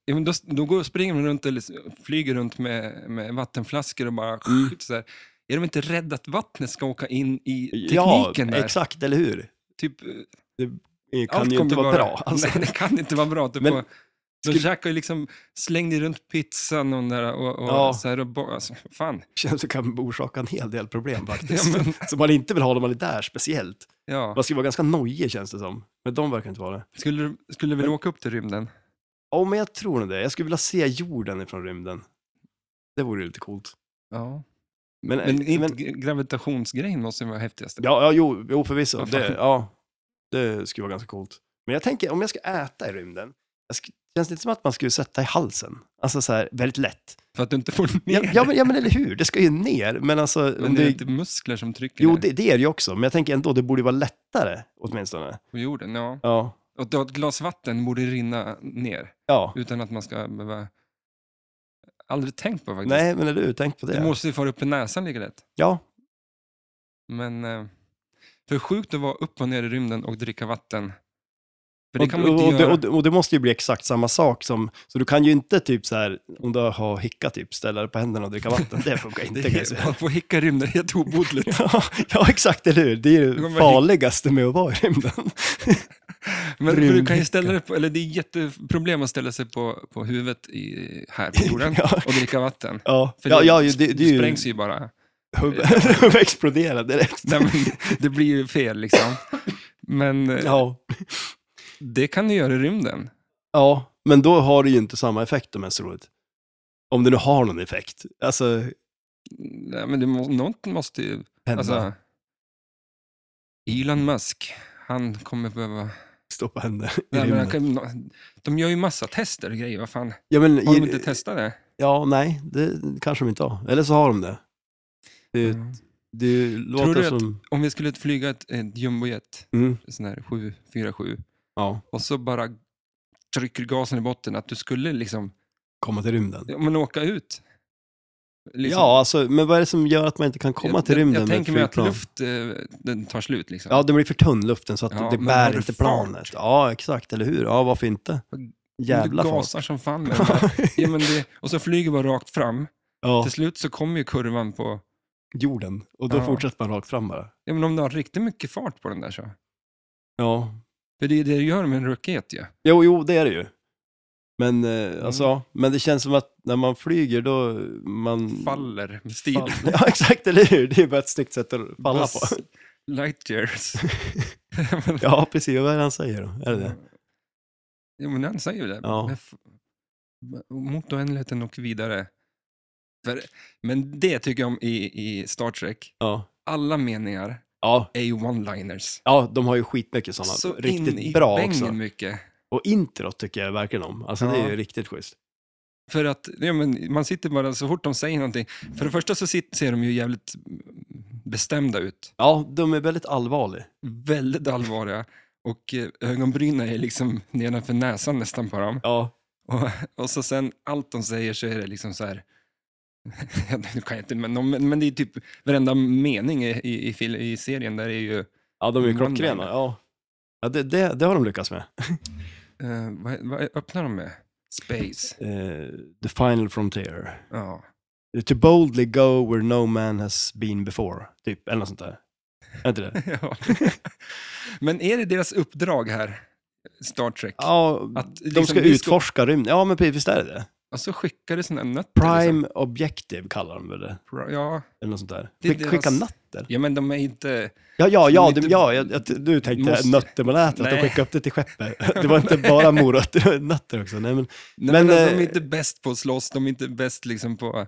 [SPEAKER 1] ja, men då, då går, springer de runt eller flyger runt med, med vattenflaskor och
[SPEAKER 2] Mm.
[SPEAKER 1] bara så här. Är de inte rädda att vattnet ska åka in i
[SPEAKER 2] ja
[SPEAKER 1] tekniken där?
[SPEAKER 2] exakt, eller hur?
[SPEAKER 1] Typ, eh,
[SPEAKER 2] Det
[SPEAKER 1] allt
[SPEAKER 2] kan ju
[SPEAKER 1] kommer
[SPEAKER 2] inte vara
[SPEAKER 1] bara-
[SPEAKER 2] bra. Alltså,
[SPEAKER 1] Nej, det kan inte vara bra. Typ,
[SPEAKER 2] Men-
[SPEAKER 1] och, de
[SPEAKER 2] skulle-
[SPEAKER 1] käkar ju liksom, slängde runt pizzan och, där, och, och
[SPEAKER 2] Ja.
[SPEAKER 1] så här. Och bara, alltså, fan.
[SPEAKER 2] det känns som det kan orsaka en hel del problem
[SPEAKER 1] Ja,
[SPEAKER 2] faktiskt.
[SPEAKER 1] men,
[SPEAKER 2] Som man inte vill ha när man är där speciellt.
[SPEAKER 1] ja.
[SPEAKER 2] Man ska vara ganska nojig känns det som. Men de verkar inte vara det.
[SPEAKER 1] Skulle, du- skulle vi åka upp till rymden?
[SPEAKER 2] Ja, men jag tror nog det. Jag skulle vilja se jorden ifrån rymden. Det vore ju lite coolt.
[SPEAKER 1] Ja.
[SPEAKER 2] Men,
[SPEAKER 1] Men,
[SPEAKER 2] men,
[SPEAKER 1] inte gra- gravitationsgrejen måste ju vara häftigast.
[SPEAKER 2] ja, ja, jo, jo förvisso.
[SPEAKER 1] Vad fan.
[SPEAKER 2] Det, ja, det skulle vara ganska coolt. Men jag tänker, om jag ska äta i rymden, jag sk- känns det inte som att man skulle sätta i halsen. Alltså så här, väldigt lätt.
[SPEAKER 1] För att du inte får
[SPEAKER 2] Ja,
[SPEAKER 1] ner
[SPEAKER 2] ja,
[SPEAKER 1] det.
[SPEAKER 2] men, ja, men eller hur, det ska ju ner. Men alltså,
[SPEAKER 1] Men
[SPEAKER 2] om
[SPEAKER 1] det är
[SPEAKER 2] det,
[SPEAKER 1] inte muskler som trycker
[SPEAKER 2] jo,
[SPEAKER 1] ner
[SPEAKER 2] det, det är det ju också. Men jag tänker ändå, det borde vara lättare åtminstone.
[SPEAKER 1] på jorden. Ja.
[SPEAKER 2] Ja,
[SPEAKER 1] Och då ett glas vatten borde rinna ner
[SPEAKER 2] ja.
[SPEAKER 1] utan att man ska behöva... Aldrig tänkt på faktiskt.
[SPEAKER 2] nej, men eller hur, tänk på det.
[SPEAKER 1] Det måste ju fara upp i näsan lika lätt.
[SPEAKER 2] Ja,
[SPEAKER 1] Men... eh, För sjukt att vara upp och ner i rymden och dricka vatten. För det
[SPEAKER 2] och,
[SPEAKER 1] kan man ju inte
[SPEAKER 2] och,
[SPEAKER 1] göra.
[SPEAKER 2] och, det- och det måste ju bli exakt samma sak som, så du kan ju inte typ så här, om du har hicka typ, ställa dig på händerna och dricka vatten. Det funkar
[SPEAKER 1] Det
[SPEAKER 2] inte. kan jag
[SPEAKER 1] är,
[SPEAKER 2] säga.
[SPEAKER 1] man får hicka i rymden, det är helt obotligt.
[SPEAKER 2] Ja, ja, exakt, eller hur? Det är ju
[SPEAKER 1] kommer
[SPEAKER 2] det
[SPEAKER 1] hic-
[SPEAKER 2] farligaste med att vara i rymden.
[SPEAKER 1] Men för du kan ju
[SPEAKER 2] Rymdhicka.
[SPEAKER 1] ställa dig på, eller det är jätteproblem att ställa sig på, på huvudet i, här på jorden
[SPEAKER 2] Ja.
[SPEAKER 1] och dricka vatten.
[SPEAKER 2] Ja,
[SPEAKER 1] För
[SPEAKER 2] ja, ja ju- det, det är ju...
[SPEAKER 1] sprängs ju bara.
[SPEAKER 2] Hubb- exploderar direkt.
[SPEAKER 1] Nej, men, det blir ju fel liksom. Men eh,
[SPEAKER 2] Ja.
[SPEAKER 1] det kan du göra i rymden.
[SPEAKER 2] ja, men då har det ju inte samma effekt om ens roligt. Om det nu har någon effekt. Alltså,
[SPEAKER 1] Nej, men det må, något måste ju...
[SPEAKER 2] hända.
[SPEAKER 1] Alltså, Elon Musk, han kommer behöva...
[SPEAKER 2] stå på händer i
[SPEAKER 1] Nej, men han
[SPEAKER 2] rymden.
[SPEAKER 1] kan, de gör ju massa tester och grejer, vad fan.
[SPEAKER 2] Ja, men,
[SPEAKER 1] Har de
[SPEAKER 2] i-
[SPEAKER 1] inte testat det?
[SPEAKER 2] ja, nej, det kanske de inte har. Eller så har de det.
[SPEAKER 1] Mm.
[SPEAKER 2] Det, det låter
[SPEAKER 1] du att-
[SPEAKER 2] som...
[SPEAKER 1] Om vi skulle flyga ett, ett jumbojet,
[SPEAKER 2] Mm,
[SPEAKER 1] sån här 747,
[SPEAKER 2] ja,
[SPEAKER 1] och så bara trycker gasen i botten, att du skulle liksom,
[SPEAKER 2] komma till rymden.
[SPEAKER 1] ja, men åka ut. Liksom.
[SPEAKER 2] Ja, alltså, men vad är det som gör att man inte kan komma till rymden
[SPEAKER 1] Jag, jag
[SPEAKER 2] med ett
[SPEAKER 1] tänker mig att
[SPEAKER 2] flygplan?
[SPEAKER 1] luft, eh, den tar slut liksom.
[SPEAKER 2] Ja, den blir för tunn luften så att
[SPEAKER 1] Ja,
[SPEAKER 2] det
[SPEAKER 1] men
[SPEAKER 2] bär
[SPEAKER 1] har du
[SPEAKER 2] inte
[SPEAKER 1] fart?
[SPEAKER 2] planet. Ja, exakt, eller hur? Ja, varför inte?
[SPEAKER 1] Men
[SPEAKER 2] Jävla
[SPEAKER 1] du
[SPEAKER 2] fart.
[SPEAKER 1] gasar som fan med den där. ja, men det, Och så flyger bara rakt fram.
[SPEAKER 2] Ja,
[SPEAKER 1] Till slut så kommer ju kurvan på...
[SPEAKER 2] jorden. Och då
[SPEAKER 1] Ja.
[SPEAKER 2] fortsätter man rakt fram bara.
[SPEAKER 1] Ja, men om du har riktigt mycket fart på den där så.
[SPEAKER 2] Ja.
[SPEAKER 1] För det är det du gör med en raket ju.
[SPEAKER 2] Jo, jo, det är det ju. Men,
[SPEAKER 1] Mm.
[SPEAKER 2] eh, alltså, ja, men det känns som att när man flyger då man...
[SPEAKER 1] Faller med stil.
[SPEAKER 2] Mm. Fall. Ja, exakt, eller hur? Det är bara ett snyggt sätt att falla på.
[SPEAKER 1] Buzz Lightyears. Ja, men-
[SPEAKER 2] Ja, precis. Vad är det han säger då? Är det
[SPEAKER 1] Mm.
[SPEAKER 2] det?
[SPEAKER 1] Jo, men han säger ju det.
[SPEAKER 2] Ja.
[SPEAKER 1] Men f- Mot oändligheten och vidare. För, men det tycker jag om i, i Star Trek.
[SPEAKER 2] Ja.
[SPEAKER 1] Alla meningar
[SPEAKER 2] Ja,
[SPEAKER 1] är ju one-liners.
[SPEAKER 2] Ja, de har ju skitmycket sådana.
[SPEAKER 1] Så in i
[SPEAKER 2] riktigt bra
[SPEAKER 1] bängen
[SPEAKER 2] också.
[SPEAKER 1] mycket.
[SPEAKER 2] Och introt tycker jag verkligen om. Alltså det är ju
[SPEAKER 1] Ja.
[SPEAKER 2] riktigt schysst.
[SPEAKER 1] För att ja, men man sitter bara, så fort de säger någonting. För det första så sit- ser de ju jävligt bestämda ut.
[SPEAKER 2] Ja, de är väldigt allvarliga.
[SPEAKER 1] Väldigt allvarliga. Och eh, ögonbrynen är liksom nedanför näsan nästan på dem.
[SPEAKER 2] Ja.
[SPEAKER 1] Och, och så sen allt de säger så är det liksom så här. nu kan jag inte, men, de, men det är typ varenda mening i, i, i, fil- i serien där är ju,
[SPEAKER 2] Ja, de är ju
[SPEAKER 1] One-liner.
[SPEAKER 2] klockrena. Ja, ja det, det, det har de lyckats med.
[SPEAKER 1] eh, vad, vad öppnar de med? Space.
[SPEAKER 2] Eh, the final frontier.
[SPEAKER 1] Ja.
[SPEAKER 2] To boldly go where no man has been before. Typ, eller något sånt där. Är inte det?
[SPEAKER 1] ja. men är det deras uppdrag här, Star Trek?
[SPEAKER 2] Ja,
[SPEAKER 1] Att
[SPEAKER 2] de
[SPEAKER 1] liksom
[SPEAKER 2] ska
[SPEAKER 1] vi
[SPEAKER 2] utforska rymden. Ja, men precis, visst är det det?
[SPEAKER 1] Och så skickar det såna nötter.
[SPEAKER 2] Prime objective kallar de väl det?
[SPEAKER 1] Liksom. Pri- Ja.
[SPEAKER 2] Eller något sånt där.
[SPEAKER 1] Det är
[SPEAKER 2] Skick, Skicka
[SPEAKER 1] deras-
[SPEAKER 2] nötter?
[SPEAKER 1] ja, men de är inte...
[SPEAKER 2] Ja, ja,
[SPEAKER 1] Som
[SPEAKER 2] ja,
[SPEAKER 1] inte-
[SPEAKER 2] det, ja jag, jag, du tänkte
[SPEAKER 1] Måste-
[SPEAKER 2] nötter man äter, att de
[SPEAKER 1] Nej.
[SPEAKER 2] skickade upp det till skeppet. Det var inte bara morötter, det var nötter också. Nej, men,
[SPEAKER 1] Nej,
[SPEAKER 2] Men,
[SPEAKER 1] men, alltså,
[SPEAKER 2] eh,
[SPEAKER 1] de är inte bäst på att slåss, de är inte bäst liksom på...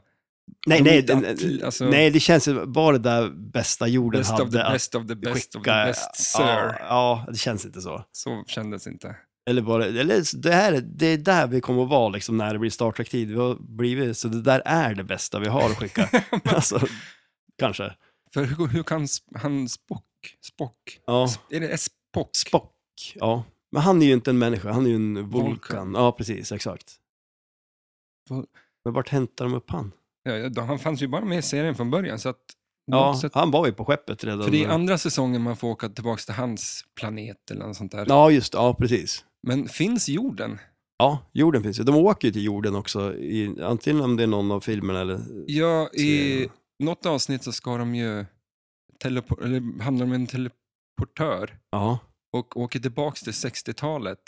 [SPEAKER 2] nej,
[SPEAKER 1] de är
[SPEAKER 2] nej,
[SPEAKER 1] inte
[SPEAKER 2] den-
[SPEAKER 1] att- alltså,
[SPEAKER 2] nej, det känns ju- var det där bästa jorden
[SPEAKER 1] Best
[SPEAKER 2] hade
[SPEAKER 1] of the
[SPEAKER 2] att
[SPEAKER 1] best of the best of the
[SPEAKER 2] skicka-
[SPEAKER 1] best, sir.
[SPEAKER 2] Ja, ja, det känns inte så.
[SPEAKER 1] Så kändes inte.
[SPEAKER 2] Eller bara, eller det, här, det är där vi kommer att vara liksom, när det blir Star Trek-tid. Vi har blivit, så det där är det bästa vi har att skicka. alltså, kanske.
[SPEAKER 1] För hur, hur kan sp- han Spock? Spock?
[SPEAKER 2] Ja.
[SPEAKER 1] S- Är det Spock?
[SPEAKER 2] Spock, ja. Men han är ju inte en människa, han är ju en vulkan.
[SPEAKER 1] Vulkan.
[SPEAKER 2] Ja, precis, exakt.
[SPEAKER 1] Vul-
[SPEAKER 2] Men vart hämtar de upp han?
[SPEAKER 1] Ja, ja, då- han fanns ju bara med i serien från början. Så att,
[SPEAKER 2] Ja,
[SPEAKER 1] så att,
[SPEAKER 2] han var ju på skeppet redan.
[SPEAKER 1] för det är andra säsongen man får åka tillbaka till hans planet eller något sånt där.
[SPEAKER 2] Ja, just det. Ja, precis.
[SPEAKER 1] Men finns jorden?
[SPEAKER 2] Ja, jorden finns ju. De åker ju till jorden också, i, antingen om det är någon av filmerna eller...
[SPEAKER 1] Ja, i
[SPEAKER 2] serien.
[SPEAKER 1] något avsnitt så ska de ju telepo- eller hamnar de med en teleportör
[SPEAKER 2] Ja,
[SPEAKER 1] och åker tillbaka till 60-talet.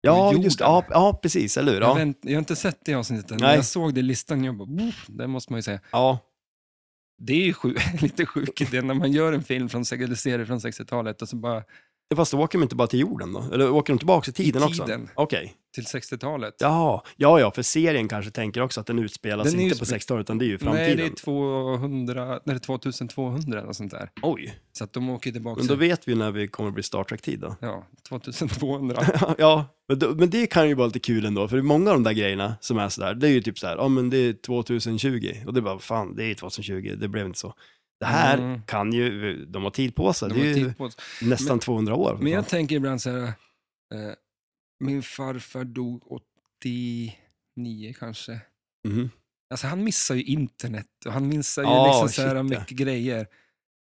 [SPEAKER 2] ja
[SPEAKER 1] jorden.
[SPEAKER 2] just det. Ja, ja, precis. Eller hur?
[SPEAKER 1] Jag,
[SPEAKER 2] Ja.
[SPEAKER 1] vänt, jag har inte sett det avsnittet än, men
[SPEAKER 2] Nej.
[SPEAKER 1] jag såg det i listan jag bara, "Pff", det måste man ju säga.
[SPEAKER 2] ja.
[SPEAKER 1] Det är ju sju, lite sjuk idé när man gör en film från, sex- eller serie från 60-talet och så bara
[SPEAKER 2] Fast då åker de inte bara till jorden då? Eller åker de tillbaka i tiden,
[SPEAKER 1] I
[SPEAKER 2] också?
[SPEAKER 1] tiden.
[SPEAKER 2] Okej.
[SPEAKER 1] till 60-talet.
[SPEAKER 2] Ja, ja, ja, för serien kanske tänker också att den utspelas
[SPEAKER 1] Den är
[SPEAKER 2] inte
[SPEAKER 1] ju
[SPEAKER 2] på
[SPEAKER 1] spe-
[SPEAKER 2] 60-talet, utan det är ju
[SPEAKER 1] Nej,
[SPEAKER 2] framtiden.
[SPEAKER 1] det är 200, nej, det är 2200 eller något sånt där.
[SPEAKER 2] Oj,
[SPEAKER 1] Så att de åker tillbaka.
[SPEAKER 2] men då vet vi när vi kommer bli Star Trek-tid då.
[SPEAKER 1] Ja, 2200.
[SPEAKER 2] ja, men, då, men det kan ju vara lite kul ändå, för många av de där grejerna som är sådär, det är ju typ såhär, ja men det är 2020, och det är bara, fan det är 2020, det blev inte så. Det här
[SPEAKER 1] Mm.
[SPEAKER 2] kan ju, de har tid på sig,
[SPEAKER 1] De
[SPEAKER 2] det
[SPEAKER 1] har
[SPEAKER 2] är ju
[SPEAKER 1] tid på oss.
[SPEAKER 2] nästan 200 år.
[SPEAKER 1] Men jag tänker ibland så här, eh, min farfar dog 89 kanske.
[SPEAKER 2] Mhm.
[SPEAKER 1] Alltså han missar ju internet och han missar ju
[SPEAKER 2] Ja,
[SPEAKER 1] liksom så här
[SPEAKER 2] shit, ja.
[SPEAKER 1] mycket grejer.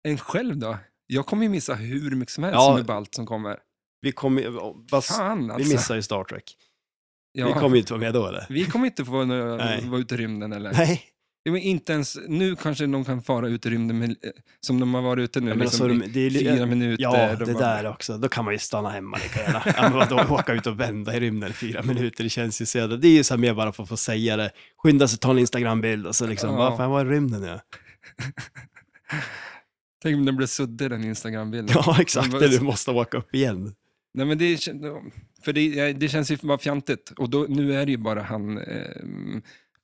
[SPEAKER 1] En själv då? Jag kommer ju missa hur mycket som helst
[SPEAKER 2] Ja.
[SPEAKER 1] med allt som kommer.
[SPEAKER 2] Vi kommer ju- fast,
[SPEAKER 1] Fan alltså.
[SPEAKER 2] vi missar ju Star Trek.
[SPEAKER 1] Ja.
[SPEAKER 2] Vi kommer ju inte vara med då eller?
[SPEAKER 1] Vi kommer inte få några-
[SPEAKER 2] Nej.
[SPEAKER 1] vara ute i rymden eller?
[SPEAKER 2] Nej,
[SPEAKER 1] Jo, men inte ens, nu kanske de kan fara ut i rymden med, eh, som de har varit ute nu,
[SPEAKER 2] jag menar,
[SPEAKER 1] liksom,
[SPEAKER 2] så alltså, de, det är,
[SPEAKER 1] i
[SPEAKER 2] li-
[SPEAKER 1] fyra minuter.
[SPEAKER 2] Ja,
[SPEAKER 1] och
[SPEAKER 2] det
[SPEAKER 1] bara-
[SPEAKER 2] där också. Då kan man ju stanna hemma lika gärna. Ja, men vadå, åka ut och vända i rymden i fyra minuter, det känns ju så jävla... Det är ju så här mer bara för att få säga det. Skynda sig, ta en Instagram-bild och så liksom,
[SPEAKER 1] Ja.
[SPEAKER 2] vad fan var är rymden nu?
[SPEAKER 1] Tänk om den blev suddig den Instagram-bilden.
[SPEAKER 2] Ja, exakt,
[SPEAKER 1] Men vad-
[SPEAKER 2] du måste åka upp igen.
[SPEAKER 1] Nej, men det, kän- för det, ja, det känns ju bara fjantigt. Och då, nu är det ju bara han, eh,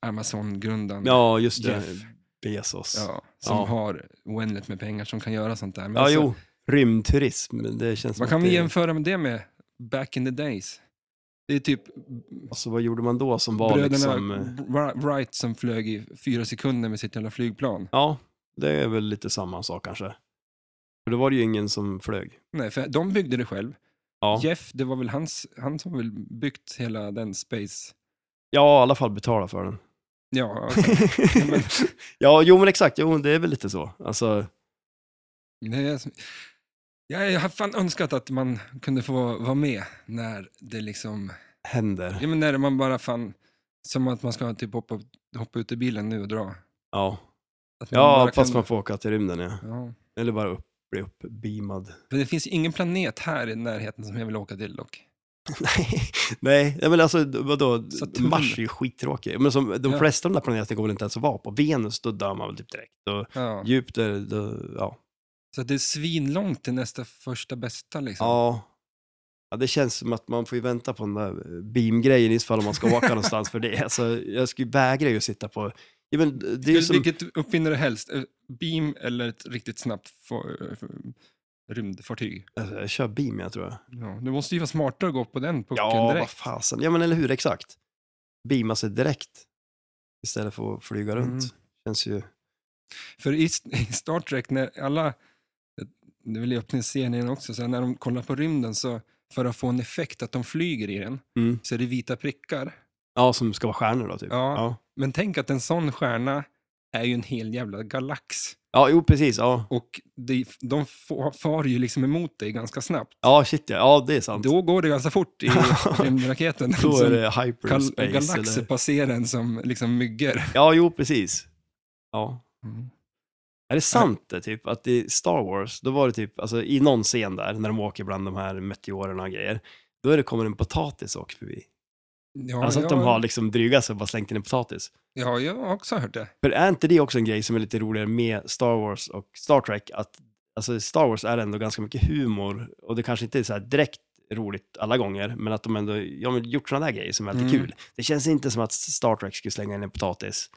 [SPEAKER 1] Amazon-grundaren,
[SPEAKER 2] Ja, just det.
[SPEAKER 1] Jeff,
[SPEAKER 2] Bezos. Ja,
[SPEAKER 1] ja, som
[SPEAKER 2] Ja.
[SPEAKER 1] har oändligt med pengar som kan göra sånt där. Men alltså,
[SPEAKER 2] jo. Rymdturism, det känns som
[SPEAKER 1] Vad kan
[SPEAKER 2] att
[SPEAKER 1] vi
[SPEAKER 2] det-
[SPEAKER 1] jämföra med det med? Back in the days. Det är typ
[SPEAKER 2] Alltså, vad gjorde man då som var
[SPEAKER 1] bröderna
[SPEAKER 2] liksom... eh,
[SPEAKER 1] Wri- Wright som flög i fyra sekunder med sitt jävla flygplan.
[SPEAKER 2] Ja, det är väl lite samma sak kanske. För då var det ju ingen som flög.
[SPEAKER 1] Nej, för de byggde det själv.
[SPEAKER 2] Ja,
[SPEAKER 1] Jeff, det var väl hans, han som väl byggt hela den space...
[SPEAKER 2] ja i alla fall betala för den.
[SPEAKER 1] Ja, alltså, Ja, men-
[SPEAKER 2] ja, jo men exakt, jo men det är väl lite så. Alltså,
[SPEAKER 1] nej, jag, jag, har fan önskat att man kunde få vara med när det liksom...
[SPEAKER 2] händer.
[SPEAKER 1] Ja, men när man bara fan... Som att man ska typ hoppa, hoppa ut i bilen nu och dra.
[SPEAKER 2] Ja,
[SPEAKER 1] Att man
[SPEAKER 2] ja
[SPEAKER 1] bara
[SPEAKER 2] fast
[SPEAKER 1] kan-
[SPEAKER 2] man får åka till rymden ja.
[SPEAKER 1] Ja.
[SPEAKER 2] Eller bara upp, bli uppbeamad.
[SPEAKER 1] Men det finns ingen planet här i närheten som jag vill åka till dock.
[SPEAKER 2] Nej, nej, ja, men alltså vadå,
[SPEAKER 1] Saturn.
[SPEAKER 2] Mars är ju skittråkig. Men som, de
[SPEAKER 1] Ja.
[SPEAKER 2] flesta av de där planeterna går väl inte ens att vara på. Venus, då dör man väl typ direkt. Och
[SPEAKER 1] Ja.
[SPEAKER 2] Jupiter, då, ja.
[SPEAKER 1] Så att det är svinlångt till nästa första bästa liksom.
[SPEAKER 2] ja. Ja, det känns som att man får ju vänta på den där eh, beamgrejen i så fall om man ska åka någonstans. För det, alltså, jag skulle vägra ju att sitta på... Ja, men det är ju
[SPEAKER 1] Vil-
[SPEAKER 2] som...
[SPEAKER 1] Vilket uppfinner du helst? Eh, Beam eller ett riktigt snabbt fa- eh, rymdfartyg?
[SPEAKER 2] Alltså, jag kör beam, jag tror jag.
[SPEAKER 1] Ja, du måste ju vara smartare och gå på den pucken
[SPEAKER 2] Ja, vad
[SPEAKER 1] direkt.
[SPEAKER 2] fasen. Ja, men eller hur, exakt. Beama sig direkt istället för att flyga runt.
[SPEAKER 1] Mm.
[SPEAKER 2] Känns ju...
[SPEAKER 1] För i, S- i Star Trek, när alla, eh, det vill jag öppna scenen också, så här, när de kollar på rymden så för att få en effekt att de flyger i den
[SPEAKER 2] Mm.
[SPEAKER 1] så är det vita prickar.
[SPEAKER 2] Ja, som ska vara stjärnor då, typ.
[SPEAKER 1] Ja.
[SPEAKER 2] ja.
[SPEAKER 1] Men tänk att en sån stjärna är ju en hel jävla galax.
[SPEAKER 2] Ja, jo, precis. Ja,
[SPEAKER 1] Och de, de fa- far ju liksom emot dig ganska snabbt.
[SPEAKER 2] ja shit ja. Ja, det är sant. Då,
[SPEAKER 1] Då liksom går det ganska fort i rymdraketen.
[SPEAKER 2] är
[SPEAKER 1] Som
[SPEAKER 2] det
[SPEAKER 1] kal-
[SPEAKER 2] hyperspace.
[SPEAKER 1] Galaxer
[SPEAKER 2] eller...
[SPEAKER 1] passerar en som liksom myggor.
[SPEAKER 2] Ja, jo, precis. Ja.
[SPEAKER 1] Mm.
[SPEAKER 2] Är det sant det, typ, att i Star Wars, då var det typ, alltså i någon scen där, när de åker bland de här meteorerna och grejer, då är det, kommer en potatis och åker förbi.
[SPEAKER 1] Ja,
[SPEAKER 2] alltså att
[SPEAKER 1] jag,
[SPEAKER 2] de har liksom drygat sig och bara slängt in en potatis.
[SPEAKER 1] ja, jag har också hört det.
[SPEAKER 2] För är inte det också en grej som är lite roligare med Star Wars och Star Trek? Att, alltså Star Wars är ändå ganska mycket humor och det kanske inte är så här direkt roligt alla gånger, men att de ändå ja, men gjort sådana där grejer som är lite
[SPEAKER 1] Mm.
[SPEAKER 2] kul. Det känns inte som att Star Trek skulle slänga in en potatis.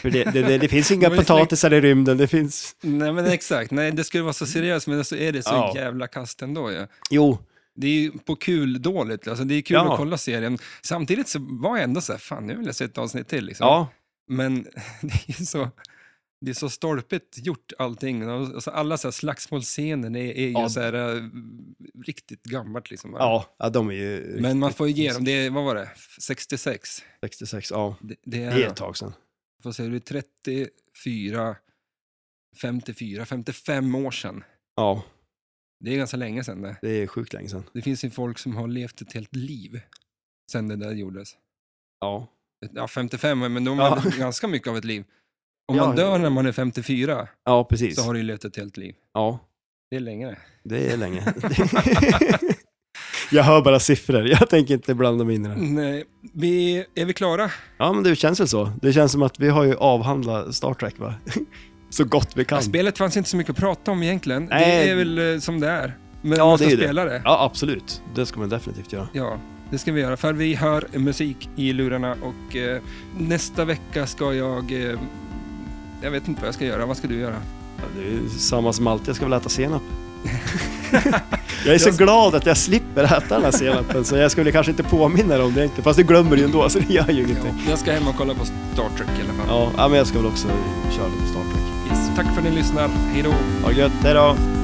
[SPEAKER 2] För det, det, det, det finns inga
[SPEAKER 1] De har ju
[SPEAKER 2] potatisar i rymden, det finns...
[SPEAKER 1] Nej, men exakt. Nej, det skulle vara så seriöst, men så är det så
[SPEAKER 2] Ja.
[SPEAKER 1] jävla kast ändå. Ja.
[SPEAKER 2] Jo,
[SPEAKER 1] Det är ju på kul dåligt. Alltså, det är kul
[SPEAKER 2] Ja.
[SPEAKER 1] att kolla serien. Samtidigt så var jag ändå så här, fan, nu vill jag se ett avsnitt till. Liksom.
[SPEAKER 2] ja,
[SPEAKER 1] Men det är ju så... Det är så stolpigt gjort allting. Alltså alla så här slagsmålscener är, är ju
[SPEAKER 2] Ja.
[SPEAKER 1] så här, äh, riktigt gammalt. Liksom, va?
[SPEAKER 2] ja, ja de är ju...
[SPEAKER 1] Men man får ju ge dem, det är, vad var det, 66?
[SPEAKER 2] 66, ja.
[SPEAKER 1] Det, det är,
[SPEAKER 2] Det är ett tag sedan.
[SPEAKER 1] vad säger du, 34, 54, 55 år sedan.
[SPEAKER 2] Ja,
[SPEAKER 1] Det är ganska länge sedan det.
[SPEAKER 2] det är sjukt länge sedan.
[SPEAKER 1] Det finns ju folk som har levt ett helt liv sedan det där gjordes.
[SPEAKER 2] Ja,
[SPEAKER 1] Ja, 55, men då har man ganska mycket av ett liv. Om
[SPEAKER 2] Ja,
[SPEAKER 1] man
[SPEAKER 2] ja.
[SPEAKER 1] dör när man är 54
[SPEAKER 2] ja precis.
[SPEAKER 1] så har du ju levt ett helt liv.
[SPEAKER 2] Ja.
[SPEAKER 1] Det är längre.
[SPEAKER 2] Det är länge. jag hör bara siffror, jag tänker inte blanda mig in i det. här.
[SPEAKER 1] Nej, vi, är vi klara?
[SPEAKER 2] Ja, men det känns väl så. Det känns som att vi har ju avhandlat Star Trek, va? Så gott vi kan.
[SPEAKER 1] Ja, spelet fanns inte så mycket att prata om egentligen.
[SPEAKER 2] Nej.
[SPEAKER 1] Det är väl eh, som det är. Men
[SPEAKER 2] Ja,
[SPEAKER 1] man ska
[SPEAKER 2] det är ju det.
[SPEAKER 1] spela det.
[SPEAKER 2] Ja, absolut. Det ska man definitivt göra.
[SPEAKER 1] Ja, Det ska vi göra, för vi hör musik i lurarna och eh, nästa vecka ska jag... Eh, jag vet inte vad jag ska göra, vad ska du göra?
[SPEAKER 2] Ja, det är samma som alltid, jag ska väl äta senap. jag är så glad att jag slipper äta den här senapen så jag skulle kanske inte påminna dig om det egentligen. Fast du glömmer det ju ändå så det gör ju ingenting.
[SPEAKER 1] Jag ska hem och kolla på Star Trek i alla fall.
[SPEAKER 2] Ja, ja, men jag ska väl också köra lite Star Trek.
[SPEAKER 1] Yes. Tack för att ni lyssnar, hej då!
[SPEAKER 2] Ha det gött, hejdå!